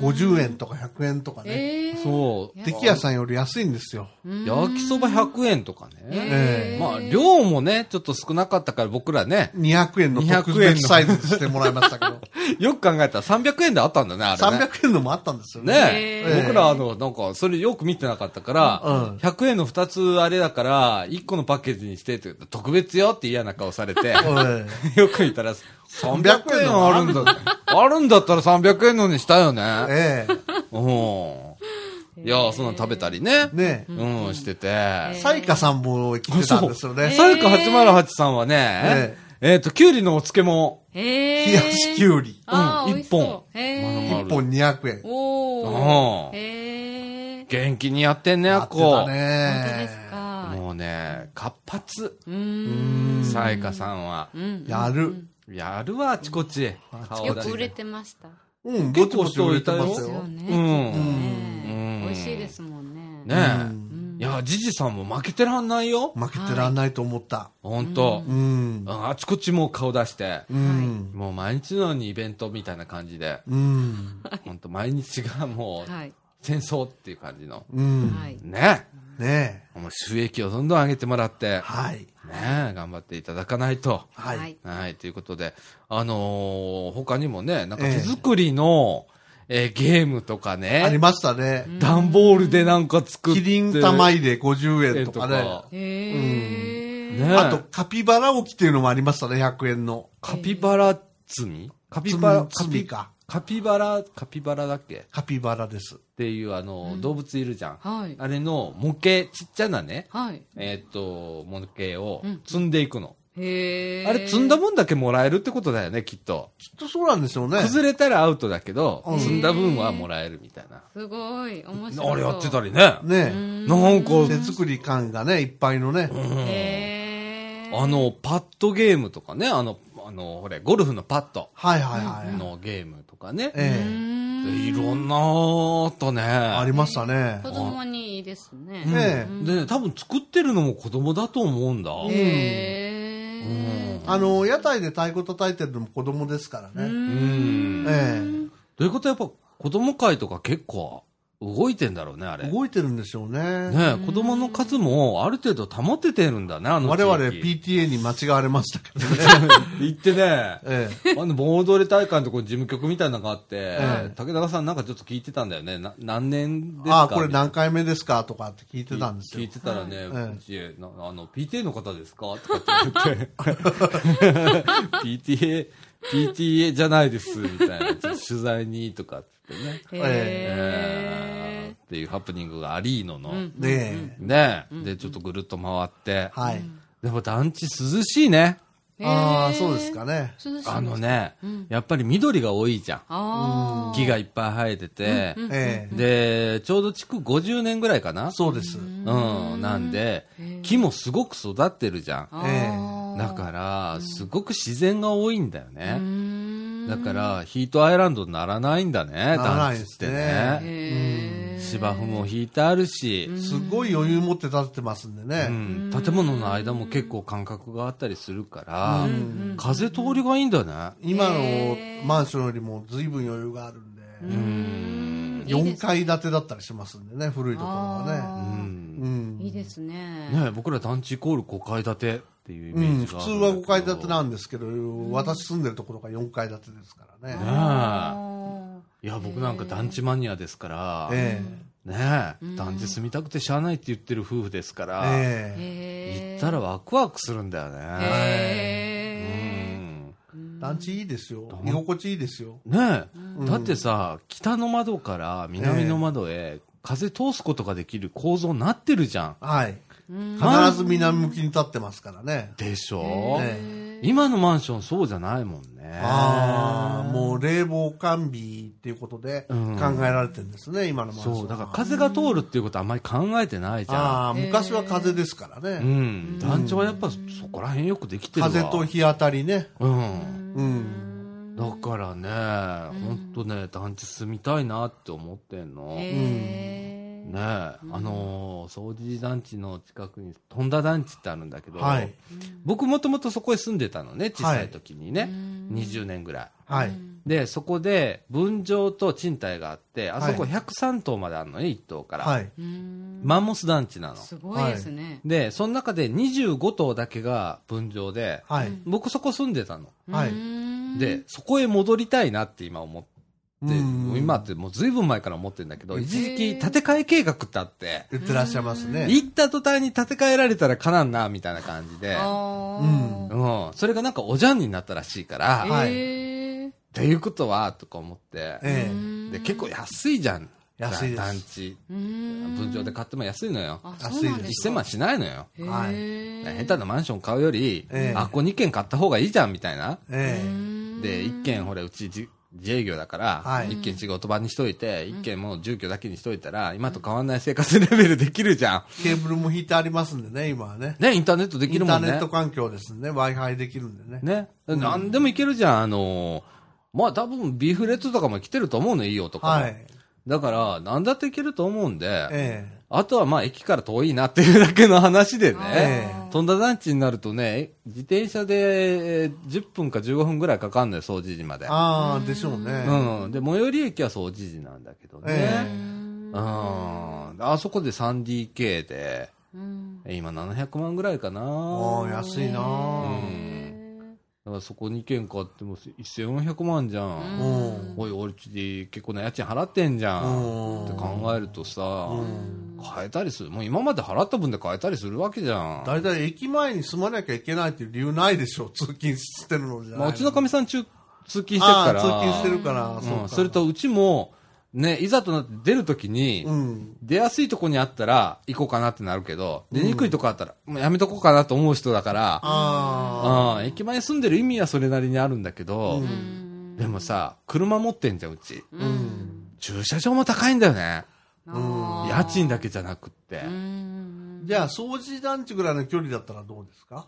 Speaker 2: 50円とか100円とかね。
Speaker 4: ええ。
Speaker 1: そう。
Speaker 4: え
Speaker 2: 出来屋さんより安いんですよ。
Speaker 4: うん
Speaker 1: 焼きそば100円とかね。
Speaker 2: ええ
Speaker 1: まあ、量もね、ちょっと少なかったから僕らね、
Speaker 2: 200円の
Speaker 1: 200
Speaker 2: 特
Speaker 1: 円の
Speaker 2: 別サイズにしてもらいましたけど。
Speaker 1: よく考えたら300円であったんだね、あれね。
Speaker 2: 300円のもあったんですよね。
Speaker 1: ね
Speaker 4: ええ
Speaker 1: 僕らあの、なんか、それよく見てなかったから、
Speaker 2: うん
Speaker 1: 100円の2つあれだから、1個のパッケージにしてって言うと、特別よって嫌な顔されて、
Speaker 2: え
Speaker 1: よく見たら、300円のあるんだ。あるんだったら300円のにしたよ
Speaker 2: え
Speaker 1: ね。
Speaker 2: え
Speaker 1: うん。いや、そんなの食べたりね。
Speaker 2: え。ねえ。
Speaker 1: うん、してて。
Speaker 2: サイカさんも来てたんですよね。
Speaker 1: サイカ808さんはね、えっと、キュウリのお漬物、
Speaker 4: へえ。
Speaker 2: 冷やしきゅうり。
Speaker 4: ああ、
Speaker 1: うん
Speaker 4: 美味しそう。
Speaker 1: 一
Speaker 4: へ
Speaker 1: 本
Speaker 4: え。
Speaker 2: 1本200円。
Speaker 1: う
Speaker 4: おー。
Speaker 1: ん
Speaker 4: へえ。
Speaker 1: 元気にやってんね、
Speaker 2: や
Speaker 1: あ
Speaker 2: っ
Speaker 1: って
Speaker 2: た
Speaker 1: こ。
Speaker 4: 本当
Speaker 2: ね
Speaker 4: ですか。
Speaker 1: もうね、活発。
Speaker 4: うーん。
Speaker 1: サイカさんは。
Speaker 4: うん。
Speaker 2: やる。
Speaker 1: やるわ、あちこち。顔
Speaker 4: よ
Speaker 1: 出
Speaker 4: く
Speaker 1: し
Speaker 4: 売
Speaker 1: て
Speaker 4: れてました。
Speaker 2: うん、ぼ
Speaker 1: 結
Speaker 2: ち
Speaker 1: 構
Speaker 2: ぼち売れてま
Speaker 1: そ
Speaker 2: す
Speaker 4: ですよ
Speaker 2: よ。
Speaker 4: ね。
Speaker 1: うん
Speaker 4: きっとね
Speaker 1: うん
Speaker 4: 美味しいですもんね。
Speaker 1: ね
Speaker 2: う
Speaker 4: うんん
Speaker 1: え。いや、ジジさんも負けてらんないよ。
Speaker 2: 負けてらんないと思った。
Speaker 1: ほんと。
Speaker 2: うん。
Speaker 1: うんあちこちもう顔出して。
Speaker 2: うん。
Speaker 1: もう毎日のようにイベントみたいな感じで、
Speaker 2: うん。
Speaker 1: ほんと毎日がもう
Speaker 4: はい。
Speaker 1: 戦争っていう感じの。
Speaker 2: うん。
Speaker 4: はい。
Speaker 1: ね
Speaker 2: ね
Speaker 1: え。もう収益をどんどん上げてもらって
Speaker 2: え。、はい。
Speaker 1: ねえ、頑張っていただかないと。
Speaker 2: は。
Speaker 4: はいい
Speaker 1: はい、ということで、あのー他にもね、なんか
Speaker 2: ええ
Speaker 1: 手作りの、えーゲームとか
Speaker 2: あり
Speaker 1: ね、
Speaker 2: ましたね。
Speaker 1: 段ボールでなんか作って。
Speaker 2: キリン玉入れ50円とか
Speaker 1: え
Speaker 2: ね
Speaker 1: ー。とか
Speaker 4: へえ。
Speaker 1: ね
Speaker 2: あと、カピバラ置きっていうのもありましたね、100円の。
Speaker 1: カピバラ摘みカピバラ、
Speaker 2: カピか。
Speaker 1: カピバラ、カピバラだっけっ
Speaker 2: カピバラです。
Speaker 1: ていう、あの、動物いるじゃん。
Speaker 4: はい。
Speaker 1: あれの模型、ちっちゃなね、
Speaker 4: はい。
Speaker 1: えーっと、模型を
Speaker 4: うん
Speaker 1: 積んでいくの。
Speaker 4: へえ。
Speaker 1: あれ積んだもんだけもらえるってことだよね、きっと。
Speaker 2: きっとそうなんでしょうね。
Speaker 1: 崩れたらアウトだけど
Speaker 2: うん、
Speaker 1: 積んだ分はもらえるみたいな。
Speaker 4: すごい。面白い。
Speaker 1: あれやってたりね。
Speaker 2: ね
Speaker 1: なんか、
Speaker 2: え。手作り感がね、いっぱいのね。
Speaker 4: へー
Speaker 1: あの、パッドゲームとかね、あの、あの、ほれ、ゴルフのパッド
Speaker 2: はいはいはい。
Speaker 1: のゲームとかね。
Speaker 4: う
Speaker 2: ええ。
Speaker 4: ーん
Speaker 1: いろんなあったね。
Speaker 2: ありましたね
Speaker 4: 子。供にいいですね。
Speaker 1: うん
Speaker 2: ええ
Speaker 1: でね、多分作ってるのも子供だと思うんだ。
Speaker 4: へ
Speaker 1: うん
Speaker 4: ー
Speaker 2: あの、屋台で太鼓叩いてるのも子供ですから
Speaker 4: う
Speaker 2: ね。
Speaker 1: うん。
Speaker 2: え
Speaker 1: ということはやっぱ子供会とか結構動いてんだろうね、あ
Speaker 2: え。
Speaker 1: れ。ね
Speaker 2: 動いてるんでしょうね。
Speaker 1: え子供の数もある程度保ててるんだね、あの
Speaker 2: 我々
Speaker 1: 地域
Speaker 2: PTA に間違われましたけどね。
Speaker 1: 行ってね、
Speaker 2: え
Speaker 1: あの、盆踊り大会のところに事務局みたいなのがあって
Speaker 2: ええ、
Speaker 1: 竹中さんなんかちょっと聞いてたんだよね。な何年です
Speaker 2: え。
Speaker 1: か
Speaker 2: ああ、これ何回目ですかとかって聞いてたんです
Speaker 1: 聞
Speaker 2: よ
Speaker 1: い。てたらね、
Speaker 2: はいう
Speaker 1: ち、なあの、PTA の方ですかとかって 言って、PTA、PTA じゃないです、みたいな。ちょっと取材に、とかってね。え
Speaker 4: へ
Speaker 1: ーっていうハプニングがアリーノの。
Speaker 4: うん
Speaker 2: ね
Speaker 1: ねで、ちょっとぐるっと回って。
Speaker 2: え。はい。
Speaker 1: でも団地涼しいね。
Speaker 4: ー
Speaker 2: ああ、そうです。かね。
Speaker 4: 涼しいです
Speaker 1: あの。ね、やっぱり緑が多いじゃん。
Speaker 4: ああ。
Speaker 1: 木がいっぱい生えてて。
Speaker 2: ええ。
Speaker 1: で、ちょうど築50年ぐらいかな。
Speaker 2: そうです。
Speaker 1: うん、なんで、木もすごく育ってるじゃん。
Speaker 4: あー。
Speaker 2: え
Speaker 1: だから、すごく自然が多いんだよ
Speaker 4: う
Speaker 1: ね。
Speaker 4: ーん
Speaker 1: だから、ヒートアイランドにならないんだね、
Speaker 2: らない
Speaker 1: 団
Speaker 2: で
Speaker 1: 地っ
Speaker 2: す
Speaker 1: て
Speaker 2: ね
Speaker 1: ね。
Speaker 4: へー
Speaker 1: 芝生も引いてあるし、
Speaker 2: すごい余裕持って建ててますんで
Speaker 1: う
Speaker 2: ね。
Speaker 1: ん建物の間も結構間隔があったりするから、風通りがいいんだね。
Speaker 2: 今のマンションよりも随分余裕があるんで、
Speaker 4: うんいいで
Speaker 2: 4
Speaker 4: す
Speaker 2: 階建てだったりしますんでね、古いところはね。
Speaker 1: う
Speaker 4: あー
Speaker 1: ん
Speaker 2: うん
Speaker 4: いいですね。
Speaker 1: ね僕ら団地イコール5階建てっていうイ
Speaker 2: う
Speaker 1: メ
Speaker 2: ん、
Speaker 1: ージ
Speaker 2: 普
Speaker 1: が
Speaker 2: 通
Speaker 1: ある
Speaker 2: は
Speaker 1: んだけど。
Speaker 2: 5階建てなんですけど、私住んでるところが4階建てですからね。
Speaker 1: な
Speaker 4: あ
Speaker 1: いや、僕なんか団地マニアですから、
Speaker 2: え
Speaker 1: ねえ、団地住みたくてしゃあないって言ってる夫婦ですか
Speaker 2: え
Speaker 1: ら、
Speaker 2: ええ
Speaker 1: 行
Speaker 4: ーへー
Speaker 1: ったらワクワクするんだよね。
Speaker 4: へ
Speaker 1: う
Speaker 4: ー
Speaker 1: ん
Speaker 2: 団地いいですよ
Speaker 1: 団。
Speaker 2: 居心地いいですよ。
Speaker 1: ね
Speaker 4: う
Speaker 1: え
Speaker 4: ん
Speaker 1: だってさ、北の窓から南の窓へ風通すことができる構造になってるじゃん。
Speaker 2: はい。
Speaker 4: うん
Speaker 2: 必ず南向きに立ってますからね。
Speaker 1: でし
Speaker 4: へ
Speaker 1: ょ、
Speaker 2: ね
Speaker 4: ー
Speaker 1: 今のマンションそうじゃないもんね。
Speaker 2: ああ、もう冷房完備っていうことで考
Speaker 1: うん
Speaker 2: えられてるんですね、今のマンションは。
Speaker 1: そう、だから風が通るっていうことあんまり考えてないじゃ
Speaker 2: ああ、昔は風ですから
Speaker 1: ん。う
Speaker 2: ね。
Speaker 1: ん。団地はやっぱそこら辺よくできてるわ。
Speaker 2: 風と日当たりね。
Speaker 1: うん。
Speaker 2: うん。
Speaker 1: だからね、ほんとね、団地住みたいなって思ってんの。ね
Speaker 4: へ
Speaker 1: え、あのー、掃除団地の近くに、飛んだ団地ってあるんだけど、
Speaker 2: はい。
Speaker 1: 僕もともとそこへ住んでたのね、小さい時にね、20年ぐらい。
Speaker 2: はい。
Speaker 1: で、そこで、分譲と賃貸があって、あそこ
Speaker 2: はい
Speaker 1: 103棟まであるのね、1棟から。
Speaker 2: はい。
Speaker 4: えうん
Speaker 1: マンモス団地なの。
Speaker 4: すごいですね
Speaker 1: で、その中で25棟だけが分譲で、
Speaker 2: はい。
Speaker 1: 僕そこ住んでたの。
Speaker 2: はい
Speaker 4: うん
Speaker 1: で、そこへ戻りたいなって今思って、
Speaker 2: うん
Speaker 1: 今ってもうずいぶん前から思ってるんだけど、
Speaker 2: へー
Speaker 1: 一時期建て替え計画ってあって、
Speaker 2: 言ってらっしゃいますね。
Speaker 1: 行った途端に建て替えられたらかなんな、みたいな感じで、
Speaker 4: あ
Speaker 1: う
Speaker 4: ー
Speaker 1: ん、それがなんかおじゃんになったらしいから、
Speaker 2: はい
Speaker 4: へー
Speaker 1: っていうことは、とか思って、
Speaker 2: え
Speaker 1: で、結構安いじゃん。
Speaker 2: 安いです
Speaker 1: 団地。
Speaker 4: うん
Speaker 1: 分譲で買っても安いのよ。
Speaker 4: あ
Speaker 2: 安いです
Speaker 4: そうなんで
Speaker 1: 1000
Speaker 4: すか
Speaker 1: 万しないのよ。
Speaker 4: へ
Speaker 2: はい
Speaker 4: ー
Speaker 1: 下手なマンション買うより、
Speaker 2: ええ
Speaker 1: あっこ2軒買った方がいいじゃん、みたいな。
Speaker 2: ええ
Speaker 1: で、一軒、ほら、うちじ自営業だから
Speaker 2: は、い
Speaker 1: 一軒仕事場にしといて、一軒もう住居だけにしといたら、今と変わんない生活レベルできるじゃ
Speaker 2: ケーブルも引いてありますんでね、今はね。
Speaker 1: ん。ね、インターネットで
Speaker 2: イ
Speaker 1: き
Speaker 2: ン
Speaker 1: るも
Speaker 2: ター
Speaker 1: ん
Speaker 2: ネッ
Speaker 1: ね
Speaker 2: ト。環境ですんでね、Wi-Fi できるんでね。
Speaker 1: ね。なんでもいけるじゃん、あのー、まあ多分ビーフレットとかも来てると思うの、いいよとかも。
Speaker 2: はい。
Speaker 1: だから、なんだっていけると思うんで、
Speaker 2: ええ。
Speaker 1: あとはまあ駅から遠いなっていうだけの話でね、
Speaker 2: え
Speaker 4: あー
Speaker 1: 飛んだ団地になるとね、自転車でえー10分か15分ぐらいかかんのよ、掃除時まで。
Speaker 2: ああ、でしょうね。
Speaker 1: うん。で、最寄り駅は掃除時なんだけど
Speaker 2: え
Speaker 1: ね。うん。あそこで 3DK で、
Speaker 4: うん
Speaker 1: 今700万ぐらいかな。
Speaker 2: ああ、安いな
Speaker 1: う
Speaker 2: あ
Speaker 1: ん。だからそこ2軒買っても1400万じゃん。
Speaker 2: うん。
Speaker 1: おい、俺ちで結構な家賃払ってんじゃん。
Speaker 2: うん
Speaker 1: って考えるとさ、
Speaker 2: うん
Speaker 1: 買えたりする。もう今まで払った分で買えたりするわけじゃん。
Speaker 2: 大体駅前に住まなきゃいけないっていう理由ないでしょ、通勤してるのじゃない
Speaker 1: まあ、うちのかみさん中、通勤してる
Speaker 2: あ
Speaker 1: か
Speaker 2: あ
Speaker 1: ら。
Speaker 2: 通勤してるから、う
Speaker 1: うん。
Speaker 2: か
Speaker 1: それ、とうちも、ね、いざとなって出るときに、
Speaker 2: うん。
Speaker 1: 出やすいとこにあったら行こうかなってなるけど、出にくいとこあったら、もうやめとこうかなと思う人だから、
Speaker 2: あ
Speaker 1: うん、駅前に住んでる意味はそれなりにあるんだけど、
Speaker 4: うん
Speaker 1: でもさ、車持ってんじゃん、うち。
Speaker 2: あ、うん。
Speaker 1: 駐車場も高いんだよね。
Speaker 4: あー
Speaker 1: 家賃だけじゃなくって。
Speaker 4: うん
Speaker 2: じゃあ、掃除団地ぐらいの距離だったらどうですか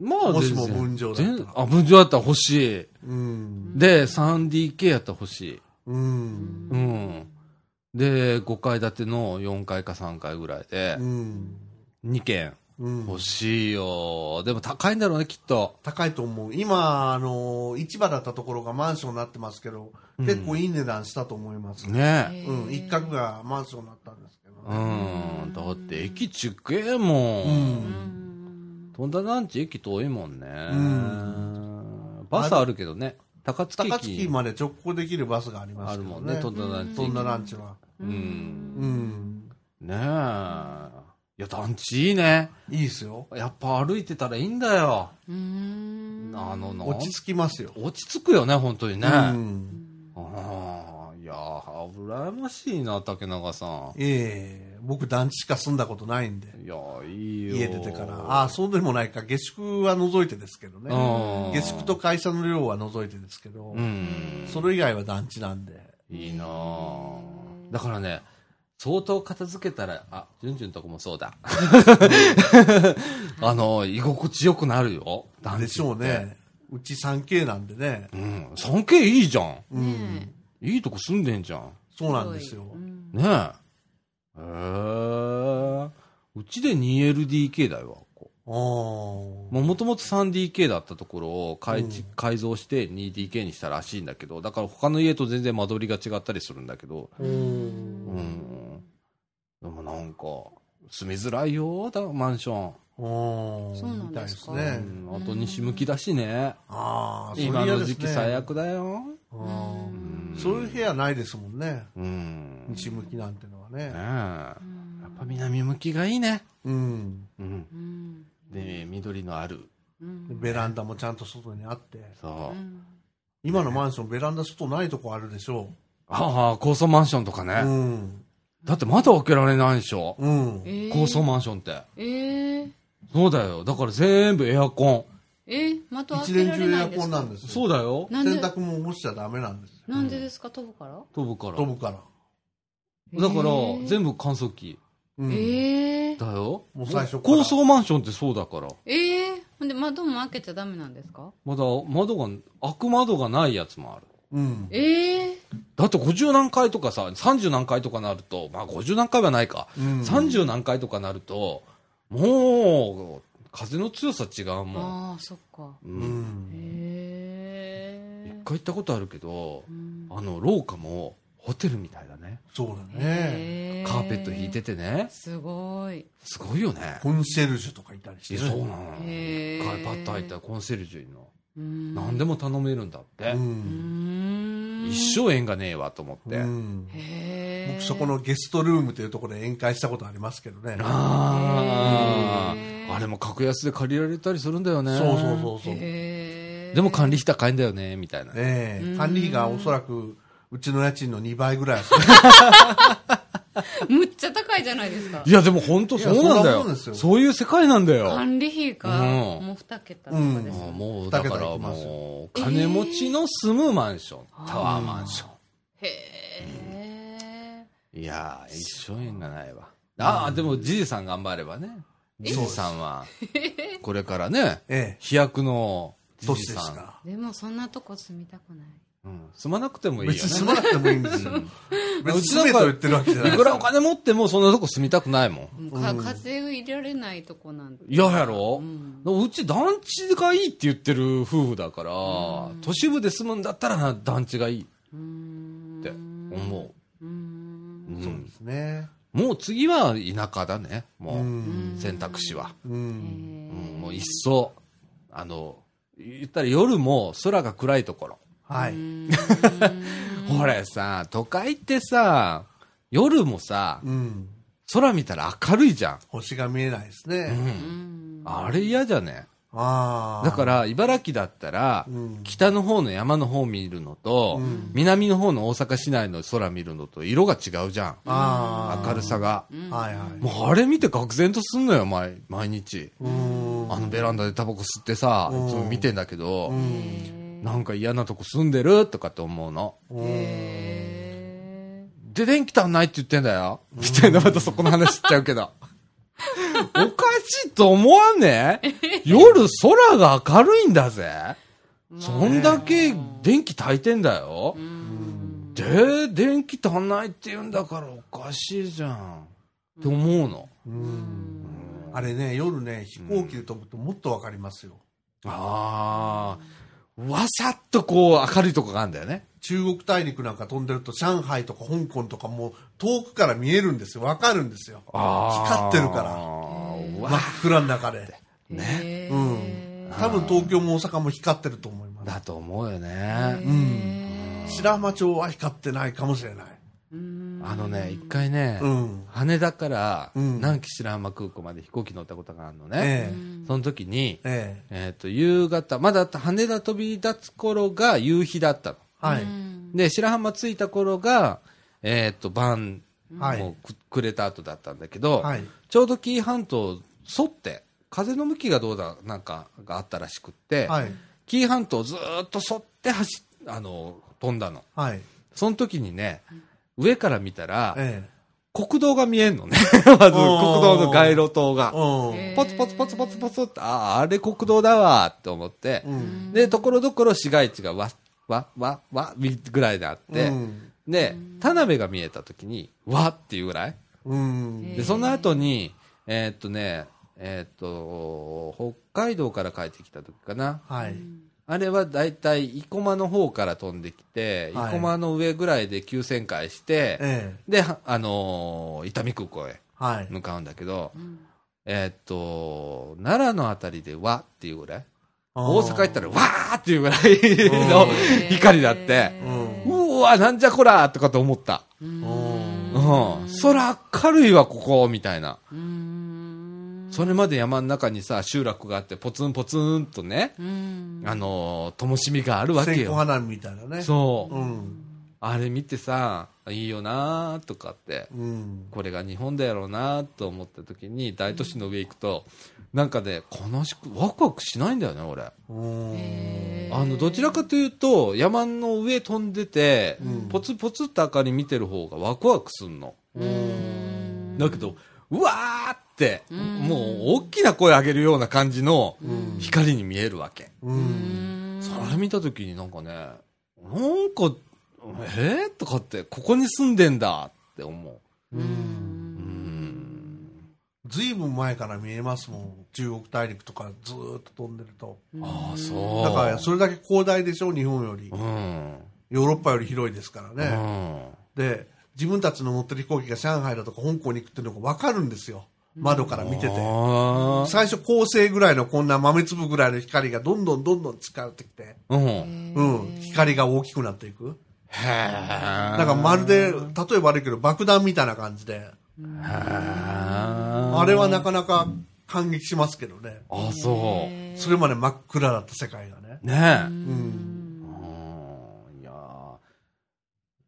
Speaker 1: まあ、
Speaker 2: もしも
Speaker 1: 全然
Speaker 2: 分譲だったら
Speaker 1: 全あ、分譲だったら欲しい。
Speaker 2: うん。
Speaker 1: で、3DK やったら欲しい。
Speaker 2: うん。
Speaker 1: うん。で、5階建ての4階か3階ぐらいで
Speaker 2: う、ん。
Speaker 1: 2軒
Speaker 2: うん。
Speaker 1: 欲しいよ。でも高いんだろうね、きっと。
Speaker 2: 高いと思う。今、あの、市場だったところがマンションになってますけど、結構いい値段したと思います。
Speaker 1: ね。
Speaker 2: うん。一角がマンションになったんですけどね。
Speaker 1: うん。だって駅ちっけえも。
Speaker 2: うんん。
Speaker 1: 飛んだ団地駅遠いもんね。
Speaker 2: ん
Speaker 1: バスあるけどね。高槻
Speaker 2: 高槻
Speaker 1: 駅
Speaker 2: まで直行できるバスがあります
Speaker 1: あ
Speaker 2: け
Speaker 1: る
Speaker 2: ど
Speaker 1: もんね、飛んだ団地
Speaker 2: そん
Speaker 1: 駅。
Speaker 2: なランチは。
Speaker 1: うん。
Speaker 2: うん。
Speaker 1: ねえ。いや、団地いいね。
Speaker 2: いいですよ。
Speaker 1: やっぱ歩いてたらいいんだよ。
Speaker 4: うん
Speaker 1: あの、なん
Speaker 2: 落ち着きますよ。
Speaker 1: 落ち着くよね、本当にね。
Speaker 2: うん。
Speaker 1: ああ、いやー、羨ましいな、竹永さん。
Speaker 2: ええ僕団地しか住んだことないんで。
Speaker 1: いやー、いいよ。
Speaker 2: 家出てから。ああ、そうでもないか。下宿は除いてですけどね。
Speaker 1: うん
Speaker 2: 下宿と会社の寮は除いてですけど、
Speaker 1: うん。
Speaker 2: それ以外は団地なんで。
Speaker 1: いいなあだからね、相当片付けたら、あ、じゅんじゅんとこもそうだ。 あの、居心地よくなるよ。団地
Speaker 2: でしょうね。うち 3K なんでね。
Speaker 1: うん。3K いいじゃん。
Speaker 2: うん。
Speaker 1: いいとこ住んでんじゃん。
Speaker 2: そうなんですよ。
Speaker 1: ねえ。へえ。うちで 2LDK だよ、ここ
Speaker 2: ああ。
Speaker 1: もともと 3DK だったところを改,、改造して 2DK にしたらしいんだけど、だから他の家と全然間取りが違ったりするんだけど、
Speaker 2: うん。
Speaker 1: うん。でもなんか、住みづらいよ、だマンション。
Speaker 2: そ
Speaker 4: そうなんですか
Speaker 2: みたいです
Speaker 1: う
Speaker 2: ね。
Speaker 1: ん、あと西向きだしね。
Speaker 2: ああ、それ
Speaker 1: 今
Speaker 2: 嫌
Speaker 1: の
Speaker 2: ですね
Speaker 1: 時期最悪だよ。
Speaker 2: あーそういう部屋ないですもんね。
Speaker 1: うん。ね
Speaker 2: 西向きなんてのは
Speaker 1: え。
Speaker 2: ね。
Speaker 1: やっぱ南向きがいいね。
Speaker 2: うん。
Speaker 1: うん。で、緑のある
Speaker 4: うん
Speaker 2: ベランダもちゃんと外にあって、
Speaker 1: そう。
Speaker 2: 今のマンション、ベランダ外ないとこあるでしょ
Speaker 1: ああ、高層マンションとか
Speaker 2: う。う
Speaker 1: ね。
Speaker 2: ん。
Speaker 1: だって窓開けられないでしょ。
Speaker 2: うん。
Speaker 1: 高層マンションって。
Speaker 4: えー、
Speaker 1: そうだよ。だから全部エアコン。
Speaker 4: えー、また開
Speaker 2: 一
Speaker 4: け
Speaker 2: 年
Speaker 4: られ
Speaker 2: 中エ
Speaker 4: ない
Speaker 2: ア
Speaker 4: んで
Speaker 2: コ
Speaker 4: す
Speaker 2: ンな
Speaker 4: か
Speaker 2: んですよ。
Speaker 1: そうだよ。
Speaker 4: なん
Speaker 2: 洗
Speaker 4: で
Speaker 2: 濯物干しちゃダメなんですよ。
Speaker 4: なんでですか飛ぶから
Speaker 1: 飛ぶから。
Speaker 2: 飛ぶから。
Speaker 1: だから
Speaker 4: え、ー
Speaker 1: 全部乾燥機。
Speaker 2: うん。
Speaker 4: えー、
Speaker 1: だよ。
Speaker 2: もう最初から
Speaker 1: 高層マンションってそうだから。
Speaker 4: えー、ほんで窓も開けちゃダメなんですか
Speaker 1: まだ窓が、開く窓がないやつもある。
Speaker 2: うん。
Speaker 4: ええ
Speaker 1: だって50何回とかさ、30何回とかなると、まあ50何回はないか。
Speaker 2: うん
Speaker 1: 30何回とかなると、もう、風の強さ違う
Speaker 4: ー、
Speaker 1: もん。
Speaker 4: ああそっか
Speaker 1: う
Speaker 2: うんん。
Speaker 1: 一
Speaker 4: ええー
Speaker 1: 回行ったことあるけど
Speaker 4: う、ん
Speaker 1: あの、廊下もホテルみたいだね。
Speaker 2: そうだね。
Speaker 4: えー
Speaker 1: カーペット引いててね。
Speaker 4: すごい
Speaker 1: すごいよね。
Speaker 2: コンシェルジュとかいたりし
Speaker 1: いや
Speaker 2: てね。
Speaker 1: そうなの。
Speaker 4: へー
Speaker 1: 一回パッと入ったらコンシェルジュいるの。
Speaker 4: な
Speaker 1: 何でも頼めるんだって
Speaker 2: う。。
Speaker 4: うんん
Speaker 1: 一生縁がねえわと思って。
Speaker 2: うん。
Speaker 4: へえ
Speaker 2: 僕そこのゲストルームというところで宴会したことありますけどね。
Speaker 1: あ
Speaker 4: へ
Speaker 1: あ、
Speaker 4: ー
Speaker 1: あれも格安で借りられたりするんだよ
Speaker 2: そ
Speaker 1: ね。
Speaker 2: うそうそうそう。ね
Speaker 4: へえ
Speaker 1: でも管理費高いんだよね、みたいな。
Speaker 2: え
Speaker 4: うん
Speaker 2: 管理費がおそらく、うちの家賃の2倍ぐらいはす
Speaker 4: むっちゃ高いじゃないですか
Speaker 1: いや、でも本当そうなんだ
Speaker 2: いやそんなもん
Speaker 1: よ。
Speaker 2: ですよ
Speaker 1: そういう世界なんだよ。あ
Speaker 4: 管理費が
Speaker 1: うん
Speaker 4: もう2桁とかです
Speaker 1: ー
Speaker 4: ね
Speaker 1: もう、だか
Speaker 2: 二桁
Speaker 1: ら
Speaker 2: いきますよ
Speaker 1: もう、金持ちの住むマンション。タワーマンショ
Speaker 4: へえ
Speaker 1: ン。いやー、一生縁がないわ。ああ、でも、じじさん頑張ればね。じじさんは、これからね、
Speaker 2: ええ、
Speaker 1: 飛躍のじ
Speaker 2: 年
Speaker 1: じ
Speaker 2: です
Speaker 1: さん。
Speaker 2: か
Speaker 4: でもそんなとこ住みたくない
Speaker 1: うん住まなくても
Speaker 2: ら。
Speaker 1: いいよね。
Speaker 2: 別に住まなくてもいいんですよ。別に
Speaker 1: うちな
Speaker 2: 住
Speaker 1: んか
Speaker 2: めと言ってるわけじゃないい。
Speaker 1: くらお金持ってもそんなとこ住みたくないもん。
Speaker 4: もうか風を入れられないとこなんで
Speaker 1: 嫌やろ、
Speaker 4: う
Speaker 1: うんち団地がいいって言ってる夫婦だから、都市部で住むんだったら団地がいいっ
Speaker 4: うーん
Speaker 1: て思
Speaker 4: うーん
Speaker 1: う。うん
Speaker 2: そうですね。
Speaker 1: もう次は田舎だね。
Speaker 2: う
Speaker 1: もう、
Speaker 2: ん。
Speaker 1: 選択肢は。
Speaker 2: う
Speaker 4: へ
Speaker 2: ん。
Speaker 1: う
Speaker 4: ー
Speaker 1: ん、もう一層、あの、言ったら夜も空が暗いところ。
Speaker 2: は
Speaker 4: う
Speaker 2: い。
Speaker 4: ーん
Speaker 1: ほれさ、都会ってさ、夜もさ、
Speaker 2: うん。
Speaker 1: 空見たら明るいじゃ
Speaker 2: 星が見えないです
Speaker 1: ん。う
Speaker 2: ね。
Speaker 1: ん。
Speaker 4: うん
Speaker 1: あれ嫌じゃね
Speaker 2: ああ。
Speaker 1: だか、ら、茨城だったら、
Speaker 2: うん。
Speaker 1: 北の方の山の方見るのと、
Speaker 2: うん
Speaker 1: 南の方の大阪市内の空見るのと色が違うじゃん。
Speaker 2: ああ。
Speaker 1: 明るさが。
Speaker 2: はいはい。
Speaker 1: もうあれ見て愕然とすんのよ、毎毎日。
Speaker 2: うーん。
Speaker 1: あのベランダでタバコ吸ってさ、
Speaker 2: うん
Speaker 1: いつも見てんだけ
Speaker 2: う
Speaker 1: ど、
Speaker 2: ん。
Speaker 1: なんか嫌なとこ住んでるとかって思うの。
Speaker 4: へ
Speaker 1: で、電気足んないって言ってんだよ。みたいな、またそこの話しちゃうけ ど。おかしいと思わんね夜空が明るいんだぜ。
Speaker 4: ー
Speaker 1: そんだけ電気炊いてんだよ。
Speaker 4: うん
Speaker 1: で、電気足んないって言うんだからおかしいじゃん。って思うの。
Speaker 2: うんあれね、夜ね、飛行機で飛ぶともっとわかりますよ。
Speaker 1: ああ。わさっとこう明るいとこがあるんだよね。
Speaker 2: 中国大陸なんか飛んでると、上海とか香港とかもう遠くから見えるんですよ。わかるんですよ。光ってるから。
Speaker 1: ら
Speaker 2: 真っ暗の中で。
Speaker 4: ね
Speaker 2: う多分東京も大阪も光ってると思います。
Speaker 1: だと思うよね。
Speaker 4: ん
Speaker 2: 白浜町は光ってないかもしれない。
Speaker 1: あのね、一回ね、
Speaker 2: うん。
Speaker 1: 羽田から
Speaker 2: うん
Speaker 1: 南紀白浜空港まで飛行機乗ったことがあるのね。
Speaker 2: え
Speaker 1: その時に、
Speaker 2: え。ええ。
Speaker 1: えっ、と、夕方、まだ羽田飛び立つ頃が夕日だったの。
Speaker 2: はい。
Speaker 1: で、白浜着いた頃が、えーっと、晩、
Speaker 2: はい
Speaker 1: もうく暮れた後だったんだけど、
Speaker 2: はい。
Speaker 1: ちょうど紀伊半島沿って、風の向きがどうだ、なんかがあったらしくって、
Speaker 2: はい。
Speaker 1: 紀伊半島をずーっと沿って走っ、あの、飛んだの。
Speaker 2: はい。
Speaker 1: その時にね、上から見たら、
Speaker 2: ええ。
Speaker 1: 国道が見えんのね。 まず、国道の街路灯が。
Speaker 2: う
Speaker 1: ポツポツポツポツポツって、ああ、あれ国道だわーって思って、
Speaker 2: ん。うん。
Speaker 1: で、ところどころ市街地がわ、わ、わ、わ、みぐらいであって、
Speaker 2: うん
Speaker 1: で、田辺が見えたときに、わっていうぐらい。
Speaker 2: うん。
Speaker 1: で、その後に、えーっとね、えーっと、北海道から帰ってきた時かな。
Speaker 2: はい。
Speaker 1: あれはだいたい生駒の方から飛んできて、
Speaker 2: はい
Speaker 1: 生駒の上ぐらいで急旋回して、
Speaker 2: ええ。
Speaker 1: で、はあのー伊丹空港へ
Speaker 2: はい。
Speaker 1: 向かうんだけど、えーっと、奈良のあたりでわっていうぐらい。大阪行ったらわーっていうぐらいの
Speaker 4: うん
Speaker 1: 光だって、
Speaker 2: うん
Speaker 1: うわ、なんじゃこらーとかと思った。
Speaker 2: うん
Speaker 1: うん。空明るいわ、ここ、みたいな。それまで山の中にさ、集落があって、ポツンポツンとね、
Speaker 4: うん
Speaker 1: あのー、灯火があるわけ
Speaker 2: 線香
Speaker 1: よ。
Speaker 2: 花火みたいなね。
Speaker 1: そう。
Speaker 2: うん。
Speaker 1: あれ見てさ、いいよなーとかって、
Speaker 2: うん。
Speaker 1: これが日本だやろうなーと思った時に、大都市の上行くと、なんかね、悲しく、ワクワクしないんだよね、俺。
Speaker 2: うん
Speaker 4: へー
Speaker 1: あの、どちらかというと、山の上飛んでて、
Speaker 2: うん
Speaker 1: ポツポツって明かり見てる方がワクワクすんの。
Speaker 4: うん
Speaker 1: だけど、うわーって、
Speaker 4: ん
Speaker 1: もう大きな声上げるような感じの
Speaker 2: うん
Speaker 1: 光に見えるわけ。
Speaker 2: う。
Speaker 4: うんん
Speaker 1: それ見た時になんかね、なんか、えー、とかって、ここに住んでんだって思う。
Speaker 4: うん
Speaker 1: うん。
Speaker 2: ずいぶん前から見えますもん。中国大陸とかずーっと飛んでると。
Speaker 1: ああ、そう。
Speaker 2: だから、それだけ広大でしょ、日本より
Speaker 1: う。ん。
Speaker 2: ヨーロッパより広いですから
Speaker 1: う
Speaker 2: ね。
Speaker 1: ん。
Speaker 2: で、自分たちの乗ってる飛行機が上海だとか香港に行くっていうのがわかるんですよ。窓から見てて。
Speaker 1: あー
Speaker 2: 最初、恒星ぐらいのこんな豆粒ぐらいの光がどんどんどんどん近寄ってきて、
Speaker 1: うん。
Speaker 2: うん、光が大きくなっていく。
Speaker 1: へー
Speaker 2: だからまるで、例えば悪いけど爆弾みたいな感じで、
Speaker 1: あ
Speaker 2: あれはなかなか感激しますけどね。
Speaker 1: あ、そ
Speaker 2: それまで真っ暗だった世界がね。
Speaker 1: う。ね
Speaker 2: う
Speaker 1: え。
Speaker 2: ん。
Speaker 1: うん。いや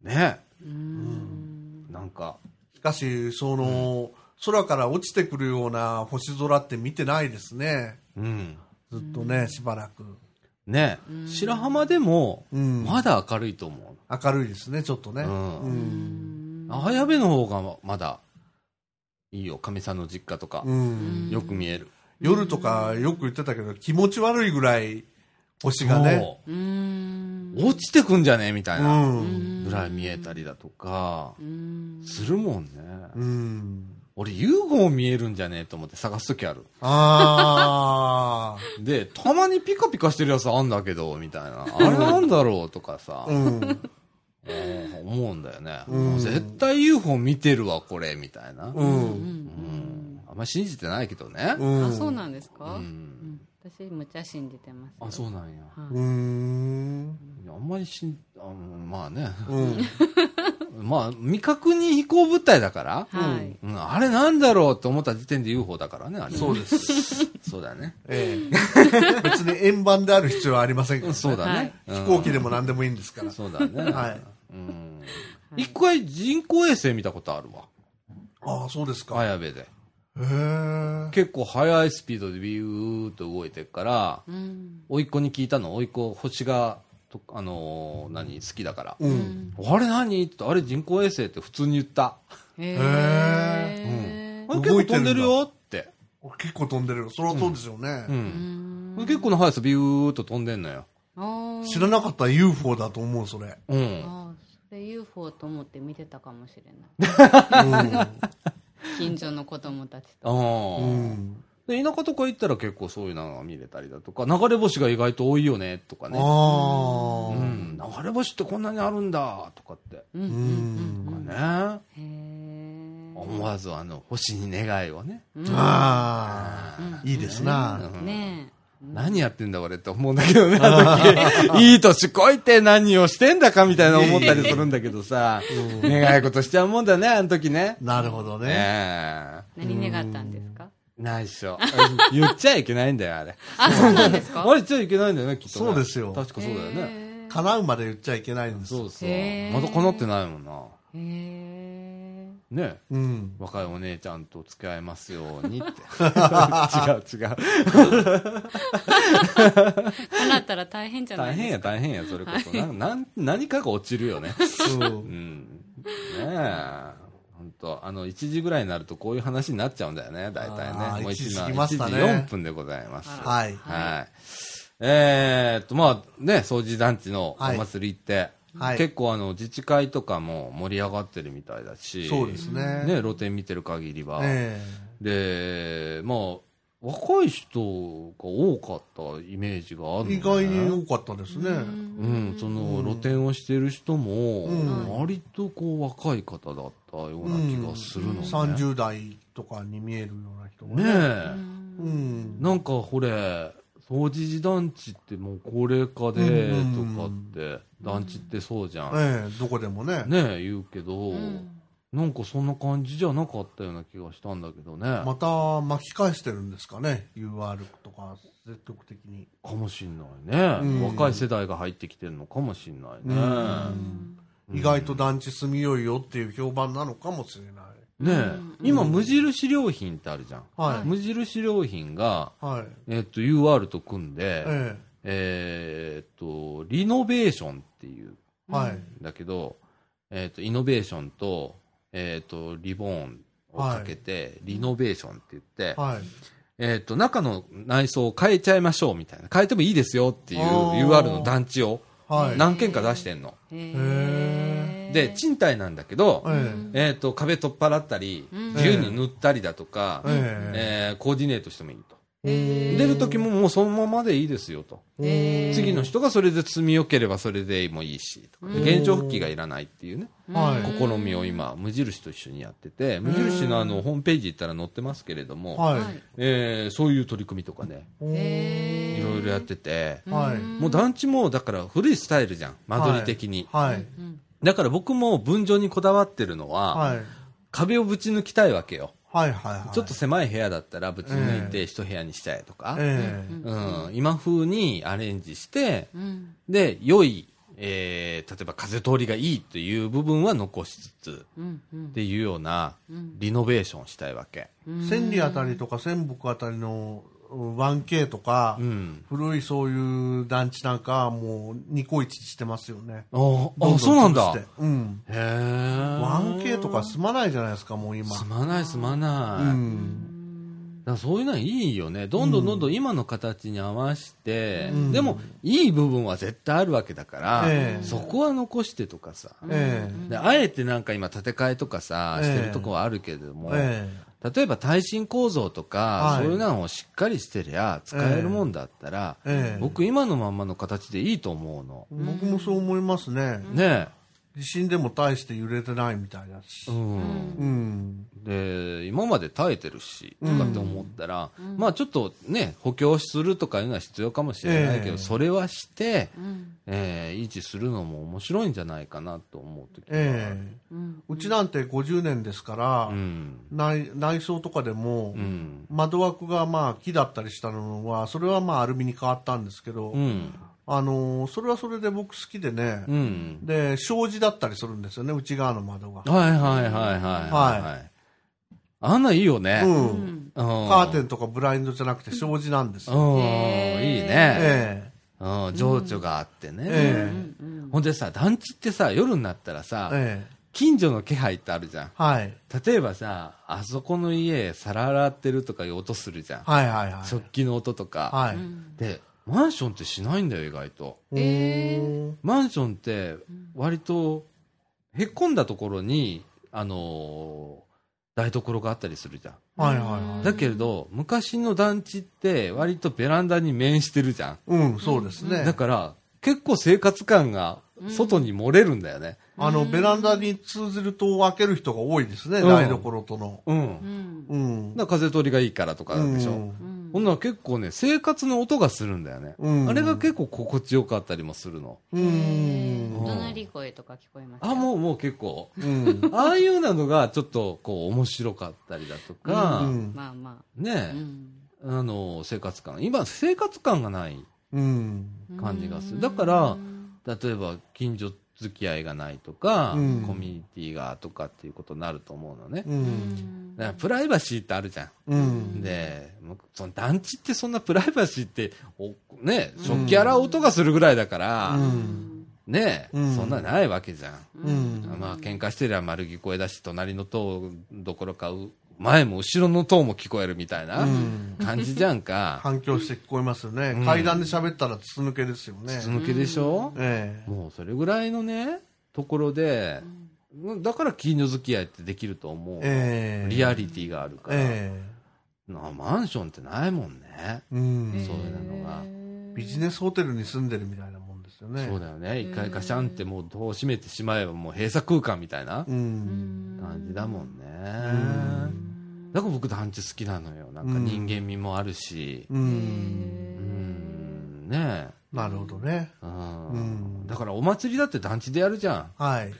Speaker 1: ーねえ。なんか、
Speaker 2: しかし、その、空から落ちてくるような星空って見てないですね。
Speaker 1: うん。
Speaker 2: ずっとね、しばらく。
Speaker 1: ねえ。白浜でも、
Speaker 2: うん。
Speaker 1: まだ明るいと思
Speaker 2: 明るいですね、ちょっとね。
Speaker 1: うん
Speaker 2: うん。
Speaker 1: う。綾部の方がまだ、いいよ。かみさんの実家とか
Speaker 2: う、ん
Speaker 1: よく見える。
Speaker 2: 夜とかよく言ってたけど、気持ち悪いぐらい星がね。
Speaker 1: そう
Speaker 4: うーん
Speaker 1: 落ちてくんじゃねえみたいうな。
Speaker 2: ん。
Speaker 1: ぐらい見えたりだとか
Speaker 4: う、ん
Speaker 1: するもんね。
Speaker 2: うん。
Speaker 1: 俺 UFO 見えるんじゃねえと思って探すときある。
Speaker 2: あ
Speaker 1: で、たまにピカピカしてるやつあんだけど、みたいな。あれなんだろうとかさ
Speaker 2: あ。、うん。
Speaker 1: うん思うんだよね。
Speaker 2: うん
Speaker 1: もう絶対 UFO 見てるわ、これ、みたいな。
Speaker 2: う。
Speaker 4: うん
Speaker 1: うんん。あんま信じてないけどね。
Speaker 2: うん。
Speaker 4: あそうなんですか
Speaker 1: う。
Speaker 4: うんん私むっちゃ信じてます
Speaker 1: あ、そうなんや。
Speaker 2: うーん。
Speaker 1: いやあんまりしん、あうんまあね。
Speaker 2: うん。
Speaker 1: まあ、未確認飛行物体だから、
Speaker 4: はいはい
Speaker 1: うん、あれなんだろうと思った時点で UFO だからね、あれ。
Speaker 2: そうです。
Speaker 1: そうだね。
Speaker 2: え え。別に円盤である必要はありませんから、ね。
Speaker 1: そうだね。
Speaker 2: 飛行機で
Speaker 1: も。
Speaker 2: も何でもいいんですから。
Speaker 1: そうだね。
Speaker 2: はい。
Speaker 1: うん。
Speaker 4: はい
Speaker 1: 一回人工衛星見たことあるわ。
Speaker 2: ああ、そうですか。へ
Speaker 1: 綾部で。
Speaker 2: え。
Speaker 1: 結構速いスピードでビューっと動いてるから、
Speaker 4: うん
Speaker 1: 甥っ子に聞いたの、甥っ子、星が、とあのー何、好きだから。
Speaker 2: うん。
Speaker 1: あれ何って、あれ人工衛星って普通に言った。
Speaker 4: へ
Speaker 1: あ
Speaker 4: え
Speaker 1: れ
Speaker 2: 動
Speaker 1: 結構
Speaker 2: いて
Speaker 1: 飛
Speaker 2: る
Speaker 1: ん
Speaker 2: ん
Speaker 1: で
Speaker 2: だ
Speaker 1: るよって。
Speaker 2: 結構飛んでるよ。そりゃそうですよね
Speaker 1: う。。
Speaker 4: うんん
Speaker 1: 結構の速さビューっと飛んでんのよ。
Speaker 4: あー
Speaker 2: 知らなかったら UFO だと思う、それ。
Speaker 1: うん。
Speaker 4: あーそれ UFO と思って見てたかもしれない近所の子供たちと
Speaker 1: あー
Speaker 2: うん。
Speaker 1: で田舎とか行ったら結構そういうのが見れたりだとか、流れ星が意外と多いよね、とか
Speaker 2: あ
Speaker 1: ね。
Speaker 2: あ
Speaker 1: う。ん。流れ星ってこんなにあるんだ、とかって。
Speaker 2: う
Speaker 4: う
Speaker 2: んん。
Speaker 1: とかね。
Speaker 4: へえ
Speaker 1: 思わずあの、星に願いをね。
Speaker 2: ああ。いいですな。
Speaker 4: ねえ
Speaker 1: 何やってんだ俺って思うんだけどね、あの時。いい年こいて何をしてんだかみたいな思ったりするんだけどさ、願い事しちゃうもんだね、あの時ね。
Speaker 2: なるほどね。
Speaker 1: ええ
Speaker 4: 何願ったんですか
Speaker 1: ないっしょ。言っちゃいけないんだよ、あれ。
Speaker 4: あそうなんですか
Speaker 1: あれ言っちゃいけないんだよね、きっとね、
Speaker 2: そうですよ
Speaker 1: 確かそうだよね。
Speaker 4: ね
Speaker 2: 叶うまで言っちゃいけないんです。
Speaker 1: そうそう
Speaker 4: へ。え
Speaker 1: まだ叶ってないもんな。
Speaker 4: へえ
Speaker 1: ね
Speaker 2: うん。
Speaker 1: 若いお姉ちゃんと付き合いますようにって。違う違う。
Speaker 4: 叶ったら大変じゃな
Speaker 1: 大
Speaker 4: い
Speaker 1: 変
Speaker 4: で
Speaker 1: や
Speaker 4: すか
Speaker 1: 大変や、それこそ。ななん何かが落ちるよね。
Speaker 2: そう
Speaker 1: う。 ん。ねえ。本当あの、1時ぐらいになるとこういう話になっちゃうんだよね、大体
Speaker 2: あ
Speaker 1: ね。
Speaker 2: ー
Speaker 1: もう
Speaker 2: 1時過
Speaker 1: 1
Speaker 2: ぎ
Speaker 1: 時
Speaker 2: ましたね
Speaker 1: 4分でございます。
Speaker 4: あら
Speaker 2: はい。
Speaker 1: はい。えーっと、まあね、掃除団地のお
Speaker 2: はい
Speaker 1: 祭りって、
Speaker 2: はい
Speaker 1: 結構あの、自治会とかも盛り上がってるみたいだし、
Speaker 2: そうですね。
Speaker 1: ね、露店見てる限りは。
Speaker 2: え
Speaker 1: で、まあ、若い人が多かったイメージがあるの
Speaker 2: え
Speaker 1: ね
Speaker 2: 意外に多かったです
Speaker 1: う
Speaker 2: ね。
Speaker 1: ん、その露店をしてる人も、
Speaker 2: うん
Speaker 1: 割とこう若い方だったような気がするのね。
Speaker 2: 30代とかに見えるような人が
Speaker 1: ね
Speaker 2: ね。
Speaker 1: え、
Speaker 2: うん。
Speaker 1: なんかほれ、掃除時団地ってもう高齢化で
Speaker 2: うん
Speaker 1: とかって、団地ってそうじゃん。
Speaker 2: ええ、どこでもね。
Speaker 1: ねえ、言うけど、
Speaker 4: ん
Speaker 1: なんかそんな感じじゃなかったような気がしたんだけどね。
Speaker 2: また巻き返してるんですかね UR とか積極的に、
Speaker 1: かもしんないね、
Speaker 2: うん
Speaker 1: 若い世代が入ってきてるのかもしんないね。
Speaker 2: うん意外と団地住みよいよっていう評判なのかもしれない
Speaker 1: ねえ、
Speaker 4: うん
Speaker 1: 今無印良品ってあるじゃん。
Speaker 2: はい、
Speaker 1: 無印良品が、
Speaker 2: はい
Speaker 1: えっと、UR と組んで、
Speaker 2: え
Speaker 1: えーっと、リノベーションっていう
Speaker 2: えはい
Speaker 1: んだけど、えーっと、イノベーションと、えーっと、リボーンをかけて、リノベーションって言って、
Speaker 2: はい
Speaker 1: えーっと、中の内装を変えちゃいましょうみたいな。変えてもいいですよっていう
Speaker 2: あー
Speaker 1: UR の団地を
Speaker 2: はい
Speaker 1: 何軒か出してんの。
Speaker 4: へー
Speaker 1: で、賃貸なんだけど、
Speaker 2: え
Speaker 1: えーっと、壁取っ払ったり、
Speaker 4: うん
Speaker 1: 自由に塗ったりだとか、
Speaker 2: えええ
Speaker 1: えーコーディネートしてもいいと。
Speaker 4: へー
Speaker 1: 出る時ももうそのままでいいですよと。
Speaker 4: へー
Speaker 1: 次の人がそれで積みよければそれでもいいしとか
Speaker 4: うん
Speaker 1: で、現状復帰がいらないっていうね、
Speaker 2: はい
Speaker 4: うん
Speaker 1: 試みを今、無印と一緒にやってて、無印のあの、ホームページ行ったら載ってますけれども、
Speaker 2: はい、
Speaker 4: はい
Speaker 1: えーそういう取り組みとかね、
Speaker 2: おー
Speaker 4: へー
Speaker 1: いろいろやってて、
Speaker 2: はい
Speaker 4: ん
Speaker 1: もう団地もだから古いスタイルじゃん、間取り的に。
Speaker 2: はい
Speaker 4: うん
Speaker 1: だから僕も分譲にこだわってるのは、
Speaker 2: はい
Speaker 1: 壁をぶち抜きたいわけよ。
Speaker 2: はいはいはい
Speaker 1: ちょっと狭い部屋だったらぶち抜いて一部屋にしたいとか、
Speaker 2: ええ
Speaker 1: うん、今風にアレンジして、
Speaker 4: うん
Speaker 1: で、良い、えー例えば風通りがいいという部分は残しつつ、
Speaker 4: うんうん
Speaker 1: っていうような
Speaker 4: うん
Speaker 1: リノベーションしたいわけ。
Speaker 4: うん
Speaker 2: 千里あたりとか仙北あたりのうん 1K とか、
Speaker 1: うん。
Speaker 2: 古いそういう団地なんかはもうニコイチしてますよね。
Speaker 1: ああ、そうなんだ。へ
Speaker 2: どど潰してうん。
Speaker 1: え。
Speaker 2: 1K とか住まないじゃないですか、もう今。
Speaker 1: すまないすま
Speaker 2: う
Speaker 1: ない。だ
Speaker 2: ん。
Speaker 1: からそういうのはいいよね。どんどんどんどん今の形に合わせて、
Speaker 2: うん
Speaker 1: でも、いい部分は絶対あるわけだから、
Speaker 2: ええ
Speaker 1: そこは残してとかさ。
Speaker 2: え
Speaker 1: であえてなんか今建て替えとかさ、
Speaker 2: ええ
Speaker 1: してるとこはあるけれども、
Speaker 2: え
Speaker 1: 例えば耐震構造とか、
Speaker 2: はい
Speaker 1: そういうのをしっかりしてりゃ使えるもんだったら、
Speaker 2: えええ
Speaker 1: 僕今のまんまの形でいいと思うの。
Speaker 2: 僕もそう思いますね。
Speaker 1: ね
Speaker 2: 地震でも大して揺れてないみたいだし
Speaker 1: え、う。ん
Speaker 2: うん。
Speaker 1: で今まで耐えてるしとかって思ったら、まあちょっとね補強するとかいうのは必要かもしれないけど、
Speaker 2: ええ
Speaker 1: それはして、
Speaker 4: うん
Speaker 1: えー維持するのも面白いんじゃないかなと思う時がある
Speaker 2: ええ
Speaker 4: うん
Speaker 2: うちなんて50年ですから、
Speaker 1: うん
Speaker 2: 内内装とかでも、
Speaker 1: うん
Speaker 2: 窓枠がまあ木だったりしたのは、それはまあアルミに変わったんですけど、
Speaker 1: うん
Speaker 2: あのーそれはそれで僕好きでね、
Speaker 1: うん
Speaker 2: で、障子だったりするんですよね、内側の窓が。
Speaker 1: はいはいはいはいはい、はい、あんないいよね、
Speaker 2: う。
Speaker 1: うん
Speaker 4: うんん
Speaker 1: カ
Speaker 2: カーテンとかブラインドじゃなくて障子なんですよ。
Speaker 1: うん、
Speaker 4: へー
Speaker 1: いいね。
Speaker 2: え
Speaker 1: うん、情緒があってね。
Speaker 2: え
Speaker 4: うんうん
Speaker 1: ほんでさ、団地ってさ、夜になったら
Speaker 2: え
Speaker 1: さ、
Speaker 2: ええ
Speaker 1: 近所の気配ってあるじゃん。
Speaker 2: はい。
Speaker 1: 例えばさ、あそこの家、皿洗ってるとかいう音するじゃん。
Speaker 2: はいはいはい。
Speaker 1: 食器の音とか。
Speaker 2: はい。
Speaker 1: で、マンションってしないんだよ、意外と。
Speaker 4: え
Speaker 2: おー
Speaker 1: マンションって、割と、へっこんだところに、あのー台所があったりするじゃん。
Speaker 2: はいはいはい。
Speaker 1: だけれど、昔の団地って、割とベランダに面してるじゃん。
Speaker 2: うん、そうですね。
Speaker 1: だから、結構生活感が外に漏れるんだよね。
Speaker 2: あの、ベランダに通ずると開ける人が多いですね、
Speaker 1: うん
Speaker 2: 台所との。
Speaker 1: うん。
Speaker 4: うん
Speaker 2: うん。
Speaker 1: だから風通りがいいからとかなんでしょ。
Speaker 2: うん
Speaker 4: うん
Speaker 1: ほんなら結構ね、生活の音がするんだよね。
Speaker 2: うん
Speaker 1: あれが結構心地よかったりもするの。
Speaker 2: う
Speaker 4: へ
Speaker 2: ん
Speaker 4: ー。怒鳴り声とか聞こえました
Speaker 1: あ、もうもう結構。
Speaker 2: うん。
Speaker 1: ああいうなのがちょっとこう面白かったりだとか、
Speaker 2: うん
Speaker 4: まあまあう
Speaker 1: ね、
Speaker 4: ん
Speaker 1: あの、生活感。今、生活感がない
Speaker 2: うん。
Speaker 1: 感じがす
Speaker 4: う
Speaker 1: る。
Speaker 4: ん
Speaker 1: だから、例えば近所付き合いがないとか、
Speaker 2: うん
Speaker 1: コミュニティがとかっていうことになると思うのね。
Speaker 2: う。
Speaker 4: うんん
Speaker 1: だからプライバシーってあるじゃん。
Speaker 2: うん。
Speaker 1: で、もうその団地ってそんなプライバシーって、おね、食器洗う音がするぐらいだから、
Speaker 2: うん。
Speaker 1: ね、
Speaker 2: うん
Speaker 1: そんなないわけじゃん。
Speaker 2: うん。
Speaker 1: まあ、喧嘩してりゃ丸聞こえだし、隣の塔どころか、う前も後ろの塔も聞こえるみたいな
Speaker 2: うん
Speaker 1: 感じじゃんか。
Speaker 2: 反響して聞こえますよね、
Speaker 1: うん
Speaker 2: 階段で喋ったら筒抜けですよね
Speaker 1: 筒、抜けでしょ、
Speaker 2: ええ
Speaker 1: もうそれぐらいのね、ところで、だから近所付き合いってできると思う。
Speaker 2: ええ
Speaker 1: リアリティがあるから、
Speaker 2: え
Speaker 1: なマンションってないもんね。
Speaker 2: えうん、
Speaker 1: そういうのが
Speaker 2: ビジネスホテルに住んでるみたいなもんですよね
Speaker 1: そうだよね。一回ガシャンってもう戸を閉めてしまえばもう閉鎖空間みたいな
Speaker 2: うん、
Speaker 1: 感じだもんね。
Speaker 2: ん
Speaker 1: だから僕団地好きなのよ。なんか人間味もあるし。
Speaker 2: う
Speaker 4: へ
Speaker 2: ん、
Speaker 1: う
Speaker 4: ー
Speaker 1: ん、ねえ。
Speaker 2: なるほどね
Speaker 1: うん
Speaker 2: うん
Speaker 1: だからお祭りだって団地でやるじゃん。
Speaker 2: はい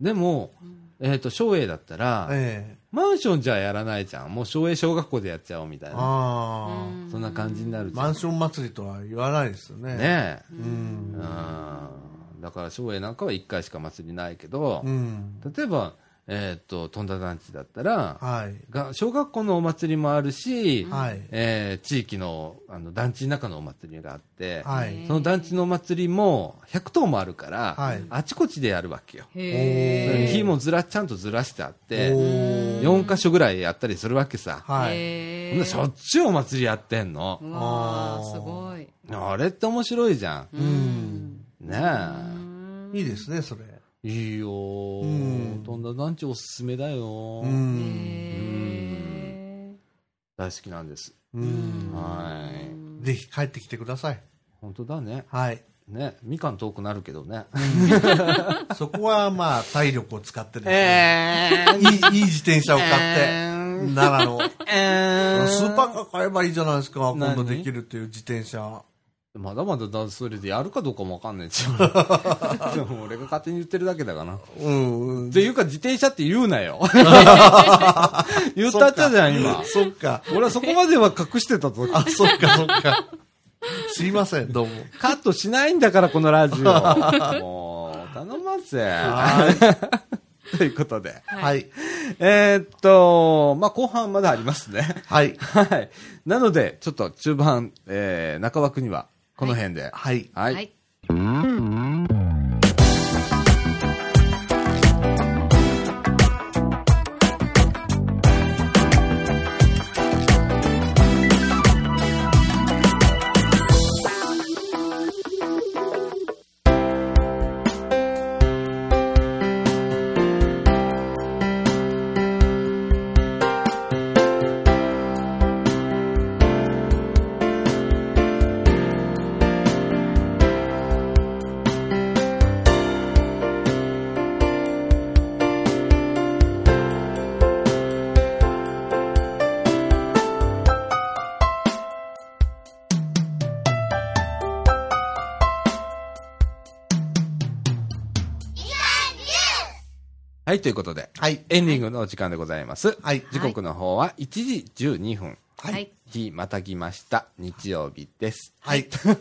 Speaker 1: でも、
Speaker 4: うん
Speaker 1: えっ、と、松栄だったら、
Speaker 2: ええ
Speaker 1: マンションじゃやらないじゃん。もう松栄小学校でやっちゃおうみたいな。
Speaker 2: ああ、
Speaker 1: そんな感じになるじゃん。
Speaker 2: マンション祭りとは言わないですよね。
Speaker 1: ね
Speaker 2: う。
Speaker 4: うん
Speaker 1: え。うんん。だから松栄なんかは1回しか祭りないけど、
Speaker 2: うん。
Speaker 1: 例えば、えっ、と、富田団地だったら、
Speaker 2: はい。
Speaker 1: が小学校のお祭りもあるし、
Speaker 2: はい。
Speaker 1: えー地域のあの団地の中のお祭りがあって、
Speaker 2: はい。
Speaker 1: その団地のお祭りも100棟もあるから、
Speaker 2: はい
Speaker 1: あちこちでやるわけよ。
Speaker 4: へー
Speaker 1: 火もずら、ちゃんとずらしてあって、
Speaker 2: おー
Speaker 1: 4箇所ぐらいやったりするわけさ。
Speaker 2: はい。
Speaker 4: へ
Speaker 1: ほん
Speaker 4: ー
Speaker 1: でしょっちゅうお祭りやってんの。
Speaker 4: うわ
Speaker 2: あー
Speaker 4: ーすごい
Speaker 1: あれって面白いじゃん。
Speaker 2: ん
Speaker 1: ね
Speaker 4: うん
Speaker 2: いいですね、それ。
Speaker 1: え。いいよー
Speaker 2: うん
Speaker 1: とんだ団地おすすめだよー、
Speaker 2: うん。
Speaker 4: へ
Speaker 1: 大好きなんです。
Speaker 2: う
Speaker 4: ー
Speaker 2: ん。
Speaker 1: はい。
Speaker 2: ぜひ帰ってきてください。
Speaker 1: 本当だね。
Speaker 2: はい。
Speaker 1: ね。みかん遠くなるけどね。
Speaker 2: そこは、まあ、体力を使ってですね。
Speaker 1: え
Speaker 2: いい、いい自転車を買って、
Speaker 1: ー。
Speaker 2: 奈良の。
Speaker 1: え
Speaker 2: スーパーカー買えばいいじゃないですか。今
Speaker 1: 何
Speaker 2: 度できるっていう自転車。
Speaker 1: まだまだだ、それでやるかどうかもわかんない じゃん。でも俺が勝手に言ってるだけだからな。っ
Speaker 2: うんうん。
Speaker 1: ていうか自転車って言うな よ。言ったっちゃじゃん、今。
Speaker 2: そっか。
Speaker 1: 俺はそこまでは隠してたと。
Speaker 2: あ、そっか、そっか。すいません、どうも。
Speaker 1: カットしないんだから、このラ ジオ。もう、頼ませ。
Speaker 2: は
Speaker 1: ということで。
Speaker 2: い。はい。
Speaker 1: えーっと、まあ、後半まだありますね。
Speaker 2: はい。
Speaker 1: はい。なので、ちょっと中盤、えー、中枠には、この辺で。
Speaker 2: はい。
Speaker 1: はい。
Speaker 4: はい
Speaker 1: はい、ということで、
Speaker 2: はい。
Speaker 1: エンディングのお時間でございます。
Speaker 2: はい。
Speaker 1: 時刻の方は1時12分。
Speaker 2: はい
Speaker 4: はい
Speaker 1: 日またぎました。日曜日です。
Speaker 2: はい。 そ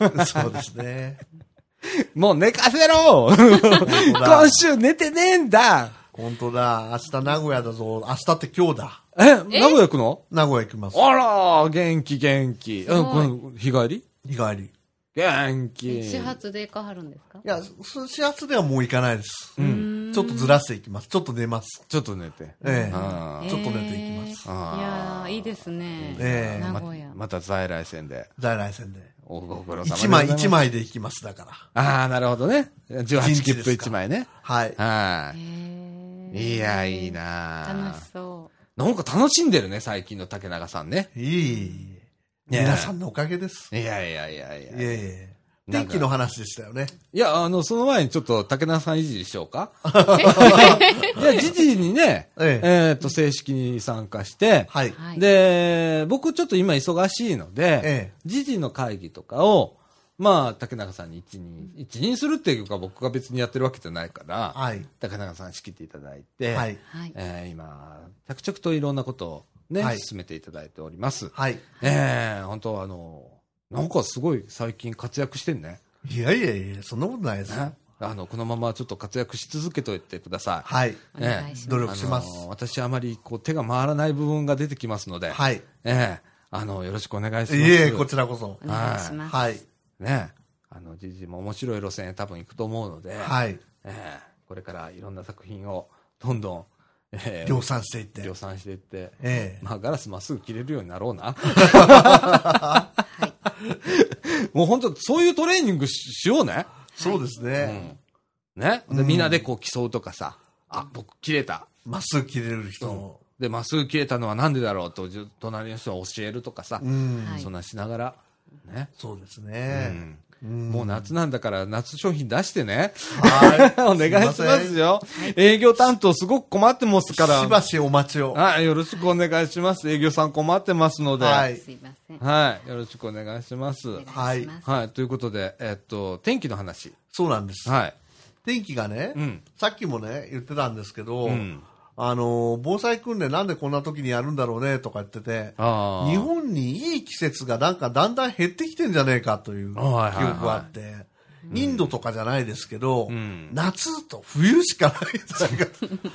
Speaker 2: うですね。
Speaker 1: もう寝かせ ろ今週寝てねえんだ
Speaker 2: 本当だ。明日名古屋だぞ。明日って今日だ。
Speaker 1: え名古屋行くの
Speaker 2: 名古屋行きます。
Speaker 1: あらー元気元気。うん、こ
Speaker 4: ごい
Speaker 1: の日帰り
Speaker 2: 日帰り。い
Speaker 1: 元気。
Speaker 4: 始発で行かはるんですか
Speaker 2: や、す始発ではもう行かないです。
Speaker 1: う。
Speaker 4: うんん
Speaker 2: ちょっとずらしていきます。ちょっと寝ます。
Speaker 1: ちょっと寝て。
Speaker 2: ええ
Speaker 1: あー
Speaker 2: ちょっと出ていきます
Speaker 4: えーいやーいいですね
Speaker 2: ええ
Speaker 4: 名古屋
Speaker 1: また在来線で。
Speaker 2: 在来線で。
Speaker 1: おご苦労様でござ
Speaker 2: 一
Speaker 1: います
Speaker 2: 枚、一。枚で行きます。だから。
Speaker 1: ああ、なるほどね。18切
Speaker 2: 一日
Speaker 1: 符
Speaker 2: ですか
Speaker 1: 一枚ね。
Speaker 2: はい。
Speaker 1: は
Speaker 4: へー
Speaker 1: い。いや、いいな
Speaker 4: 楽し
Speaker 1: ー
Speaker 4: そ。
Speaker 1: なんか楽しんでるね、最近の竹中さんね。
Speaker 2: いい。
Speaker 1: ねえ
Speaker 2: 皆さんのおかげです。
Speaker 1: いやいやいやい
Speaker 2: い
Speaker 1: や。
Speaker 2: えいえ。
Speaker 1: なん
Speaker 2: 天
Speaker 1: か
Speaker 2: 気の話でしたよね。
Speaker 1: いや、あの、その前にちょっと竹田さんいじりしようか。いや、じじにね、
Speaker 2: ええ
Speaker 1: えっと、正式に参加して、
Speaker 2: はいう
Speaker 4: はい
Speaker 1: で、僕ちょっと今忙しいので
Speaker 2: ええ、
Speaker 1: じじの会議とかを、まあ、竹中さんに一任、一任するっていうか僕が別にやってるわけじゃないから、
Speaker 2: はい。
Speaker 1: 竹中さん仕切っていただいて、
Speaker 2: はい。
Speaker 4: はい
Speaker 1: えー今、着々といろんなことをね、
Speaker 2: はい
Speaker 1: 進めていただいております。
Speaker 2: はい。
Speaker 1: ええ本当あの、なんかすごい最近活躍してんね。
Speaker 2: いやいやいや、そんなことないです。
Speaker 1: ねあの、このままちょっと活躍し続けといてください。
Speaker 2: はい。
Speaker 4: お願いし
Speaker 2: 努
Speaker 4: ま
Speaker 2: 力します。
Speaker 1: あの私あまりこう手が回らない部分が出てきますので、
Speaker 2: はい。い
Speaker 1: ええあの、よろしくお願いします。
Speaker 2: えいえ、こちらこそ
Speaker 4: すお。願いします
Speaker 2: はい。
Speaker 1: ねあの、じじも面白い路線へ多分行くと思うので、
Speaker 2: はい。
Speaker 1: ええこれからいろんな作品をどんどん、ええ
Speaker 2: 量産していって。
Speaker 1: 量産していって、
Speaker 2: ええ。
Speaker 1: まあ、ガラスまっすぐ切れるようになろうな。
Speaker 4: はい
Speaker 1: もう本当、そういうトレーニングししようね。
Speaker 2: そうですね。
Speaker 1: うん、ね、で
Speaker 2: うん
Speaker 1: みんなでこう競うとかさ、あ、僕切れた。
Speaker 2: まっすぐ切れる人を。
Speaker 1: で、まっすぐ切れたのはなんでだろうと、じゅ隣の人は教えるとかさ、
Speaker 2: うん。
Speaker 4: はい
Speaker 1: そんなんしながら、ね。
Speaker 2: そうです
Speaker 1: う
Speaker 2: ね。
Speaker 1: ん
Speaker 2: うん
Speaker 1: もう。夏なんだから夏商品出してね。
Speaker 2: はい。
Speaker 1: お願いしますよ。営業担当すごく困ってますか
Speaker 2: しば
Speaker 1: ら。
Speaker 2: しお待ちを。
Speaker 1: はい、よろしくお願いします。営業さん困ってますので。
Speaker 2: はい
Speaker 4: すいませんお
Speaker 1: はい、よろしくお願いします。
Speaker 4: 願いします
Speaker 1: はい、ということで、えっと、天気の話。
Speaker 2: そうなんです。
Speaker 1: はい。
Speaker 2: 天気がね、
Speaker 1: うん。
Speaker 2: さっきもね、言ってたんですけど、
Speaker 1: うん。
Speaker 2: あの、防災訓練なんでこんな時にやるんだろうねとか言ってて、
Speaker 1: ああ。
Speaker 2: 日本にいい季節がなんかだんだん減ってきてんじゃねえかという記
Speaker 1: あーはいはいはい
Speaker 2: 憶があって、インドとかじゃないですけど、
Speaker 1: うん
Speaker 2: 夏と冬しかない んだよ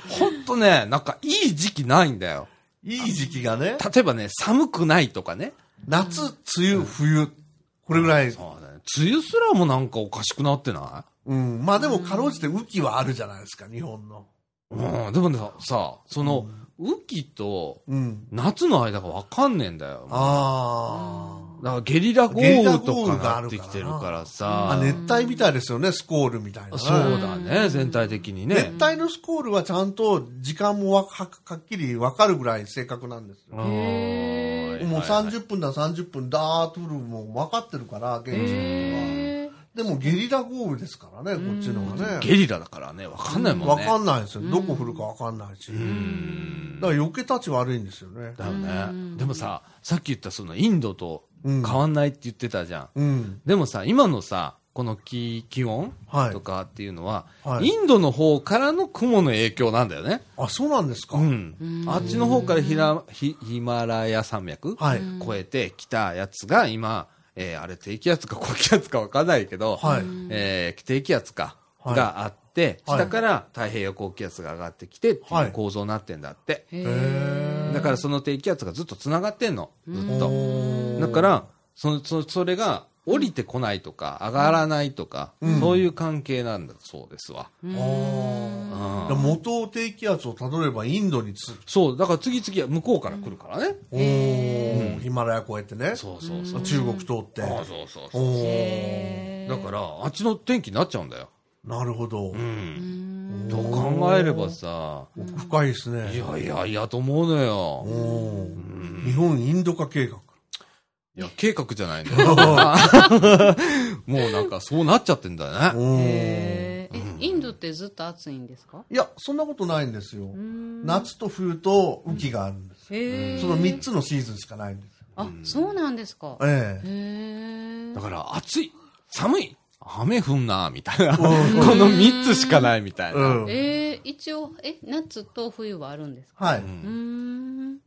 Speaker 1: ほんとね、なんかいい時期ないんだよ。
Speaker 2: いい時期がね、
Speaker 1: 例えばね、寒くないとかね。
Speaker 2: 夏、梅雨、冬、これぐらい。
Speaker 1: そうだね。梅雨すらもなんかおかしくなってな
Speaker 2: うん。まあでも、かろうじて雨季はあるじゃないですか、日本の。
Speaker 1: いうん。でもね、さ、その、雨季と
Speaker 2: うん。
Speaker 1: 夏の間がわかんねえんだよ。だか
Speaker 2: ああ。
Speaker 1: らゲリラ豪
Speaker 2: ゲリラ
Speaker 1: 雨
Speaker 2: 豪
Speaker 1: と
Speaker 2: 雨
Speaker 1: か
Speaker 2: があ
Speaker 1: なっ
Speaker 2: るから
Speaker 1: てき
Speaker 2: な
Speaker 1: てるから
Speaker 2: あ
Speaker 1: さ。
Speaker 2: 熱帯みたいですよね、スコールみたいな。
Speaker 1: そうだね、全体的にね。
Speaker 2: 熱帯のスコールはちゃんと時間もわははっきり分かるぐらい正確なんですよ。
Speaker 1: へ
Speaker 2: もう30分だ30分だーっと降るもう分かってるから、現地の人は。
Speaker 4: へ
Speaker 2: でもゲリラ豪雨ですからね、こっちのはね。
Speaker 1: ゲリラだからね、わかんないもん
Speaker 2: 分
Speaker 1: ね。
Speaker 2: かんないですよ。どこ降るか分かんないし。
Speaker 1: うん。
Speaker 2: だから余計立ち悪いんですよね。
Speaker 1: だよね。でもさ、さっき言ったそのインドと
Speaker 2: うん
Speaker 1: 変わんないって言ってたじゃん。
Speaker 2: うん。
Speaker 1: でもさ、今のさ、この気気温
Speaker 2: はい
Speaker 1: とかっていうのは、
Speaker 2: はい
Speaker 1: インドの方からの雲の影響なんだよね。
Speaker 2: あ、そうなんですか。
Speaker 1: うん。あっちの方からヒラヒヒマラヤ山脈、
Speaker 2: はい
Speaker 1: 越えてきたやつが今、えーあれ低気圧か高気圧かわかんないけど、
Speaker 2: はい。
Speaker 1: えー低気圧か、
Speaker 2: はい
Speaker 1: があって、
Speaker 2: はい
Speaker 1: 下から太平洋高気圧が上がってきてっていう構造になってんだって。
Speaker 4: え。
Speaker 2: へ
Speaker 1: だからその低気圧がずっと繋がってんの。ずっと。
Speaker 2: ー
Speaker 1: だから、その、そそれが降りてこないとか、上がらないとか、そういう関係なんだそうですわ。
Speaker 2: あ
Speaker 1: うん
Speaker 2: あ。元低気圧をたどればインドにつ
Speaker 1: そう、だから次々は向こうから来るからね。
Speaker 2: おーヒマラヤ越えてね。
Speaker 1: そうそうそう。
Speaker 2: 中国通って。
Speaker 1: そうそうそう
Speaker 2: お
Speaker 1: そう。
Speaker 2: ー
Speaker 1: だから、あっちの天気になっちゃうんだよ。
Speaker 2: なるほど。
Speaker 1: うん。と考えればさ、
Speaker 2: 深いです
Speaker 1: い
Speaker 2: ね。
Speaker 1: やいやいやと思うのよ
Speaker 2: お。ー日本インド化計画。
Speaker 1: いや、計画じゃないんだ よ。もうなんかそうなっちゃってんだよね。
Speaker 2: おー
Speaker 4: へーえインドってずっと暑いんですか
Speaker 2: いや、そんなことないんですよ。
Speaker 4: ん
Speaker 2: 夏と冬と雨季があるんですよ。
Speaker 4: へえ
Speaker 2: その3つのシーズンしかないんですよ。
Speaker 4: あそうなんですかへ
Speaker 2: ええ。
Speaker 4: え
Speaker 1: だから暑い、寒い、雨降んな、みたいな。こ
Speaker 2: ん
Speaker 1: の3つしかないみたいうな。。
Speaker 2: ん。
Speaker 4: えー、一応え夏と冬はあるんですか
Speaker 2: はいう
Speaker 4: うんーん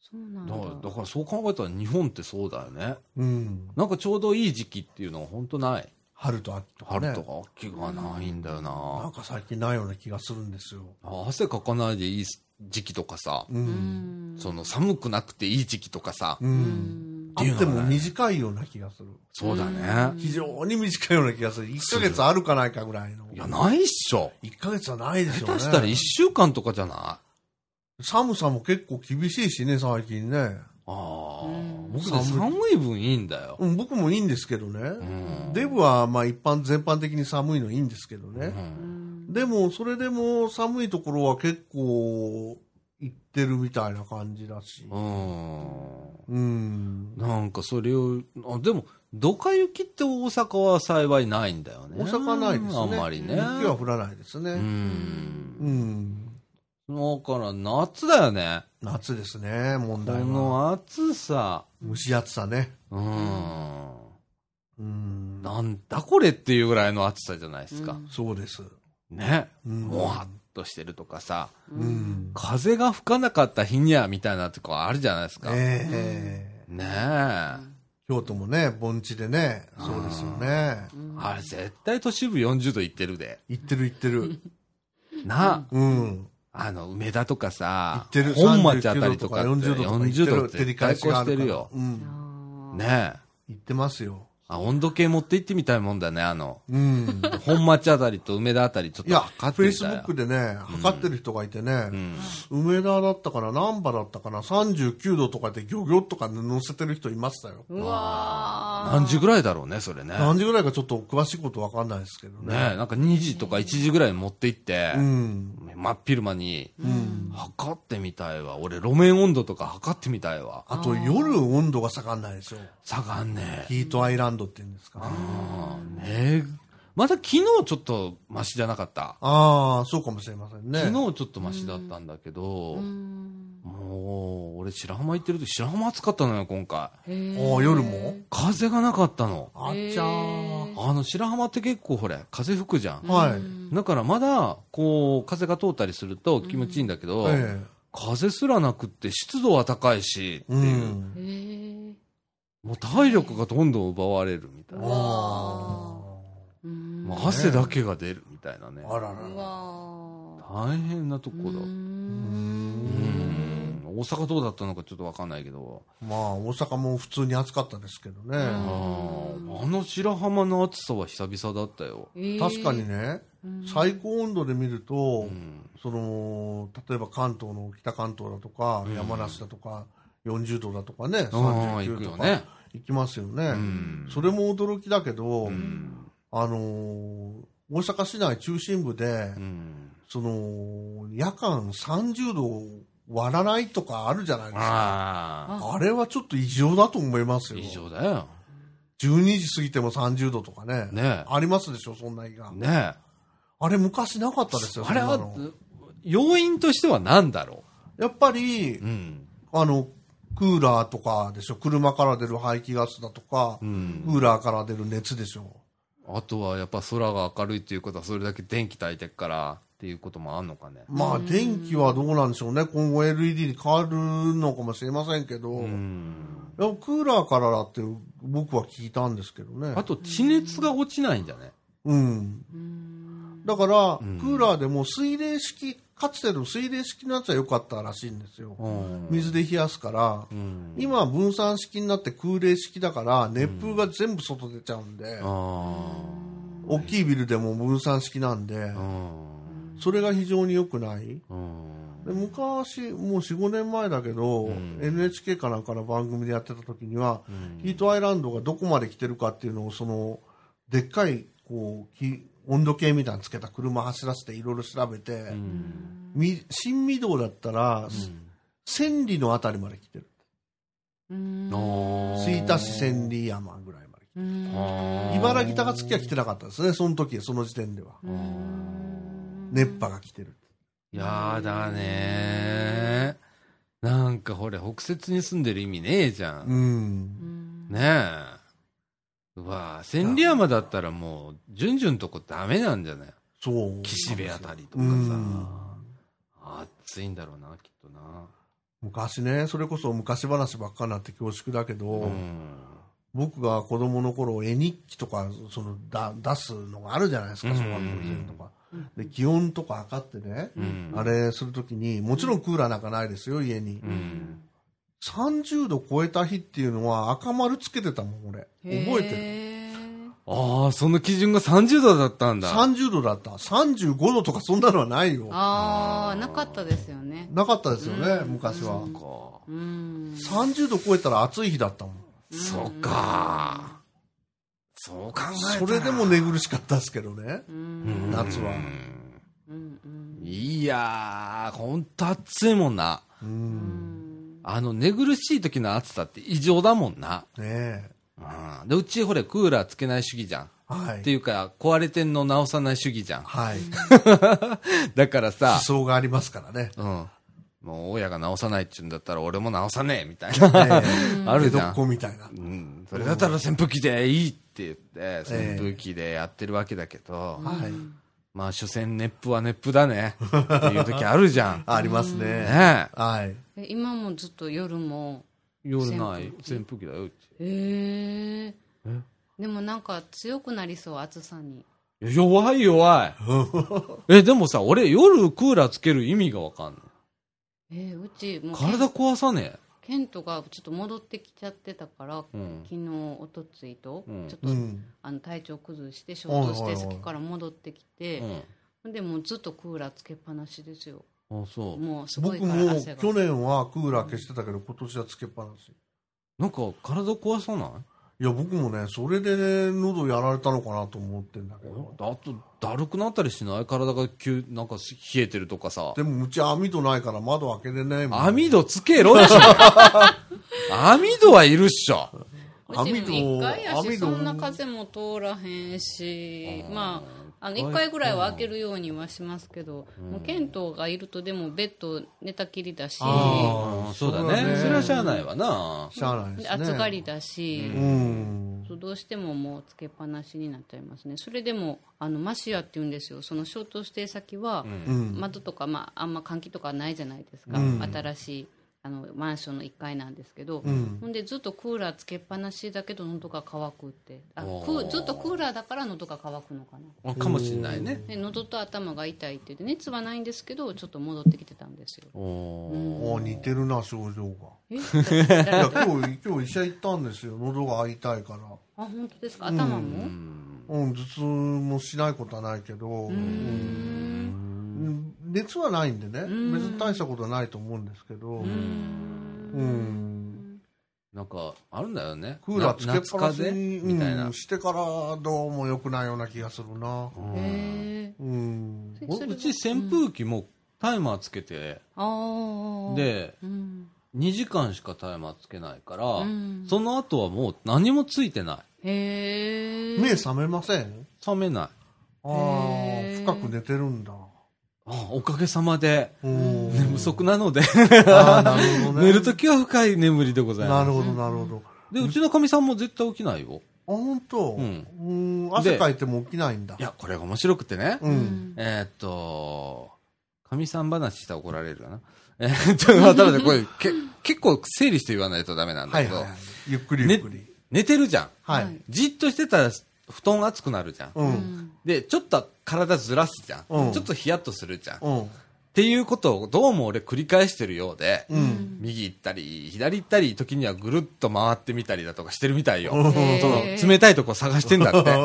Speaker 4: そうなん
Speaker 1: だ
Speaker 4: だ
Speaker 1: からだからそう考えたら日本ってそうだよね。
Speaker 2: うん。
Speaker 1: なんかちょうどいい時期っていうのは本当ない。
Speaker 2: 春と秋とかね。
Speaker 1: 春とか秋がないんだよ
Speaker 2: な。
Speaker 1: なん
Speaker 2: か最近ないような気がするんですよ。
Speaker 1: 汗かかないでいい時期とかさ、
Speaker 2: う。
Speaker 4: うんん
Speaker 1: その寒くなくていい時期とかさ、
Speaker 2: う。
Speaker 4: うんん
Speaker 2: あっても短いような気がする。
Speaker 1: そうだね。
Speaker 2: 非常に短いような気がする。1ヶ月あるかないかぐらいの。
Speaker 1: いや、ないっしょ。
Speaker 2: 1ヶ月はないでしょう
Speaker 1: 下
Speaker 2: ね。
Speaker 1: 手したら1週間とかじゃない
Speaker 2: 寒さも結構厳しいしね、最近ね。
Speaker 1: ああ、
Speaker 4: うん
Speaker 1: 僕ね寒い分いいんだよ。
Speaker 2: うん、僕もいいんですけど
Speaker 1: う
Speaker 2: ね。
Speaker 1: ん。
Speaker 2: デブは、まあ一般、全般的に寒いのいいんですけど
Speaker 1: う
Speaker 2: ね。
Speaker 1: ん
Speaker 2: でも、それでも寒いところは結構行ってるみたいな感じだし。
Speaker 1: う
Speaker 2: うん。
Speaker 1: ん。なんかそれを、あでも、ドカ雪って大阪は幸いないんだよね。
Speaker 2: 大阪はないですね。
Speaker 1: あんまりね。
Speaker 2: 雪は降らないです
Speaker 1: う
Speaker 2: ね。
Speaker 1: ん。
Speaker 2: うん。
Speaker 1: だから夏だよね。
Speaker 2: 夏ですね、問
Speaker 1: こ
Speaker 2: 題は。
Speaker 1: の暑さ。
Speaker 2: 蒸し暑さね。
Speaker 1: うん。
Speaker 2: うん。
Speaker 1: なんだこれっていうぐらいの暑さじゃないですか。
Speaker 2: そうです。
Speaker 1: ね。
Speaker 2: うん
Speaker 1: もわっとしてるとかさ、
Speaker 2: うん。
Speaker 1: 風が吹かなかった日にゃ、みたいなとこあるじゃないですか。
Speaker 2: ええ。
Speaker 1: ねえ。
Speaker 2: 京都もね、盆地でね、そうですよね。
Speaker 1: あれ絶対都市部40度いってるで。
Speaker 2: 行ってる行って る。
Speaker 1: な、
Speaker 2: うん。
Speaker 1: あの、梅田とかさ
Speaker 2: 行、ってる。
Speaker 1: 本町あたりとかって
Speaker 2: 39度とか40
Speaker 1: 40
Speaker 2: 度
Speaker 1: 度っ
Speaker 2: とか行ってる。
Speaker 1: て
Speaker 2: 照
Speaker 1: 絶
Speaker 2: り返
Speaker 1: 対
Speaker 2: し
Speaker 1: 超
Speaker 2: があ
Speaker 1: して
Speaker 2: るか
Speaker 1: る
Speaker 2: ら
Speaker 1: よ。。
Speaker 2: うん。
Speaker 1: ねえ。
Speaker 2: 行ってますよ。
Speaker 1: あ、温度計持って行ってみたいもんだね、あの。
Speaker 2: うん。
Speaker 1: 本町あたりと梅田あたりちょっ
Speaker 2: い
Speaker 1: と
Speaker 2: や、
Speaker 1: 測って
Speaker 2: フェイ
Speaker 1: み
Speaker 2: ス
Speaker 1: た
Speaker 2: ブ
Speaker 1: い
Speaker 2: ックでね、測ってる人がいてね、
Speaker 1: ん
Speaker 2: 梅田だったかな、難波だったかな、39度とかでギョギョとか載せてる人いましたよ。
Speaker 4: うわ
Speaker 1: 何時ぐらいだろうね、それね。
Speaker 2: 何時ぐらいかちょっと詳しいことわかんないですけどね。
Speaker 1: ねえ、なんか2時とか1時ぐらいに持って行って
Speaker 2: う、ん。
Speaker 1: 真っ昼間に、測ってみたいわ。俺、路面温度とか測ってみたいわ。
Speaker 2: あと夜温度が下がんないでしょ。
Speaker 1: 下がんねえ。
Speaker 2: ヒートアイランドって言うんですか。
Speaker 1: うんねえ。また昨日ちょっとマシじゃなかった。
Speaker 2: ああ、そうかもしれませんね。
Speaker 1: 昨日ちょっとマシだったんだけど、もおー俺白浜行ってる時白浜暑かったのよ今回
Speaker 4: へ
Speaker 2: あ夜も
Speaker 1: 風がなかったの
Speaker 2: あっちゃー。
Speaker 1: あの白浜って結構ほれ風吹くじゃん、
Speaker 2: はい
Speaker 4: うん
Speaker 1: だからまだこう風が通ったりすると気持ちいいんだけど、
Speaker 2: え
Speaker 1: 風すらなくって湿度は高いしって
Speaker 2: え。う
Speaker 1: いう、
Speaker 2: ん。
Speaker 4: へー
Speaker 1: もう体力がどんどん奪われるみたいな、
Speaker 2: あ
Speaker 4: うん
Speaker 1: もう汗だけが出るみたいなね
Speaker 2: あ。あらら
Speaker 4: う
Speaker 2: ら。
Speaker 4: わ
Speaker 1: 大変なとこ
Speaker 4: ー
Speaker 1: だ
Speaker 4: う
Speaker 2: う
Speaker 1: う
Speaker 2: ん
Speaker 1: ん大阪どうだったのかちょっとわかんないけど、
Speaker 2: まあ、大阪も普通に暑かったですけど
Speaker 1: あ
Speaker 2: ね。
Speaker 4: ん
Speaker 1: ーあの白浜の暑さは久々だったよ、
Speaker 4: へー
Speaker 2: 確かにね、
Speaker 4: うん
Speaker 2: 最高温度で見る
Speaker 1: う
Speaker 2: と、
Speaker 1: ん
Speaker 2: その、例えば関東の北関東だとか
Speaker 1: う、ん
Speaker 2: 山梨だとか、40度だとかね、
Speaker 1: ああ行
Speaker 2: 39
Speaker 1: く
Speaker 2: 度
Speaker 1: よ
Speaker 2: と
Speaker 1: ね
Speaker 2: か、行きますよ
Speaker 1: う
Speaker 2: ね。
Speaker 1: ん
Speaker 2: それも驚きだけど、
Speaker 1: うん
Speaker 2: あのー大阪市内中心部で、
Speaker 1: うん
Speaker 2: その、夜間30度を割らないとかあるじゃないですか。
Speaker 1: あ
Speaker 2: あれはちょっと異常だと思います
Speaker 1: あ
Speaker 2: よ。
Speaker 1: 異常だよ
Speaker 2: 12時過ぎても30度とかね。
Speaker 1: ね
Speaker 2: ありますでしょ、そんな日が。
Speaker 1: えね
Speaker 2: あれ昔なかったです
Speaker 1: え
Speaker 2: よ、
Speaker 1: あれ
Speaker 2: そんな
Speaker 1: は
Speaker 2: の
Speaker 1: 要因としては何だろ
Speaker 2: やっぱり
Speaker 1: う、うん
Speaker 2: あの、クーラーとかでしょ、車から出る排気ガスだとか、
Speaker 1: うん
Speaker 2: クーラーから出る熱でしょ。
Speaker 1: あとはやっぱ空が明るいっていうことはそれだけ電気焚いてっからっていうこともあんのかね
Speaker 2: まあ、
Speaker 4: うん
Speaker 2: 電気はどうなんでしょうね。今後 LED に変わるのかもしれませんけど、
Speaker 1: うん
Speaker 2: でもクーラーからだって僕は聞いたんですけどね
Speaker 1: あ。と地熱が落ちないんじゃね
Speaker 2: うん。
Speaker 4: うん
Speaker 2: だから、
Speaker 1: うん
Speaker 2: クーラーでも水冷式、かつての水冷式のやつは良かったらしいんですよ。水で冷やすから、
Speaker 1: うん
Speaker 2: 今は分散式になって空冷式だから、熱風が全部外出ちゃうんで、
Speaker 1: あ
Speaker 2: 大きいビルでも分散式なんで
Speaker 1: あ、うん
Speaker 2: それが非常に良くない。
Speaker 1: うん
Speaker 2: で昔、もう4、5年前だけど、
Speaker 1: うん
Speaker 2: NHK かなんかの番組でやってた時には、
Speaker 1: うん
Speaker 2: ヒートアイランドがどこまで来てるかっていうのを、その、でっかい、こう、き温度計みたいなのつけた車走らせていろいろ調べて、
Speaker 1: うん
Speaker 2: み新御堂だったら、千里のあたりまで来てる。
Speaker 4: うん
Speaker 1: あー
Speaker 2: 吹田市千里山ぐらいまで来て
Speaker 4: うん
Speaker 1: あー
Speaker 2: る。茨城高槻は来てなかったですね、その時、その時点では。
Speaker 4: うん
Speaker 2: 熱波が来てる。
Speaker 1: やだねーなんかほれ北節に住んでる意味ねえじゃん、
Speaker 2: うん。
Speaker 1: ねえうわぁ千里山だったらもう順々とこダメなんじゃない
Speaker 2: そう。
Speaker 1: 岸辺あたりとか
Speaker 2: うん
Speaker 1: さ暑いんだろうなきっとな
Speaker 2: 昔ね、それこそ昔話ばっかになって恐縮だけど、
Speaker 1: うん
Speaker 2: 僕が子供の頃、絵日記とか、その、だ、出すのがあるじゃないです
Speaker 1: う
Speaker 2: か、
Speaker 1: ん
Speaker 2: 小学校の時とか。で、気温とか測ってね、
Speaker 1: うん
Speaker 2: あれするときに、もちろんクーラーなんかないですよ、家に
Speaker 1: う。ん
Speaker 2: 30度超えた日っていうのは赤丸つけてたもん、俺。覚えてる。
Speaker 4: えてる
Speaker 1: ああその基準が30度だったんだ
Speaker 2: 30度だった。35度とかそんなのはないよ。
Speaker 4: ああなかったですよね
Speaker 2: なかったですよね、
Speaker 4: うん
Speaker 2: 昔は。
Speaker 1: か
Speaker 4: うん
Speaker 2: 30度超えたら暑い日だったもん。
Speaker 1: そうかそう考えた
Speaker 2: そ
Speaker 1: ら
Speaker 2: れでも寝苦しかったですけどね。
Speaker 4: うん
Speaker 2: 夏は
Speaker 4: うんうん
Speaker 1: いやーほんと暑いもんな
Speaker 2: うん。
Speaker 1: あの寝苦しい時の暑さって異常だもんな、
Speaker 2: ねえ。
Speaker 1: うん、でうちほれクーラーつけない主義じゃん、
Speaker 2: はい。
Speaker 1: っていうか壊れてんの直さない主義じゃん
Speaker 2: はい。
Speaker 1: だからさ
Speaker 2: 思想がありますか らね。
Speaker 1: うん、もう大家が直さないって言うんだったら俺も直さねえみたい
Speaker 2: え
Speaker 1: な
Speaker 2: え
Speaker 1: ある
Speaker 2: 江
Speaker 1: じ
Speaker 2: 戸
Speaker 1: ゃ
Speaker 2: っ
Speaker 1: ん、
Speaker 2: 子みたいな
Speaker 1: う。ん、それだったら扇風機でいいって言って
Speaker 2: え
Speaker 1: 扇風機でやってるわけだけど、
Speaker 2: はい。
Speaker 1: まあ所詮熱風は熱風だねっていう時 あるじゃん
Speaker 2: ありますね。
Speaker 1: ねえ
Speaker 2: はい。
Speaker 4: え今もずっと夜も
Speaker 1: 夜ない
Speaker 4: 扇風機
Speaker 1: 扇風機だようち
Speaker 4: へえでもなんか強くなりそう暑さに
Speaker 1: いや弱い弱 いえでもさ俺夜クーラーつける意味がわかんない
Speaker 4: えーうちもう
Speaker 1: 体壊さね
Speaker 4: ケントがちょっと戻ってきちゃってたから、
Speaker 1: うん
Speaker 4: 昨日おとついと、
Speaker 1: うん
Speaker 4: ちょっと、
Speaker 2: うん。
Speaker 4: あの体調崩して衝突し
Speaker 2: はいはい
Speaker 4: て
Speaker 2: はい
Speaker 4: 先から戻ってき
Speaker 1: え、
Speaker 4: て、
Speaker 1: う
Speaker 4: でもうずっとクーラーつけっぱなしですよ
Speaker 1: ん、あそう
Speaker 4: もうすごい
Speaker 2: 僕
Speaker 4: から
Speaker 2: も
Speaker 4: 汗が
Speaker 2: 去年はクーラー消してたけど、今年はつけっぱなし。
Speaker 1: なんか体壊さない
Speaker 2: いや、僕もね、それでね、喉やられたのかなと思ってんだけど。
Speaker 1: あとだるくなったりしない体が急なんかし冷えてるとかさ
Speaker 2: でも、うち網戸ないから窓開けれないもん。
Speaker 1: 網戸つけろっしょ網戸はいるっしょ
Speaker 4: うちも一回や
Speaker 2: 網
Speaker 4: し
Speaker 2: 戸
Speaker 4: そんな風も通らへんしまああの1回ぐらいは開けるようにはしますけど、
Speaker 1: うん
Speaker 4: もう健闘がいるとでもベッド寝たきりだし
Speaker 2: あ
Speaker 1: うんそうだね。それはしゃあないわな。
Speaker 2: しゃあないです
Speaker 4: で
Speaker 2: ね。
Speaker 4: 暑がりだし、
Speaker 2: うん。
Speaker 4: そうどうしてももうつけっぱなしになっちゃいますねそれでもあのマシアっていうんですよそのショート指定先は、
Speaker 2: うん。
Speaker 4: 窓とか、まあ、あんま換気とかないじゃないですか、
Speaker 2: うん
Speaker 4: 新しいあのマンションの1階なんですけど、
Speaker 2: うん
Speaker 4: ほんでずっとクーラーつけっぱなしだけど喉が渇くってあ
Speaker 1: おー
Speaker 4: クーずっとクーラーだから喉が渇くのかな
Speaker 1: あかもしれないね。
Speaker 4: で喉と頭が痛いって言って熱はないんですけどちょっと戻ってきてたんですよ
Speaker 1: お
Speaker 2: あ似てるな、症状
Speaker 4: え
Speaker 2: が。いや、今日、今日医者行ったんですよ。喉が痛いから。
Speaker 4: あ本当ですか頭も、
Speaker 2: うん、頭痛もしないことはないけど、うん熱はないんでね、別に大したことはないと思うんですけど、うん
Speaker 1: なんか、あるんだよね。
Speaker 2: クーラーつけっぱなし
Speaker 1: 夏風
Speaker 2: に
Speaker 1: 邪みたいな。
Speaker 2: うんしてからどうも良くないような気がするな。
Speaker 4: へえ
Speaker 2: うん。
Speaker 4: そそれ
Speaker 1: 俺
Speaker 4: は
Speaker 1: うち扇風機もタイマーつけて、
Speaker 4: あー
Speaker 1: で、
Speaker 4: うん
Speaker 1: 2時間しかタイマーつけないから、
Speaker 4: ん
Speaker 1: その後はもう何もついてない。
Speaker 4: へえ
Speaker 2: 目覚めません
Speaker 1: 冷めない。
Speaker 2: ああ、
Speaker 4: へー
Speaker 2: 深く寝てるんだ。
Speaker 1: あおかげさまで、
Speaker 2: うん
Speaker 1: 寝不足なので、
Speaker 2: あーなるほど ね。
Speaker 1: 寝るときは深い眠りでござい
Speaker 2: なる
Speaker 1: ま
Speaker 2: ほど、なるほど。
Speaker 1: す。で、うちのかみさんも絶対起きないよ。
Speaker 2: あ、本当。
Speaker 1: う
Speaker 2: うんん。汗かいても起きないんだ
Speaker 1: い。や、これが面白くてね。
Speaker 2: うん。
Speaker 1: えーっと、かみさん話したら怒られるかな。えーっと、 まあ、ただねこれけ、結構整理して言わないとダメなん
Speaker 2: は
Speaker 1: だ
Speaker 2: い
Speaker 1: けど、
Speaker 2: はいはい。ゆっくりゆっくり。
Speaker 1: 寝てるじゃん。
Speaker 2: はい。
Speaker 4: はい
Speaker 1: じっとしてたら布団熱くなるじゃん。
Speaker 2: う。
Speaker 4: うんん
Speaker 1: で、ちょっと体ずらすじゃん。
Speaker 2: うん
Speaker 1: ちょっとヒヤッとするじゃん。っ
Speaker 2: うん。
Speaker 1: ていうことをどうも俺繰り返してるようで、
Speaker 2: うん。
Speaker 1: 右行ったり、左行ったり、時にはぐるっと回ってみたりだとかしてるみたいよ。
Speaker 2: うん
Speaker 1: その
Speaker 4: へー
Speaker 1: 冷たいとこ探してんだって。
Speaker 2: うん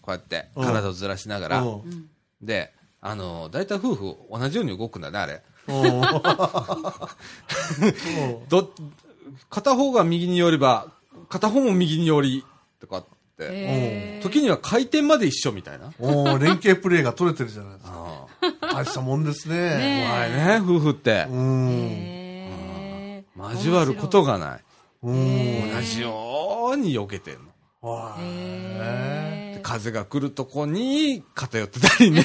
Speaker 1: こうやって
Speaker 2: うん
Speaker 1: 体をずらしながら。
Speaker 2: うん
Speaker 4: うん
Speaker 1: で、あの、大体夫婦同じように動くんだね、あれ。
Speaker 2: うん。
Speaker 1: ど、片方が右に寄れば、片方も右に寄り、とかって。
Speaker 4: へえ
Speaker 1: 時には回転まで一緒みたいな。
Speaker 2: おー連携プレーが取れてるじゃないですか。
Speaker 1: あ
Speaker 2: 大したもんです
Speaker 1: あ
Speaker 2: ね。
Speaker 4: ね
Speaker 1: 怖いね、夫婦って。
Speaker 2: うん。
Speaker 4: へー
Speaker 1: 交わることがない。
Speaker 2: うん。
Speaker 1: 同じように避けてんの。
Speaker 2: は
Speaker 4: 面白い
Speaker 2: い。
Speaker 1: で
Speaker 4: へー
Speaker 1: 風が来るとこに偏ってたり ね。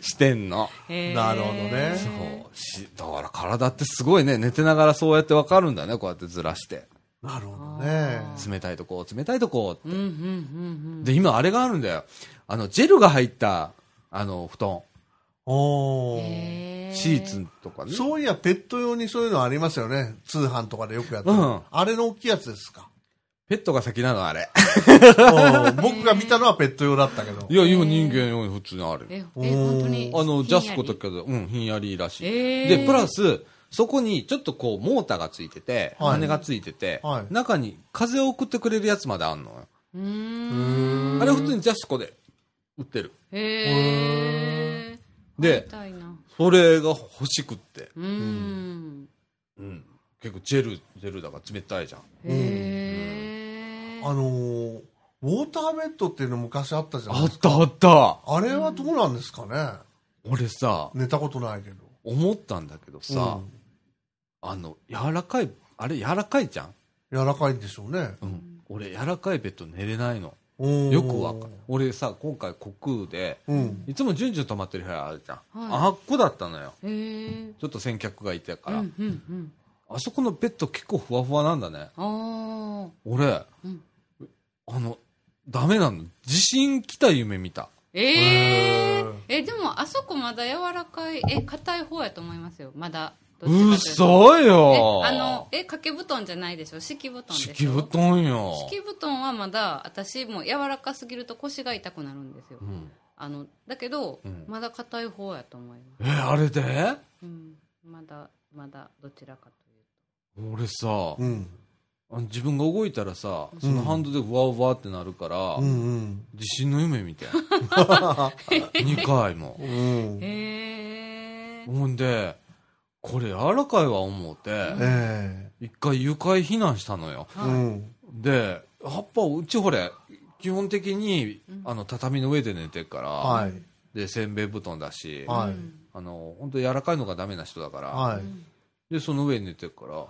Speaker 1: してんの。
Speaker 4: へー
Speaker 2: なるほどね
Speaker 1: そう。し、だから体ってすごいね、寝てながらそうやってわかるんだね、こうやってずらして。
Speaker 2: なるほどね。
Speaker 1: 冷たいとこ、冷たいとこ。
Speaker 4: うんうんうん
Speaker 1: で、今あれがあるんだよ。あの、ジェルが入った、あの、布団。
Speaker 2: お
Speaker 4: うん
Speaker 2: ー。
Speaker 4: へー
Speaker 1: シーツとかね。
Speaker 2: そういや、ペット用にそういうのありますよね。通販とかでよくやって
Speaker 1: う
Speaker 2: る
Speaker 1: ん。
Speaker 2: あれの大きいやつですか。
Speaker 1: ペットが先なの、あれ。
Speaker 2: うん僕が見たのはペット用だったけど。
Speaker 1: いや、今人間用に普通にある。
Speaker 4: え、え、本当に。
Speaker 1: あの、ジャスコと
Speaker 4: か。
Speaker 1: かで、うん、ひんやりらしい。
Speaker 4: えー
Speaker 1: で、プラス、そこにちょっとこう、モーターがついてて、
Speaker 2: はい
Speaker 1: 羽がついてて、
Speaker 2: はい
Speaker 1: 中に風を送ってくれるやつまであんのよ。
Speaker 4: うーん。
Speaker 1: あれ普通にジャスコで売ってる。
Speaker 4: へえ。
Speaker 1: で
Speaker 4: みたいな。
Speaker 1: それが欲しくって。
Speaker 4: うーん。
Speaker 1: うん。結構ジェル、ジェルだから冷たいじゃん。
Speaker 4: へえ。
Speaker 2: あのーウォーターベッドっていうの昔あったじゃない
Speaker 1: あ
Speaker 2: で
Speaker 1: っ
Speaker 2: すか。
Speaker 1: たあった
Speaker 2: あれはどうなんですかね。
Speaker 1: 俺さ、
Speaker 2: 寝たことないけど。
Speaker 1: 思ったんだけどさ、
Speaker 2: うん
Speaker 1: あの、柔らかい、あれ柔らかいじゃん
Speaker 2: 柔らかいんでしょうね。
Speaker 1: うん。俺柔らかいベッド寝れないの。
Speaker 2: うん
Speaker 1: よくわかる。俺さ、今回コクーで、
Speaker 2: うん。
Speaker 1: いつも順々泊まってる部屋あるじゃん。
Speaker 4: はい
Speaker 1: あっこだったのよ。
Speaker 4: へえ。
Speaker 1: ちょっと先客がいたか
Speaker 4: うん
Speaker 1: ら。
Speaker 4: うんうん。
Speaker 1: あそこのベッド結構ふわふわなんだね。
Speaker 4: ああ。
Speaker 1: 俺、
Speaker 4: うん
Speaker 1: あの、ダメなの。地震来た夢見た。
Speaker 4: え
Speaker 2: へ
Speaker 4: え
Speaker 2: ー。
Speaker 4: え、でも、あそこまだ柔らかい、え、硬い方やと思いますよ。まだ。どっちかという
Speaker 1: う
Speaker 4: と
Speaker 1: そ
Speaker 4: え、
Speaker 1: よ
Speaker 4: あの、え、掛け布団じゃないでしょ敷布団でしょ
Speaker 1: 敷布団よ。
Speaker 4: 敷布団はまだ私も柔らかすぎると腰が痛くなるんですよ、
Speaker 1: うん
Speaker 4: あのだけど、
Speaker 1: うん
Speaker 4: まだ硬い方やと思いま
Speaker 1: え、
Speaker 4: す、
Speaker 1: あれで
Speaker 4: うん、まだまだどちらかと
Speaker 1: 俺さ、
Speaker 2: うん。
Speaker 1: あの自分が動いたらさ、そのハンドでうわうわってなるから、
Speaker 2: うん
Speaker 1: 地震の夢見て。2回も
Speaker 2: う。ん。。
Speaker 4: いううんへえ
Speaker 1: ほんで、これ柔らかいわ思うて、
Speaker 2: え
Speaker 1: 一回愉快避難したのよ。
Speaker 2: え。うん。
Speaker 1: で、葉っぱをうちほれ、基本的に、あの、畳の上で寝てるから、
Speaker 2: はい。
Speaker 1: で、せんべい布団だし、
Speaker 2: はい。
Speaker 1: あの、本当柔らかいのがダメな人だから、
Speaker 2: はい。
Speaker 1: で、その上に寝てるから、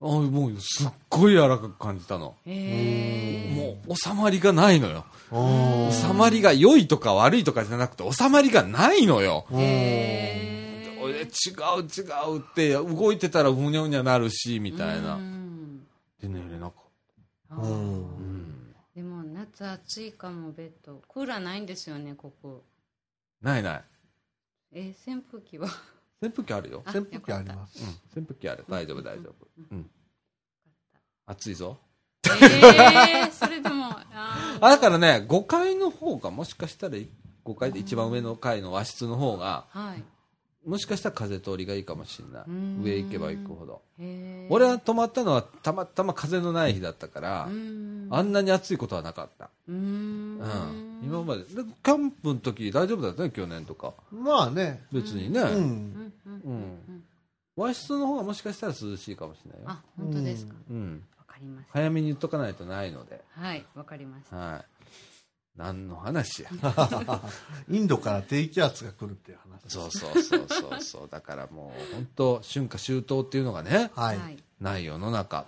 Speaker 1: あもうすっごい柔らかく感じたの。
Speaker 4: へえ
Speaker 1: もう収まりがないのよ。
Speaker 2: お
Speaker 1: 収まりが良いとか悪いとかじゃなくて収まりがないのよ。
Speaker 2: お
Speaker 4: へ
Speaker 1: 俺違う違うって動いてたらうにゃうにゃなるし、み
Speaker 4: み
Speaker 1: たいな。でね、なんか。うん。
Speaker 4: でも夏暑いかもベッドクーラーないんですよねここ
Speaker 1: ないない。
Speaker 4: えー扇風 機は
Speaker 1: 扇風機あるよ。
Speaker 2: 扇風機あります。
Speaker 1: うん。扇風機ある。大丈夫大丈夫。うん。暑いぞ。
Speaker 4: えー、それでもあー
Speaker 1: あ、だからね、5階の方が、もしかしたら5階で一番上の階の和室の方が、
Speaker 4: はい
Speaker 1: もしかしたら風通りがいいかもしれな
Speaker 4: う
Speaker 1: い。
Speaker 4: ん
Speaker 1: 上行けば行くほど。
Speaker 4: へー
Speaker 1: 俺は泊まったのはたまたま風のない日だったから
Speaker 4: う、ん
Speaker 1: あんなに暑いことはなかった。
Speaker 4: う
Speaker 1: うんん。今まで。で、キャンプの時大丈夫だったね、去年とか。
Speaker 2: まあね。
Speaker 1: 別に
Speaker 2: う
Speaker 1: ね。
Speaker 2: ん。
Speaker 4: うんうん
Speaker 1: う。
Speaker 4: うんん
Speaker 1: 和室の方がもしかしたら涼しいかもしれないよ。
Speaker 4: あ本当ですか
Speaker 1: うん。
Speaker 4: わかりました
Speaker 1: 早めに言っとかないとないので。
Speaker 4: はいわかりました
Speaker 1: はい。何の話や。
Speaker 2: インドから低気圧が来るっていう話。
Speaker 1: そうそうそうそうそう。だからもう本当春夏秋冬っていうのがね、
Speaker 2: はい。
Speaker 1: ない世の中。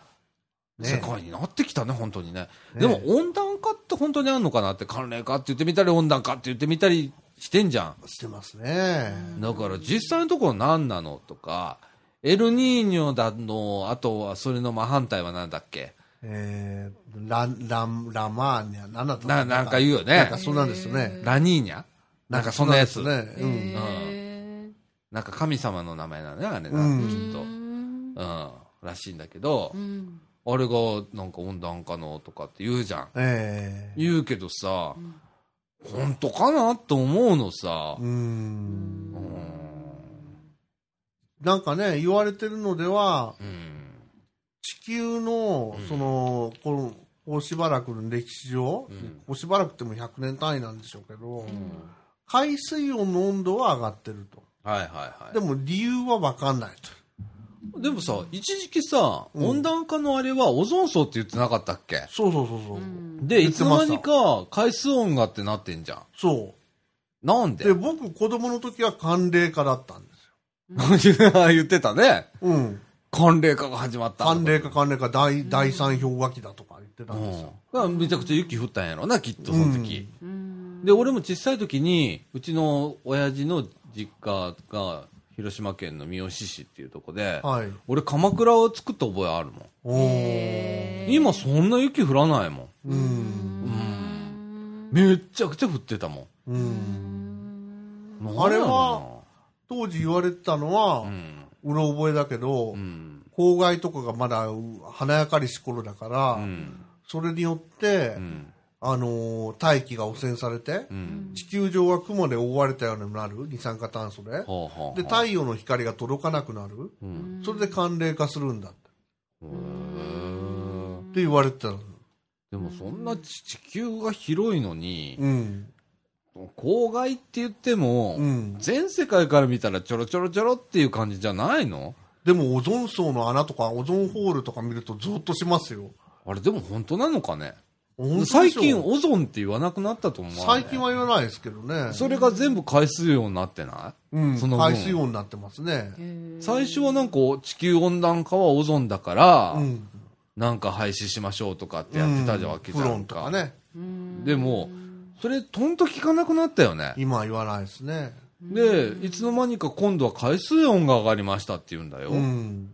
Speaker 2: ね
Speaker 1: 世界になってきたね、本当にね。
Speaker 2: ね
Speaker 1: でも温暖化って本当にあんのかなって、寒冷化って言ってみたり、温暖化って言ってみたりしてんじゃ
Speaker 2: してますね。
Speaker 1: ん。だから実際のところ何なのとか、エルニーニョだの、あとはそれの真反対は何だっけ
Speaker 2: えー、ラ、ラ、ラマーニャ、なんだった
Speaker 1: ななんか言うよね
Speaker 2: なんかそうなんですよね。
Speaker 1: ラニーニャなんかそんなやつ。
Speaker 2: なんかそうなんですね。
Speaker 4: へ
Speaker 1: なんか神様の名前なのね、あれな、
Speaker 2: うん
Speaker 1: きっ
Speaker 4: ー
Speaker 1: と
Speaker 4: う。ん
Speaker 1: うん。らしいんだけど
Speaker 4: う、ん
Speaker 1: あれがなんか温暖化のとかって言うじゃん。
Speaker 2: うん。ええ
Speaker 1: 言うけどさ、
Speaker 4: ん
Speaker 1: 本当かなと思うのさ、
Speaker 2: うん。
Speaker 1: うん。
Speaker 2: なんかね、言われてるのでは、
Speaker 1: うん。
Speaker 2: 地球の、その、この、こうしばらくの歴史上、
Speaker 1: ん
Speaker 2: こうしばらくっても100年単位なんでしょうけど、海水温の温度は上がってると。
Speaker 1: はいはいはい。
Speaker 2: で
Speaker 1: で
Speaker 2: も理由はわかんないと。
Speaker 1: もでもさ、一時期さ、
Speaker 2: うん
Speaker 1: 温暖化のあれはオゾン層って言ってなかったっけ
Speaker 2: そうそうそうそう。
Speaker 4: うん
Speaker 1: で、
Speaker 2: 言
Speaker 1: い
Speaker 2: っ
Speaker 1: つ
Speaker 2: て
Speaker 1: の
Speaker 2: ま
Speaker 1: 間
Speaker 2: した
Speaker 1: にか海水温がってなってんじゃん。
Speaker 2: そ
Speaker 1: なん
Speaker 2: う。
Speaker 1: で
Speaker 2: で、僕、子供の時は寒冷化だったんで す
Speaker 1: 言ってたね。
Speaker 2: よ。うん。
Speaker 1: 寒冷化が始まった。
Speaker 2: 寒冷化寒冷化第、第三氷河期だとか言ってた
Speaker 1: うん
Speaker 2: で
Speaker 1: ん
Speaker 2: すよ。。
Speaker 1: だからめちゃくちゃ雪降ったんやろな、きっとその時。
Speaker 2: うん
Speaker 4: うん
Speaker 1: で、俺も小さい時に、うちの親父の実家が広島県の三好市っていうとこで、
Speaker 2: はい。
Speaker 1: 俺鎌倉を作った覚えあるもん。
Speaker 2: おー。
Speaker 4: へー
Speaker 1: 今そんな雪降らないもん。
Speaker 2: うん。
Speaker 1: うん。めっちゃくちゃ降ってたも
Speaker 2: うん。
Speaker 1: ん。
Speaker 2: あれは当時言われてたのは、
Speaker 1: な
Speaker 2: うん
Speaker 1: やろな、
Speaker 2: うろ覚えだけど、
Speaker 1: うん。うん。
Speaker 2: 公害とかがまだう華やかりし頃だから、
Speaker 1: うん。
Speaker 2: それによって、
Speaker 1: うん。
Speaker 2: あのー大気が汚染されて、
Speaker 1: うん。
Speaker 2: 地球上は雲で覆われたようになる、二酸化炭素で。
Speaker 1: はあはあはあ
Speaker 2: で、太陽の光が届かなくなる。
Speaker 1: うん。
Speaker 2: それで寒冷化するんだって
Speaker 1: へー
Speaker 2: って言われてたの。
Speaker 1: でもそんな地地球が広いのに、
Speaker 2: うん。
Speaker 1: 郊外って言っても、
Speaker 2: うん。
Speaker 1: 全世界から見たらちょろちょろちょろっていう感じじゃないの
Speaker 2: でも、オゾン層の穴とか、オゾンホールとか見るとゾッとしますよ。
Speaker 1: あれでも本当なのかね
Speaker 2: 本当でしょ
Speaker 1: 最近オゾンって言わなくなったと思う、ね、
Speaker 2: 最近は言わないですけどね。
Speaker 1: それが全部海水温になってな
Speaker 2: うん。
Speaker 1: その分
Speaker 2: 海水温になってますね。
Speaker 1: い
Speaker 4: へー
Speaker 1: 最初はなんか地球温暖化はオゾンだから、
Speaker 2: うん。
Speaker 1: なんか廃止しましょうとかってやってたじゃんわけじゃん
Speaker 2: プ
Speaker 1: か
Speaker 2: ロンとかね。
Speaker 4: うん
Speaker 1: でもそれとんと聞かなくなったよね
Speaker 2: 今は言わないですね。
Speaker 1: でいつの間にか今度は海水温が上がりましたって言うんだよ、
Speaker 2: うん。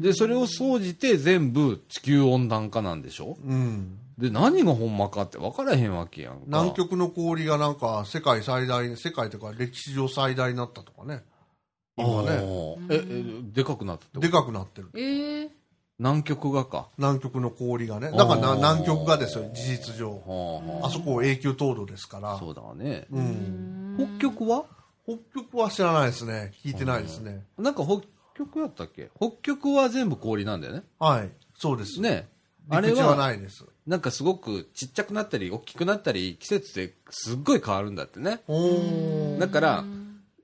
Speaker 1: でそれを総じて全部地球温暖化なんでしょ
Speaker 2: うん。
Speaker 1: で何がほんまかって分からへんわけやんか
Speaker 2: 南極の氷がなんか世界最大、世界というか歴史上最大になったとかね。今ね。
Speaker 1: あーええでかくなったってこと
Speaker 2: でかくなってる。
Speaker 4: ええ
Speaker 1: 南極がか、
Speaker 2: 南極の氷がね。だか
Speaker 1: あ
Speaker 2: らな
Speaker 1: ー
Speaker 2: 南極がですよ、事実上。
Speaker 1: はあは
Speaker 2: あそこ永久凍土ですから。
Speaker 1: あ、そうだね
Speaker 2: うん。
Speaker 1: 北極は
Speaker 2: 北極は知らないですね。聞いてないですね。
Speaker 1: なんか北極やったっけ北極は全部氷なんだよね
Speaker 2: はい。そうです。。
Speaker 1: ねあれ
Speaker 2: 陸地は
Speaker 1: は
Speaker 2: ないです。
Speaker 1: なんかすごくちっちゃくなったり大きくなったり季節ですっごい変わるんだってね
Speaker 2: おー。
Speaker 1: だから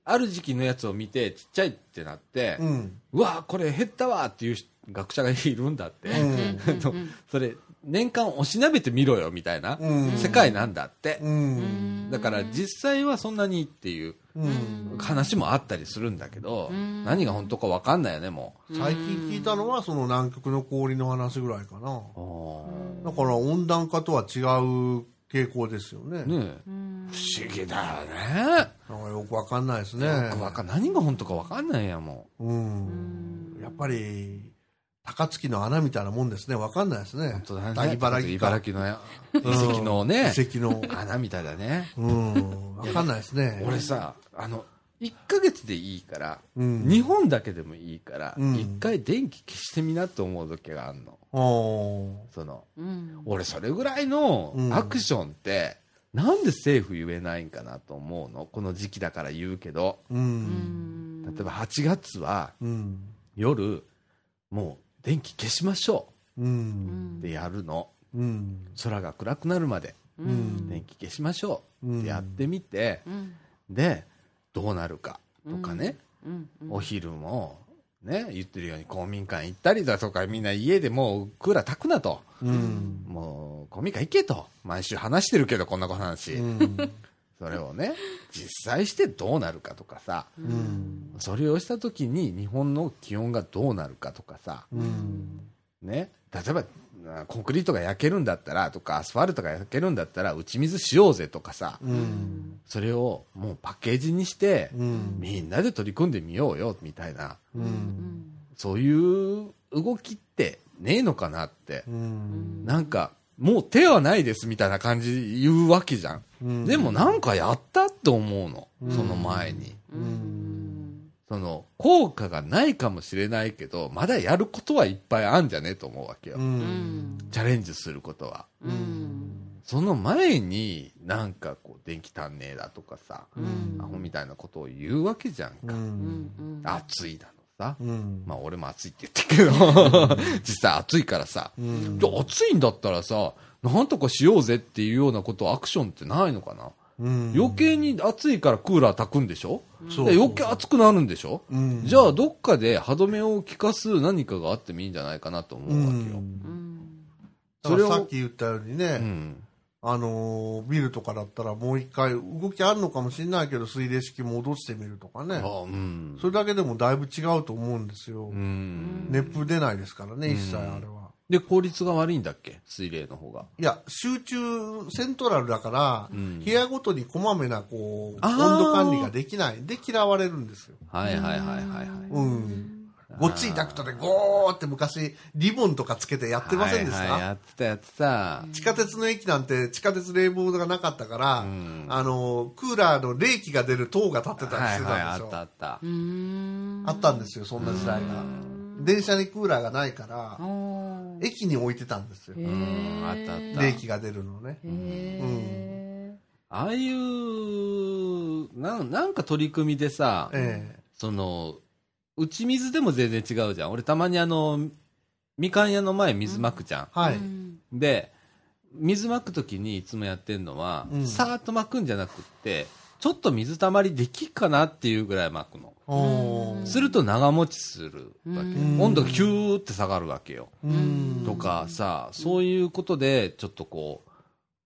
Speaker 1: ある時期のやつを見てちっちゃいってなって、
Speaker 2: うん。
Speaker 1: うわこれ減ったわっていう人学者がいるんだって、
Speaker 2: うん。
Speaker 1: あのそれ年間おしなべてみろよみたいな
Speaker 2: うん
Speaker 1: 世界なんだって、
Speaker 2: うん。
Speaker 1: だから実際はそんなにっていう
Speaker 2: うん
Speaker 1: 話もあったりするんだけど、
Speaker 4: うん
Speaker 1: 何が本当か分かんないよねも
Speaker 2: 最近聞いたのはその南極の氷の話ぐらいかな
Speaker 1: う、
Speaker 2: だから温暖化とは違う傾向ですよね
Speaker 1: ねえ不思議だよね
Speaker 2: なんかよくわかんないですね
Speaker 1: よくわかん何が本当か分かんないやも
Speaker 2: うん、やっぱり高槻の穴みたいなもんですねわかんないですね
Speaker 1: う本当だね
Speaker 2: 大茨城か
Speaker 1: 茨城のや遺跡のね
Speaker 2: 遺跡の
Speaker 1: 穴みたいだね
Speaker 2: うんわかんないですね
Speaker 1: 俺さあの1ヶ月でいいから、
Speaker 2: うん
Speaker 1: 日本だけでもいいから、一
Speaker 2: うん
Speaker 1: 回電気消してみなと思う時があるの
Speaker 2: おー
Speaker 1: その
Speaker 4: うん
Speaker 1: 俺それぐらいのアクションって、なんで政府言えないんかなと思うのこの時期だから言うけど
Speaker 2: う
Speaker 4: うんん
Speaker 1: 例えば8月は
Speaker 2: うん
Speaker 1: 夜もう電気消しましょ
Speaker 2: う
Speaker 4: うん
Speaker 1: うっ
Speaker 4: ん
Speaker 1: てやるの
Speaker 2: うん
Speaker 1: 空が暗くなるまで
Speaker 4: うん
Speaker 1: 電気消しましょ
Speaker 2: う
Speaker 1: うんってやってみて、
Speaker 4: うん
Speaker 1: でどうなるかとかね、
Speaker 4: うんうん
Speaker 1: お昼も、ね、言ってるように公民館行ったりだとか、みんな家でもうクーラー炊くなと、
Speaker 2: うん
Speaker 1: もう公民館行けと、毎週話してるけど、こんな話、
Speaker 2: うん
Speaker 1: それをね、実際してどうなるかとかさ、
Speaker 2: うん
Speaker 1: それをした時に日本の気温がどうなるかとかさ、
Speaker 2: うん
Speaker 1: ね、例えば、あコンクリートが焼けるんだったらとか、アスファルトが焼けるんだったら、打ち水しようぜとかさ、
Speaker 2: うん
Speaker 1: それをもうパッケージにして、
Speaker 2: うん
Speaker 1: みんなで取り組んでみようよ、みたいな。
Speaker 2: う
Speaker 4: うんん
Speaker 1: そういう動きってねえのかなって、
Speaker 2: うん
Speaker 1: なんか、もう手はないですみたいな感じ言うわけじゃん。
Speaker 2: うん
Speaker 1: でもなんかやったって思うの、
Speaker 2: うん
Speaker 1: その前に。
Speaker 4: うん
Speaker 1: その、効果がないかもしれないけど、まだやることはいっぱいあんじゃねえと思うわけよ。
Speaker 2: うん
Speaker 4: うん
Speaker 1: チャレンジすることは。
Speaker 4: うん
Speaker 1: その前になんかこう、電気足んねえだとかさ、
Speaker 4: うん
Speaker 1: アホみたいなことを言うわけじゃん
Speaker 2: う
Speaker 1: か。
Speaker 2: ん
Speaker 4: うん
Speaker 1: 暑いだのさ。
Speaker 2: うん
Speaker 1: まあ俺も暑いって言ってるけど、 実際暑いからさ。
Speaker 2: うん
Speaker 1: じゃあ暑いんだったらさ、なんとかしようぜっていうようなこと、アクションってないのかな、
Speaker 2: うん
Speaker 1: 余計に暑いからクーラー炊くんでしょ、
Speaker 2: そう
Speaker 1: で余計暑くなるんでしょ、
Speaker 2: うん
Speaker 1: じゃあどっかで歯止めを効かす何かがあってもいいんじゃないかなと思
Speaker 2: う
Speaker 1: うわけよ。
Speaker 2: ん
Speaker 4: うん
Speaker 1: それを
Speaker 2: だからさっき言ったようにね、
Speaker 1: うん。
Speaker 2: あのービルとかだったらもう一回動きあるのかもしれないけど水冷式戻してみるとかね
Speaker 1: あうん。
Speaker 2: それだけでもだいぶ違うと思うんですよ、
Speaker 1: うん。
Speaker 2: 熱風出ないですからね
Speaker 1: うん
Speaker 2: 一切あれは、
Speaker 1: で、効率が悪いんだっけ水冷の方が。
Speaker 2: いや集中セントラルだから、
Speaker 1: うん
Speaker 2: 部屋ごとにこまめなこう
Speaker 1: あー
Speaker 2: 温度管理ができないで嫌われるんですよ
Speaker 1: はいはいはいはいはい。
Speaker 2: うんごっついダクトでゴーって昔リボンとかつけてやってませんでした、
Speaker 1: はいはい、やってたやってた。
Speaker 2: 地下鉄の駅なんて地下鉄冷房がなかったから、
Speaker 1: ん
Speaker 2: あのクーラーの冷気が出る塔が立ってたり
Speaker 1: は
Speaker 2: し
Speaker 1: い
Speaker 2: て
Speaker 1: はい、
Speaker 2: た
Speaker 1: あっ
Speaker 2: んですよ、
Speaker 1: たあった。
Speaker 4: うん
Speaker 2: あったんですよそんな時代が電車にクーラーがないから
Speaker 4: おー
Speaker 2: 駅に置いてたんですよ
Speaker 4: へ
Speaker 1: う
Speaker 4: ー
Speaker 1: ん、あったあった。
Speaker 2: 冷気が出るのね
Speaker 4: へ
Speaker 1: ああいうなん、なんか取り組みでさ、
Speaker 2: え
Speaker 1: その、打ち水でも全然違うじゃん。俺たまにあの、みかん屋の前水まくじゃん
Speaker 2: え。はい、
Speaker 4: うん
Speaker 1: で、水まくときにいつもやってんのは、
Speaker 2: うん
Speaker 1: さーっとまくんじゃなくって、ちょっと水たまりできっかなっていうぐらいまくの。
Speaker 2: おー
Speaker 1: すると長持ちするわけ。
Speaker 2: うん
Speaker 1: 温度がキューって下がるわけよ。
Speaker 2: うん
Speaker 1: とかさ、そういうことで、ちょっとこう、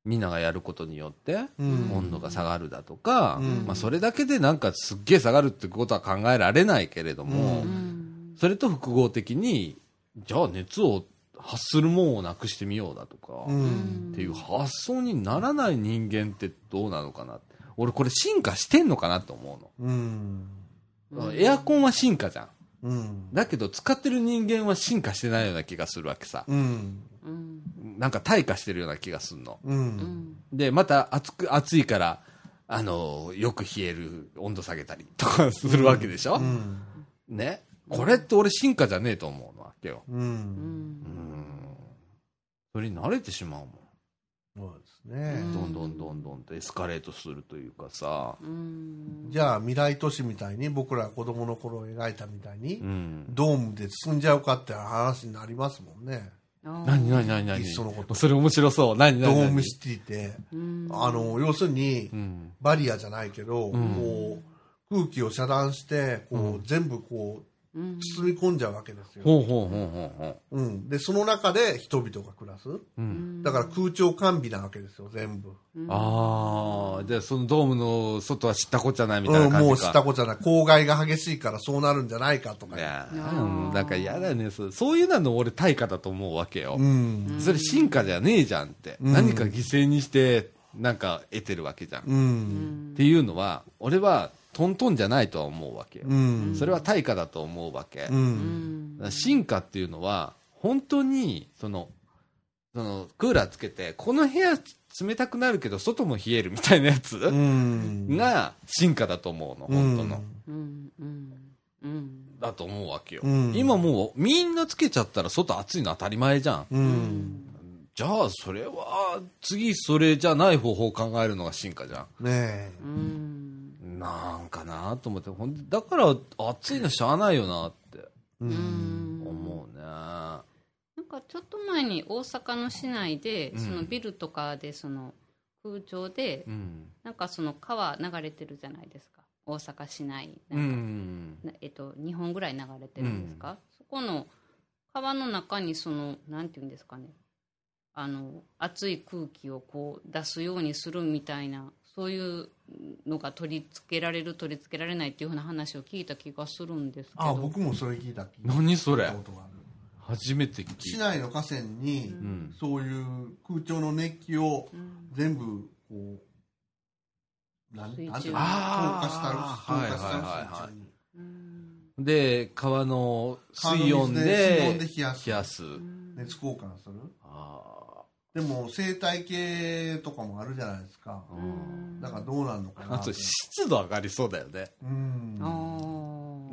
Speaker 1: みんながやることによって、
Speaker 2: うん
Speaker 1: 温度が下がるだとか、
Speaker 2: うん
Speaker 1: まあ、それだけでなんかすっげえ下がるってことは考えられないけれども、
Speaker 2: う
Speaker 4: うん
Speaker 1: それと複合的にじゃあ熱を発するもんをなくしてみようだとか、
Speaker 2: う
Speaker 1: っ
Speaker 2: ん
Speaker 1: ていう発想にならない人間ってどうなのかな俺これ進化してんのかなと思
Speaker 2: うん
Speaker 1: うの、エアコンは進化じゃん
Speaker 2: うん
Speaker 1: だけど使ってる人間は進化してないような気がするわけさ
Speaker 2: うん
Speaker 4: うん
Speaker 1: なんか退化してるような気がするの
Speaker 2: う
Speaker 4: うんん
Speaker 1: で、また暑く、暑いから、あの、よく冷える、温度下げたりとかするわけでしょ、
Speaker 2: うん
Speaker 1: ね。これって俺進化じゃねえと思うのわけよ。
Speaker 2: う
Speaker 4: うん
Speaker 1: うんん。それに慣れてしまうも
Speaker 2: そうですね
Speaker 1: ん。
Speaker 4: ん
Speaker 1: どんどんどんどんとエスカレートするというかさ。
Speaker 4: うん
Speaker 2: じゃあ未来都市みたいに僕ら子供の頃描いたみたいに、
Speaker 1: うん。
Speaker 2: ドームで進んじゃうかって話になりますもんね。
Speaker 4: あー
Speaker 1: 何何何何
Speaker 2: いっそのこと
Speaker 1: それ面白そう。何
Speaker 2: ド
Speaker 1: 何何
Speaker 2: ームシティって、
Speaker 4: うん
Speaker 2: あの、要するに
Speaker 1: う、ん。
Speaker 2: バリアじゃないけど、
Speaker 1: ん
Speaker 2: こう、空気を遮断して、こう、全部こう、
Speaker 4: うん
Speaker 2: 包み込んじゃうわけですよ。
Speaker 1: ほうほうほうほうほう。
Speaker 2: うん。で、その中で人々が暮らす。
Speaker 1: うん。
Speaker 2: だから空調完備なわけですよ、全部。
Speaker 1: ああ、じゃあそのドームの外は知ったこっちゃないみたいな
Speaker 2: うん、
Speaker 1: 感じか。
Speaker 2: もう知ったことじゃない。公害が激しいからそうなるんじゃないかとか
Speaker 1: い。や
Speaker 4: いや
Speaker 1: ー、
Speaker 4: ー
Speaker 1: うんなんか嫌だよね。そうそういうのは俺対価だと思うわけよ。
Speaker 2: うん。
Speaker 1: それ進化じゃねえじゃんって。
Speaker 2: うん
Speaker 1: 何か犠牲にして、なんか得てるわけじゃん。
Speaker 2: う。
Speaker 4: うんん
Speaker 1: っていうのは、俺はトントンじゃないとは思うわけよ。
Speaker 2: うん。
Speaker 1: それは対価だと思うわけ。
Speaker 2: う。
Speaker 4: うんん
Speaker 1: だから進化っていうのは、本当に、その、その、クーラーつけて、この部屋冷たくなるけど、外も冷えるみたいなやつ
Speaker 2: うん。
Speaker 1: が進化だと思うの、
Speaker 2: う
Speaker 1: 本
Speaker 2: ん
Speaker 1: 当の。
Speaker 4: うんうんうん
Speaker 1: だと思うわけよ。
Speaker 2: うん
Speaker 1: 今もう、みんなつけちゃったら外暑いの当たり前じゃん。
Speaker 2: うん。
Speaker 1: じゃあ、それは、次、それじゃない方法を考えるのが進化じゃ
Speaker 2: ね
Speaker 4: うん
Speaker 1: ん。なんかなと思って、ほんだから、暑いのしゃあないよなって
Speaker 2: え。う。
Speaker 4: うんん
Speaker 1: 思うね。
Speaker 4: なんかちょっと前に大阪の市内で、
Speaker 1: うん
Speaker 4: そのビルとかでその空調で、
Speaker 1: うん。
Speaker 4: なんかその川流れてるじゃないですか大阪市内
Speaker 1: う
Speaker 4: なんか
Speaker 1: ん。
Speaker 4: なえっと、2本ぐらい流れてるんですか、そこの川の中にそのなんていうんですかねあの熱い空気をこう出すようにするみたいなそういうのが取り付けられる取り付けられないっていうふうな話を聞いた気がするんですけど
Speaker 2: あ、僕もそれ聞いた。
Speaker 1: 何そ
Speaker 2: 聞い
Speaker 1: れ
Speaker 2: たことがある
Speaker 1: 初めて聞
Speaker 2: 市
Speaker 1: いた。
Speaker 2: 内の河川に
Speaker 1: う、ん。
Speaker 2: そういう空調の熱気を
Speaker 4: うん
Speaker 2: 全部、こう、なん
Speaker 4: 水中
Speaker 2: なんていうの透過
Speaker 1: あ
Speaker 2: した、
Speaker 1: ー
Speaker 2: 透過し
Speaker 1: はいはい
Speaker 2: た
Speaker 1: はいはい
Speaker 2: 水中に。
Speaker 4: うん
Speaker 1: で、川の水温
Speaker 2: 川の
Speaker 1: で
Speaker 2: 水で水温で冷やす
Speaker 1: 冷やす。
Speaker 2: 熱交換する。
Speaker 1: あ
Speaker 2: でも、生態系とかもあるじゃないですか。
Speaker 1: ーうん
Speaker 2: だからどうなるのか
Speaker 1: あ
Speaker 2: なと
Speaker 1: と、。湿度上がりそうだよね。
Speaker 2: うん。
Speaker 4: あ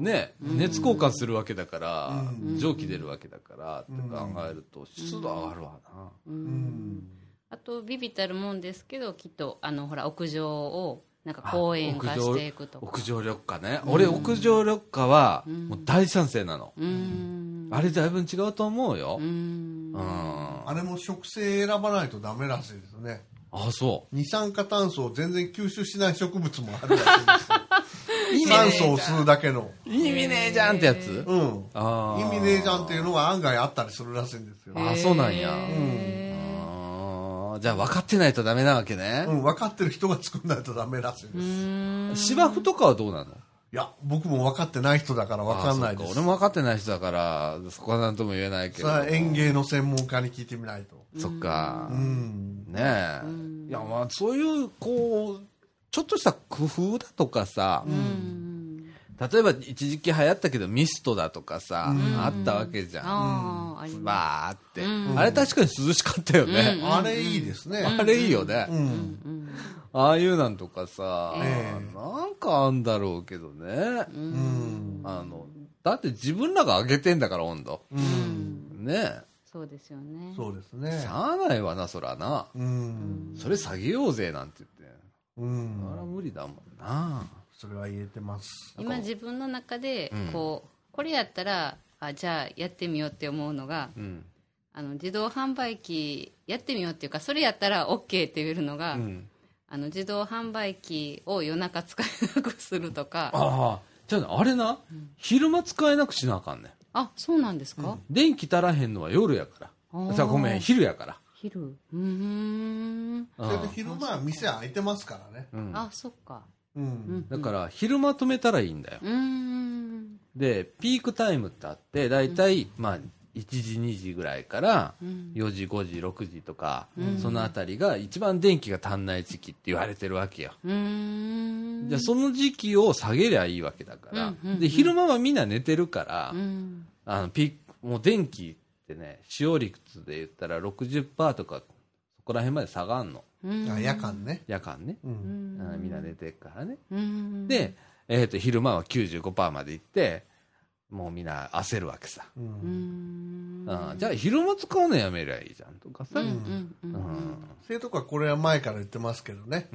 Speaker 4: ー
Speaker 1: ね、
Speaker 4: うん
Speaker 1: 熱交換するわけだから、
Speaker 2: うん
Speaker 1: 蒸気出るわけだからって考えると湿度上がるわな、
Speaker 4: う
Speaker 2: うんん。
Speaker 4: あとビビたるもんですけどきっとあのほら屋上をなんか公園化していくとか
Speaker 1: 屋上緑化ね、俺屋上緑化は
Speaker 4: うん
Speaker 1: もう大賛成なの、
Speaker 4: うん
Speaker 1: あれだいぶ違うと思うよ
Speaker 4: う、ん
Speaker 1: うんあ
Speaker 2: あれも植生選ばないとダメらしいですね。
Speaker 1: そ
Speaker 2: 二酸化炭素を全然吸収しない植物もあるらしいですよ。
Speaker 1: う意
Speaker 2: 酸素を吸うだけの。
Speaker 1: 意味ねえじゃんってやつ、
Speaker 2: うん。
Speaker 1: あ
Speaker 2: 意
Speaker 1: ー
Speaker 2: 味ねえじゃんっていうのが案外あったりするらしいんですよ。
Speaker 1: あそうなんや
Speaker 4: へー
Speaker 1: あーじゃあ分かってないとダメなわけね
Speaker 2: う、ん、分かってる人が作んないとダメらしいです。い
Speaker 1: 芝生とかはどうなの
Speaker 2: や、僕も分かってない人だから分かんないで
Speaker 1: あーそっ
Speaker 2: す。
Speaker 1: 俺も分かってない人だからそこは何とも言えないけ
Speaker 2: そ
Speaker 1: ど
Speaker 2: れは園芸の専門家に聞いてみないと。
Speaker 1: そっか、
Speaker 2: うん。
Speaker 1: ねえ、いやまあそういうこうちょっとした工夫だとかさ、
Speaker 4: うん
Speaker 1: 例えば一時期流行ったけどミストだとかさ、
Speaker 2: うん
Speaker 1: あったわけじゃん、
Speaker 4: あーあります
Speaker 1: バーって、
Speaker 4: うん
Speaker 1: あれ確かに涼しかったよ
Speaker 4: う
Speaker 1: ね、
Speaker 4: ん
Speaker 2: あれいいですね。
Speaker 1: あれいいよね、
Speaker 2: うん。
Speaker 4: うん
Speaker 1: ああいうなんとかさ、
Speaker 2: ええ
Speaker 1: なんかあんだろうけどね、
Speaker 2: うん。
Speaker 1: あのだって自分らが上げてんだから温度
Speaker 4: うん
Speaker 1: ね
Speaker 4: そうですよね
Speaker 2: そうです
Speaker 1: え
Speaker 2: ね
Speaker 1: し。ゃあないわなそらな
Speaker 2: うん。
Speaker 1: それ下げようぜなんて言って
Speaker 2: う
Speaker 1: そら
Speaker 2: ん。
Speaker 1: 無理だもんな
Speaker 2: それは言えてます。
Speaker 4: 今自分の中で
Speaker 1: うん
Speaker 4: こうこれやったらあじゃあやってみようって思うのが
Speaker 1: うん
Speaker 4: あの自動販売機やってみようっていうかそれやったら OK って言えるのが、
Speaker 1: うん
Speaker 4: あの自動販売機を夜中使えなくするとか
Speaker 1: ああ、じゃあねあれな、昼間使えなくしなあかんねん。
Speaker 4: あそうなんですか、
Speaker 1: 電気足らへんのは夜やか
Speaker 4: あー
Speaker 1: ら。じゃあごめん、昼やから。
Speaker 4: 昼うーん
Speaker 1: う
Speaker 2: それで
Speaker 1: ん
Speaker 2: 昼間は店開いてますからね。
Speaker 1: うん
Speaker 4: あそっか
Speaker 2: う。
Speaker 4: うんん
Speaker 1: だから、昼間止めたらいいんだよ。
Speaker 4: うーん
Speaker 1: で、ピークタイムってあって、だいたい、まあ、1時、2時ぐらいから、
Speaker 4: うん
Speaker 1: 4時、5時、6時とか、
Speaker 4: うん
Speaker 1: そのあたりが一番電気が足んない時期って言われてるわけよ。
Speaker 4: うーん
Speaker 1: じゃあその時期を下げりゃいいわけだから
Speaker 4: うんうんう。ん
Speaker 1: で、昼間はみんな寝てるから
Speaker 4: う、ん
Speaker 1: あのピークもう電気ってね、使用率で言ったら60%とか、そこら辺まで下がんの。
Speaker 4: うん
Speaker 2: あ夜間ね。
Speaker 1: 夜間ね。
Speaker 2: う。
Speaker 4: うん
Speaker 1: あの
Speaker 4: ん
Speaker 1: みんな寝てるからね。
Speaker 4: うん
Speaker 1: で、えっ、と、昼間は95%まで行って、もうみんな焦るわけさ。
Speaker 2: う。
Speaker 4: うんん
Speaker 1: あじゃあ昼間使うのやめりゃいいじゃんとかさ。
Speaker 4: う
Speaker 1: うんん。
Speaker 4: うん
Speaker 1: う
Speaker 4: うん
Speaker 1: ん。
Speaker 2: 生徒はこれは前から言ってますけどね。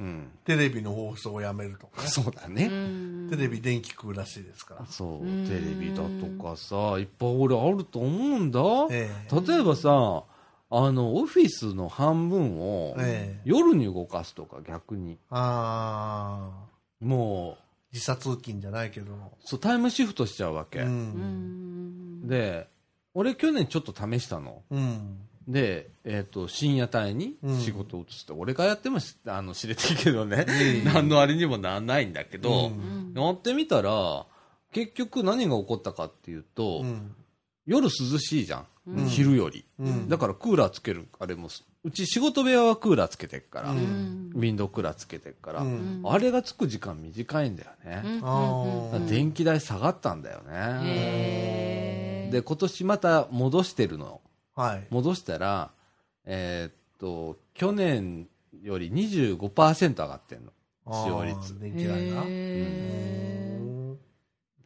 Speaker 2: テレビの放送をやめるとか ね。
Speaker 1: そうだ
Speaker 4: う
Speaker 1: ね。
Speaker 4: ん
Speaker 2: テレビ電気食うらしいですから。
Speaker 1: そう
Speaker 4: うん、
Speaker 1: テレビだとかさ、いっぱい俺あると思うんだ。
Speaker 2: え
Speaker 1: 例えばさ、あの、オフィスの半分を
Speaker 2: えええ
Speaker 1: 夜に動かすとか逆に。
Speaker 2: ああ。
Speaker 1: もう、
Speaker 2: 時差通勤じゃないけども。
Speaker 1: そう、タイムシフトしちゃうわけ。
Speaker 2: うん。
Speaker 1: で、俺去年ちょっと試したの。
Speaker 2: うん。
Speaker 1: で、えっ、と、深夜帯に仕事を移して、俺がやってもしあの知れてるけどね、 何のあれにもなんないんだけど、やってみたら、結局何が起こったかっていうと、
Speaker 2: うん。
Speaker 1: 夜涼しいじゃん。
Speaker 4: うん
Speaker 1: 昼より。
Speaker 2: うん。
Speaker 1: だからクーラーつける、あれもす、うち仕事部屋はクーラーつけてっから、
Speaker 2: うん
Speaker 1: ウィンドウクーラーつけてっから、
Speaker 2: うん。
Speaker 1: あれがつく時間短いんだよね。だから電気代下がったんだよね。
Speaker 4: へ
Speaker 1: で、今年また戻してるの。
Speaker 2: はい。
Speaker 1: 戻したら、えーっと、去年より25%上がってんの。使用率
Speaker 2: あー電気代が。うん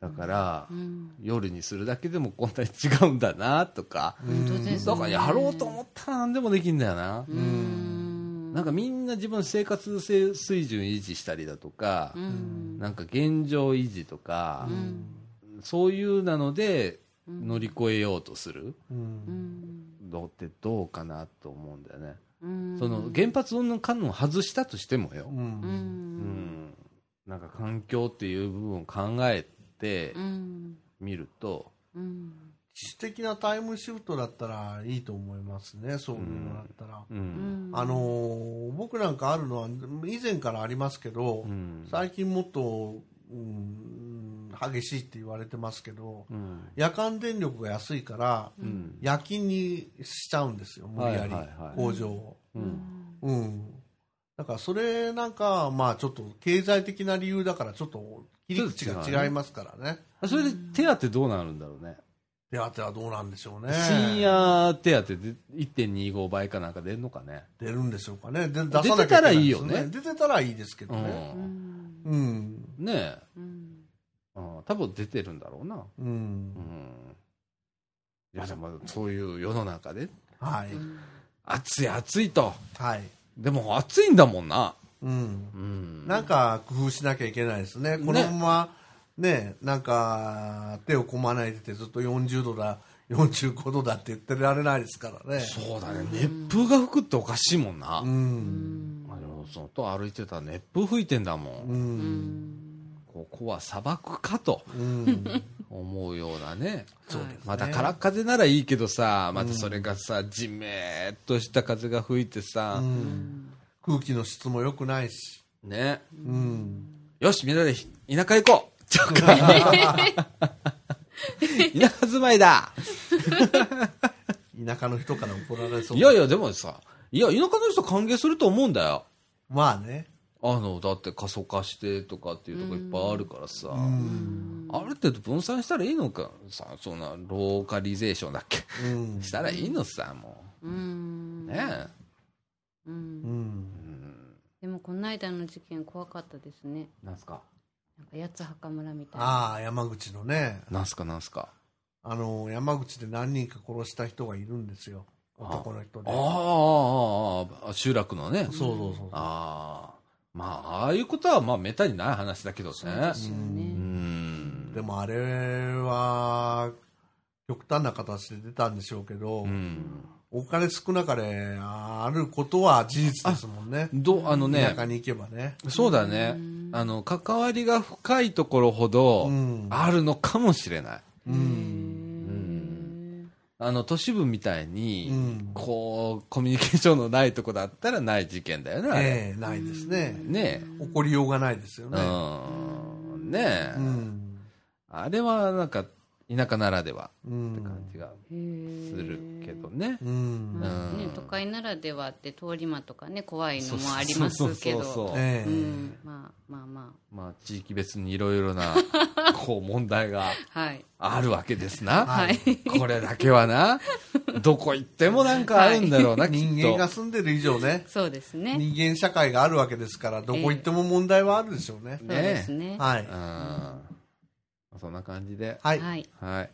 Speaker 1: だから、
Speaker 4: うん
Speaker 1: 夜にするだけでもこんなに違うんだなとか。
Speaker 4: 本当です
Speaker 1: だからやろうと思ったら何でもできんだよな。
Speaker 4: うん
Speaker 1: なんかみんな自分の生活水準維持したりだとか
Speaker 4: う、ん
Speaker 1: なんか現状維持とか
Speaker 4: う、ん
Speaker 1: そういうなので
Speaker 4: うん
Speaker 1: 乗り越えようとする
Speaker 2: う。
Speaker 4: うんん
Speaker 1: のってどうかなと思うんだよね。
Speaker 4: うん
Speaker 1: その原発云々かんぬん外したとしてもよ。
Speaker 2: う。
Speaker 4: うんん
Speaker 1: なんか環境っていう部分を考えて
Speaker 4: うん
Speaker 1: みると、
Speaker 4: うん
Speaker 2: 知的なタイムシフトだったらいいと思いますね。そういうのだったら。
Speaker 1: うん
Speaker 4: うん
Speaker 2: あのー僕なんかあるのは、以前からありますけど、
Speaker 1: うん
Speaker 2: 最近もっと、うん、激しいって言われてますけど、
Speaker 1: うん
Speaker 2: 夜間電力が安いから、
Speaker 1: うん
Speaker 2: 夜勤にしちゃうんですよ、無理やり
Speaker 1: はいはいはい
Speaker 2: 工場を。
Speaker 1: うん
Speaker 2: うん。だからそれなんか、まあちょっと経済的な理由だからちょっと切り口が違いますからね。
Speaker 1: それで手当どうなるんだろうね、
Speaker 2: 手当はどうなんでしょうね。
Speaker 1: 深夜手当で1.25倍かなんか出るのかね、
Speaker 2: 出るんでしょうかね。で出
Speaker 1: 出
Speaker 2: さ
Speaker 1: て
Speaker 2: なきゃ
Speaker 1: たら
Speaker 2: けないい
Speaker 1: い
Speaker 2: で
Speaker 1: よ
Speaker 2: す
Speaker 1: ね
Speaker 2: ね。出てたらいいですけど
Speaker 1: う
Speaker 2: ね。
Speaker 4: うんん
Speaker 2: うん。
Speaker 1: ねえ、
Speaker 4: うん
Speaker 1: うん、多分出てるんだろうな、
Speaker 2: う。
Speaker 1: うんん、いやでもそういう世の中で
Speaker 2: はい。
Speaker 1: 暑い暑いと
Speaker 2: はい。
Speaker 1: でも暑いんだもんな、
Speaker 2: うん。
Speaker 1: うん、
Speaker 2: なんか工夫しなきゃいけないですね。このまま、ね、なんか手を込まないでてずっと40度だ、45度だって言ってられないですからね。
Speaker 1: そうだね熱風が吹くっておかしいもんな、
Speaker 2: うん。
Speaker 1: あの外歩いてたら熱風吹いてんだもん、
Speaker 2: うん。
Speaker 1: ここは砂漠かと
Speaker 2: うん。
Speaker 1: 思うようなね
Speaker 4: そうですね
Speaker 1: また空っ風ならいいけどさまたそれがさじめーっとした風が吹いてさ
Speaker 2: う、ん空気の質も良くないし。
Speaker 1: ね
Speaker 2: うん。
Speaker 1: よしみんなでひ田舎行 こう とか田舎住まいだ
Speaker 2: 田舎の人から怒られそう。
Speaker 1: いやいやでもさいや田舎の人歓迎すると思うんだよ
Speaker 2: まあね。
Speaker 1: あのだって過疎化してとかっていうとこいっぱいあるからさ、
Speaker 2: うん。
Speaker 1: ある程度分散したらいいのかさそんなローカリゼーションだっけ
Speaker 2: うん。
Speaker 1: したらいいのさも
Speaker 4: うん
Speaker 1: うね
Speaker 2: う
Speaker 4: う
Speaker 2: んん。
Speaker 4: でもこの間の事件怖かったですね
Speaker 1: なんすか
Speaker 4: なんか八つ墓村みたいな
Speaker 2: ああ、山口のね。
Speaker 1: なんすかなんすか
Speaker 2: あの、山口で何人か殺した人がいるんですよ。男の人で。
Speaker 1: ああああああ集落のね
Speaker 2: そうそうそう。
Speaker 1: ああまあああいうことはまあめったにない話だけどね
Speaker 4: そうですよ
Speaker 1: う
Speaker 4: ね
Speaker 1: ん
Speaker 2: でもあれは、極端な形で出たんでしょうけど、
Speaker 1: うん
Speaker 2: お金少なかれあることは事実ですもんね。
Speaker 1: どうあのね
Speaker 2: 田舎に行けばね。
Speaker 1: そうだねあの関わりが深いところほど
Speaker 2: うん
Speaker 1: あるのかもしれない
Speaker 4: うん
Speaker 1: あの都市部みたいうに
Speaker 2: ん。
Speaker 1: こうコミュニケーションのないとこだったらない事件だよねあれ
Speaker 2: ええないですね。
Speaker 1: ね
Speaker 2: 起こりようがないですよ
Speaker 1: えう
Speaker 2: ね。
Speaker 1: んねえ
Speaker 2: うん。
Speaker 1: あれはなんか田舎ならでは
Speaker 2: う
Speaker 1: って
Speaker 2: ん。
Speaker 1: 感じが
Speaker 4: す
Speaker 1: するけどね。
Speaker 2: う
Speaker 4: う
Speaker 2: ん。
Speaker 4: んね、都会ならではって通り魔とかね怖いのもありますけ
Speaker 1: そうそうそう
Speaker 4: ど
Speaker 1: そう
Speaker 2: ええ
Speaker 4: うんまあまあま
Speaker 1: まあ地域別にいろいろ なこう問題が
Speaker 4: あはい
Speaker 1: あるわけですな。
Speaker 4: はい
Speaker 1: これだけはな、どこ行ってもなんかあるんだろうな、きっと。
Speaker 2: 人間が住んでる以上ね、
Speaker 4: そうですね
Speaker 2: 人間社会があるわけですから、どこ行っても問題はあるでしょうね。
Speaker 4: そうですね
Speaker 2: はい。
Speaker 1: うん。そんな感じで、
Speaker 2: はい。
Speaker 4: はい
Speaker 1: はい。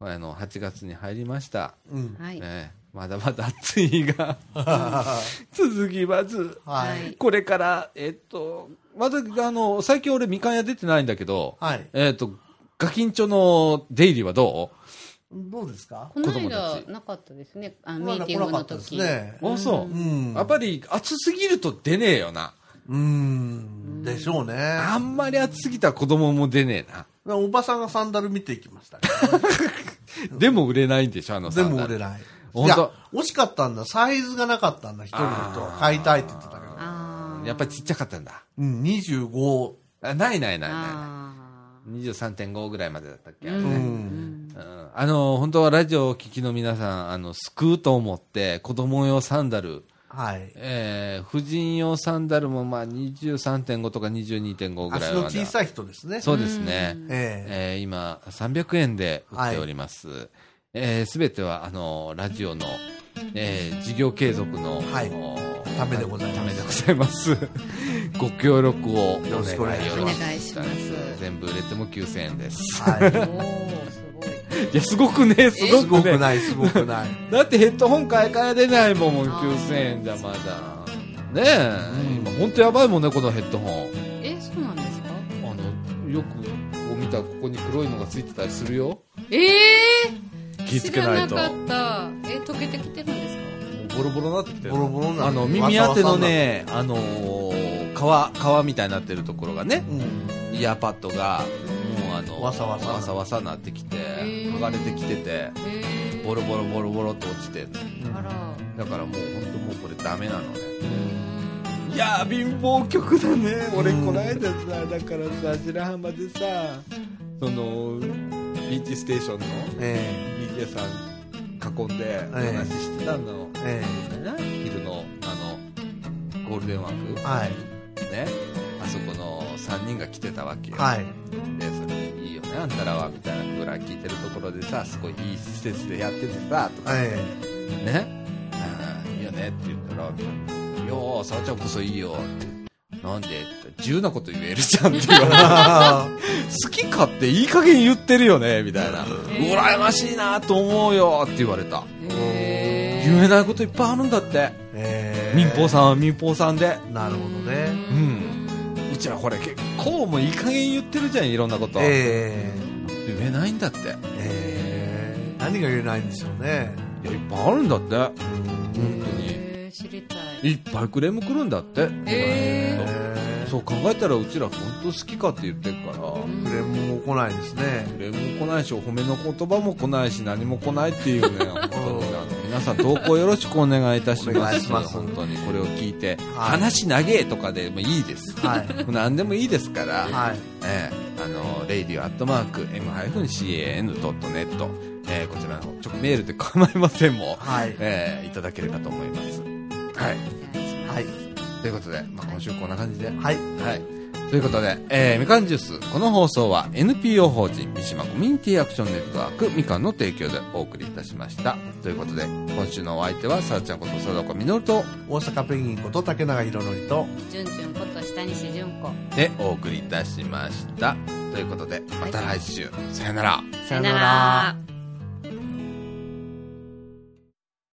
Speaker 1: あの、8月に入りました。
Speaker 2: うん。
Speaker 4: はい
Speaker 1: ねまだまだ暑い日が
Speaker 2: は
Speaker 1: 続きます。
Speaker 2: い。
Speaker 1: これから、えっと、まだ、あの、最近俺みかん屋出てないんだけど、
Speaker 2: はい。
Speaker 1: えっと、ガキンチョの出入りはどう
Speaker 2: どうですか
Speaker 4: この
Speaker 1: 子供た
Speaker 4: 間
Speaker 1: ち
Speaker 4: なかったですねあ
Speaker 2: ま
Speaker 4: ミ
Speaker 2: だ
Speaker 4: ーティン
Speaker 2: 来
Speaker 4: グの時
Speaker 2: なかったですね。
Speaker 1: あ、そう
Speaker 2: うん。
Speaker 1: やっぱり暑すぎると出ねえよな。
Speaker 2: ううんでしょうね
Speaker 1: あんまり暑すぎたら子供も出ねえな。
Speaker 2: おばさんがサンダル見ていきましたけ
Speaker 1: でも売れないんでしょ、あの
Speaker 2: ど
Speaker 1: サ
Speaker 2: で
Speaker 1: ン
Speaker 2: も
Speaker 1: ダル。
Speaker 2: 売れないい
Speaker 1: 本当
Speaker 2: や惜しかったんだサイズがなかったんだ一人だと
Speaker 1: あー
Speaker 2: 買いたいって言ってたけど、
Speaker 4: あー
Speaker 1: やっぱりちっちゃかったんだ。
Speaker 2: うん、25
Speaker 1: あないないないな
Speaker 4: あ
Speaker 1: い。23.5ぐらいまでだったっけ、
Speaker 4: ー
Speaker 1: あれ
Speaker 4: うん
Speaker 1: ね
Speaker 4: うん
Speaker 1: うんあの、本当はラジオを聞きの皆さん、あの、救うと思って、子供用サンダル、
Speaker 2: はい
Speaker 1: えー、婦人用サンダルもまあ23.5とか22.5ぐらい
Speaker 2: 足
Speaker 1: は
Speaker 2: の小さい人ですね
Speaker 1: そうですね。
Speaker 2: え
Speaker 1: え
Speaker 2: え
Speaker 1: ー今、300円で売っております。えすべては、あの、ラジオの、えー事業継続の、
Speaker 2: はい
Speaker 1: おー
Speaker 2: ためでございます
Speaker 1: ためでございます。 ご協力をお願い
Speaker 2: よろしくお願いします
Speaker 1: よろく
Speaker 4: お願いします
Speaker 1: 全部売れても9000円です。
Speaker 2: はい
Speaker 4: おーすごい
Speaker 1: いや、すごくね、 す
Speaker 2: す
Speaker 1: ご
Speaker 2: ご
Speaker 1: くね
Speaker 2: く。ないすごくない
Speaker 1: だってヘッドホン買い替えれないもん、もう
Speaker 4: あ
Speaker 1: 9000
Speaker 4: ー
Speaker 1: 円じゃまだ。ねえ、今ほんとやばいもんね、このヘッドホン。
Speaker 4: えそうなんですか
Speaker 1: あの、よくこう見たらここに黒いのがついてたりするよ。
Speaker 4: ええ
Speaker 1: 気
Speaker 4: ー、
Speaker 1: ぃつ
Speaker 4: 知
Speaker 1: け
Speaker 4: ら
Speaker 1: ない
Speaker 4: な
Speaker 1: と。
Speaker 4: かったえ溶けてきてるんですか
Speaker 1: ボロボロになってきて
Speaker 2: ボロボロな
Speaker 1: あの耳当てのね、あのー、皮皮みたいになってるところがね
Speaker 2: うん
Speaker 1: イヤーパッドがもうあの
Speaker 2: わさわさ
Speaker 1: わさわさなってきて
Speaker 4: ー
Speaker 1: 剥がれてきてて
Speaker 4: ええ
Speaker 1: ボロボロボロボロって落ちてんの
Speaker 4: あ
Speaker 1: だ
Speaker 4: ら
Speaker 1: からもう本当もうこれダメなのね
Speaker 4: うん
Speaker 1: いやー貧乏曲だね俺
Speaker 2: うん
Speaker 1: こないださだからさ白浜でさそのビーチステーションの
Speaker 2: え
Speaker 1: DJ さん囲んでお話ししてたの、
Speaker 2: ええ
Speaker 1: 昼のあのゴールデンワーク
Speaker 2: えはい
Speaker 1: ね、あそこの3人が来てたわけよ、
Speaker 2: はい
Speaker 1: でそれいいよねあんたらはみたいなぐらい聞いてるところでさすごいいい施設でやっててさとか
Speaker 2: え
Speaker 1: ねあーいいよねって言ったら「いやーさわちゃんこそいいよ」って「なんで?」って言ったら自由なこと言えるじゃん」って言われて好きかっていい加減言ってるよねみたいな
Speaker 4: え
Speaker 1: 羨ましいなと思うよって言われた
Speaker 4: え
Speaker 1: 言えないこといっぱいあるんだって
Speaker 2: えええ
Speaker 1: 民放さんは民放さんで
Speaker 2: なるほどね
Speaker 1: うんうちらこれ結構もういい加減言ってるじゃんいろんなこと、
Speaker 2: え
Speaker 1: 言えないんだっていや
Speaker 2: えええ何が言えないんでしょうね
Speaker 1: いっぱいあるんだって本当に
Speaker 4: えー知りたい
Speaker 1: いっぱいクレーム来るんだって
Speaker 4: えー
Speaker 2: え
Speaker 1: そう考えたらうちら本当好きかって言ってるから
Speaker 4: うん
Speaker 2: クレームも来ないですね
Speaker 1: クレームも来ないしお褒めの言葉も来ないし何も来ないっていう ね本当にあの皆さん投稿よろしくお願いいたし
Speaker 2: お
Speaker 1: ま
Speaker 2: 願い
Speaker 1: す
Speaker 2: します
Speaker 1: 本当にこれを聞いて、
Speaker 2: はい
Speaker 1: 話長えとかでもいいです
Speaker 2: はい
Speaker 1: 何でもいいですから、
Speaker 2: はい
Speaker 1: ええあの、radio.m-can.net、ええこちらの直メールで構いませんも、
Speaker 2: はい
Speaker 1: ええいただければと思います。はい。
Speaker 4: お願いします
Speaker 2: はい
Speaker 1: ということで、まあ、今週こんな感じで。はい。
Speaker 2: はい
Speaker 1: ということで、ええみかんジュース、この放送は NPO 法人三島コミュニティアクションネットワークみかんの提供でお送りいたしました。ということで、今週のお相手は、さあちゃんこと佐藤みのると、
Speaker 2: 大阪ペンギンこと竹永宏典と
Speaker 4: じゅんじゅんこと下西じゅんこ
Speaker 1: でお送りいたしました。ということで、また来週、さよなら。
Speaker 4: さよなら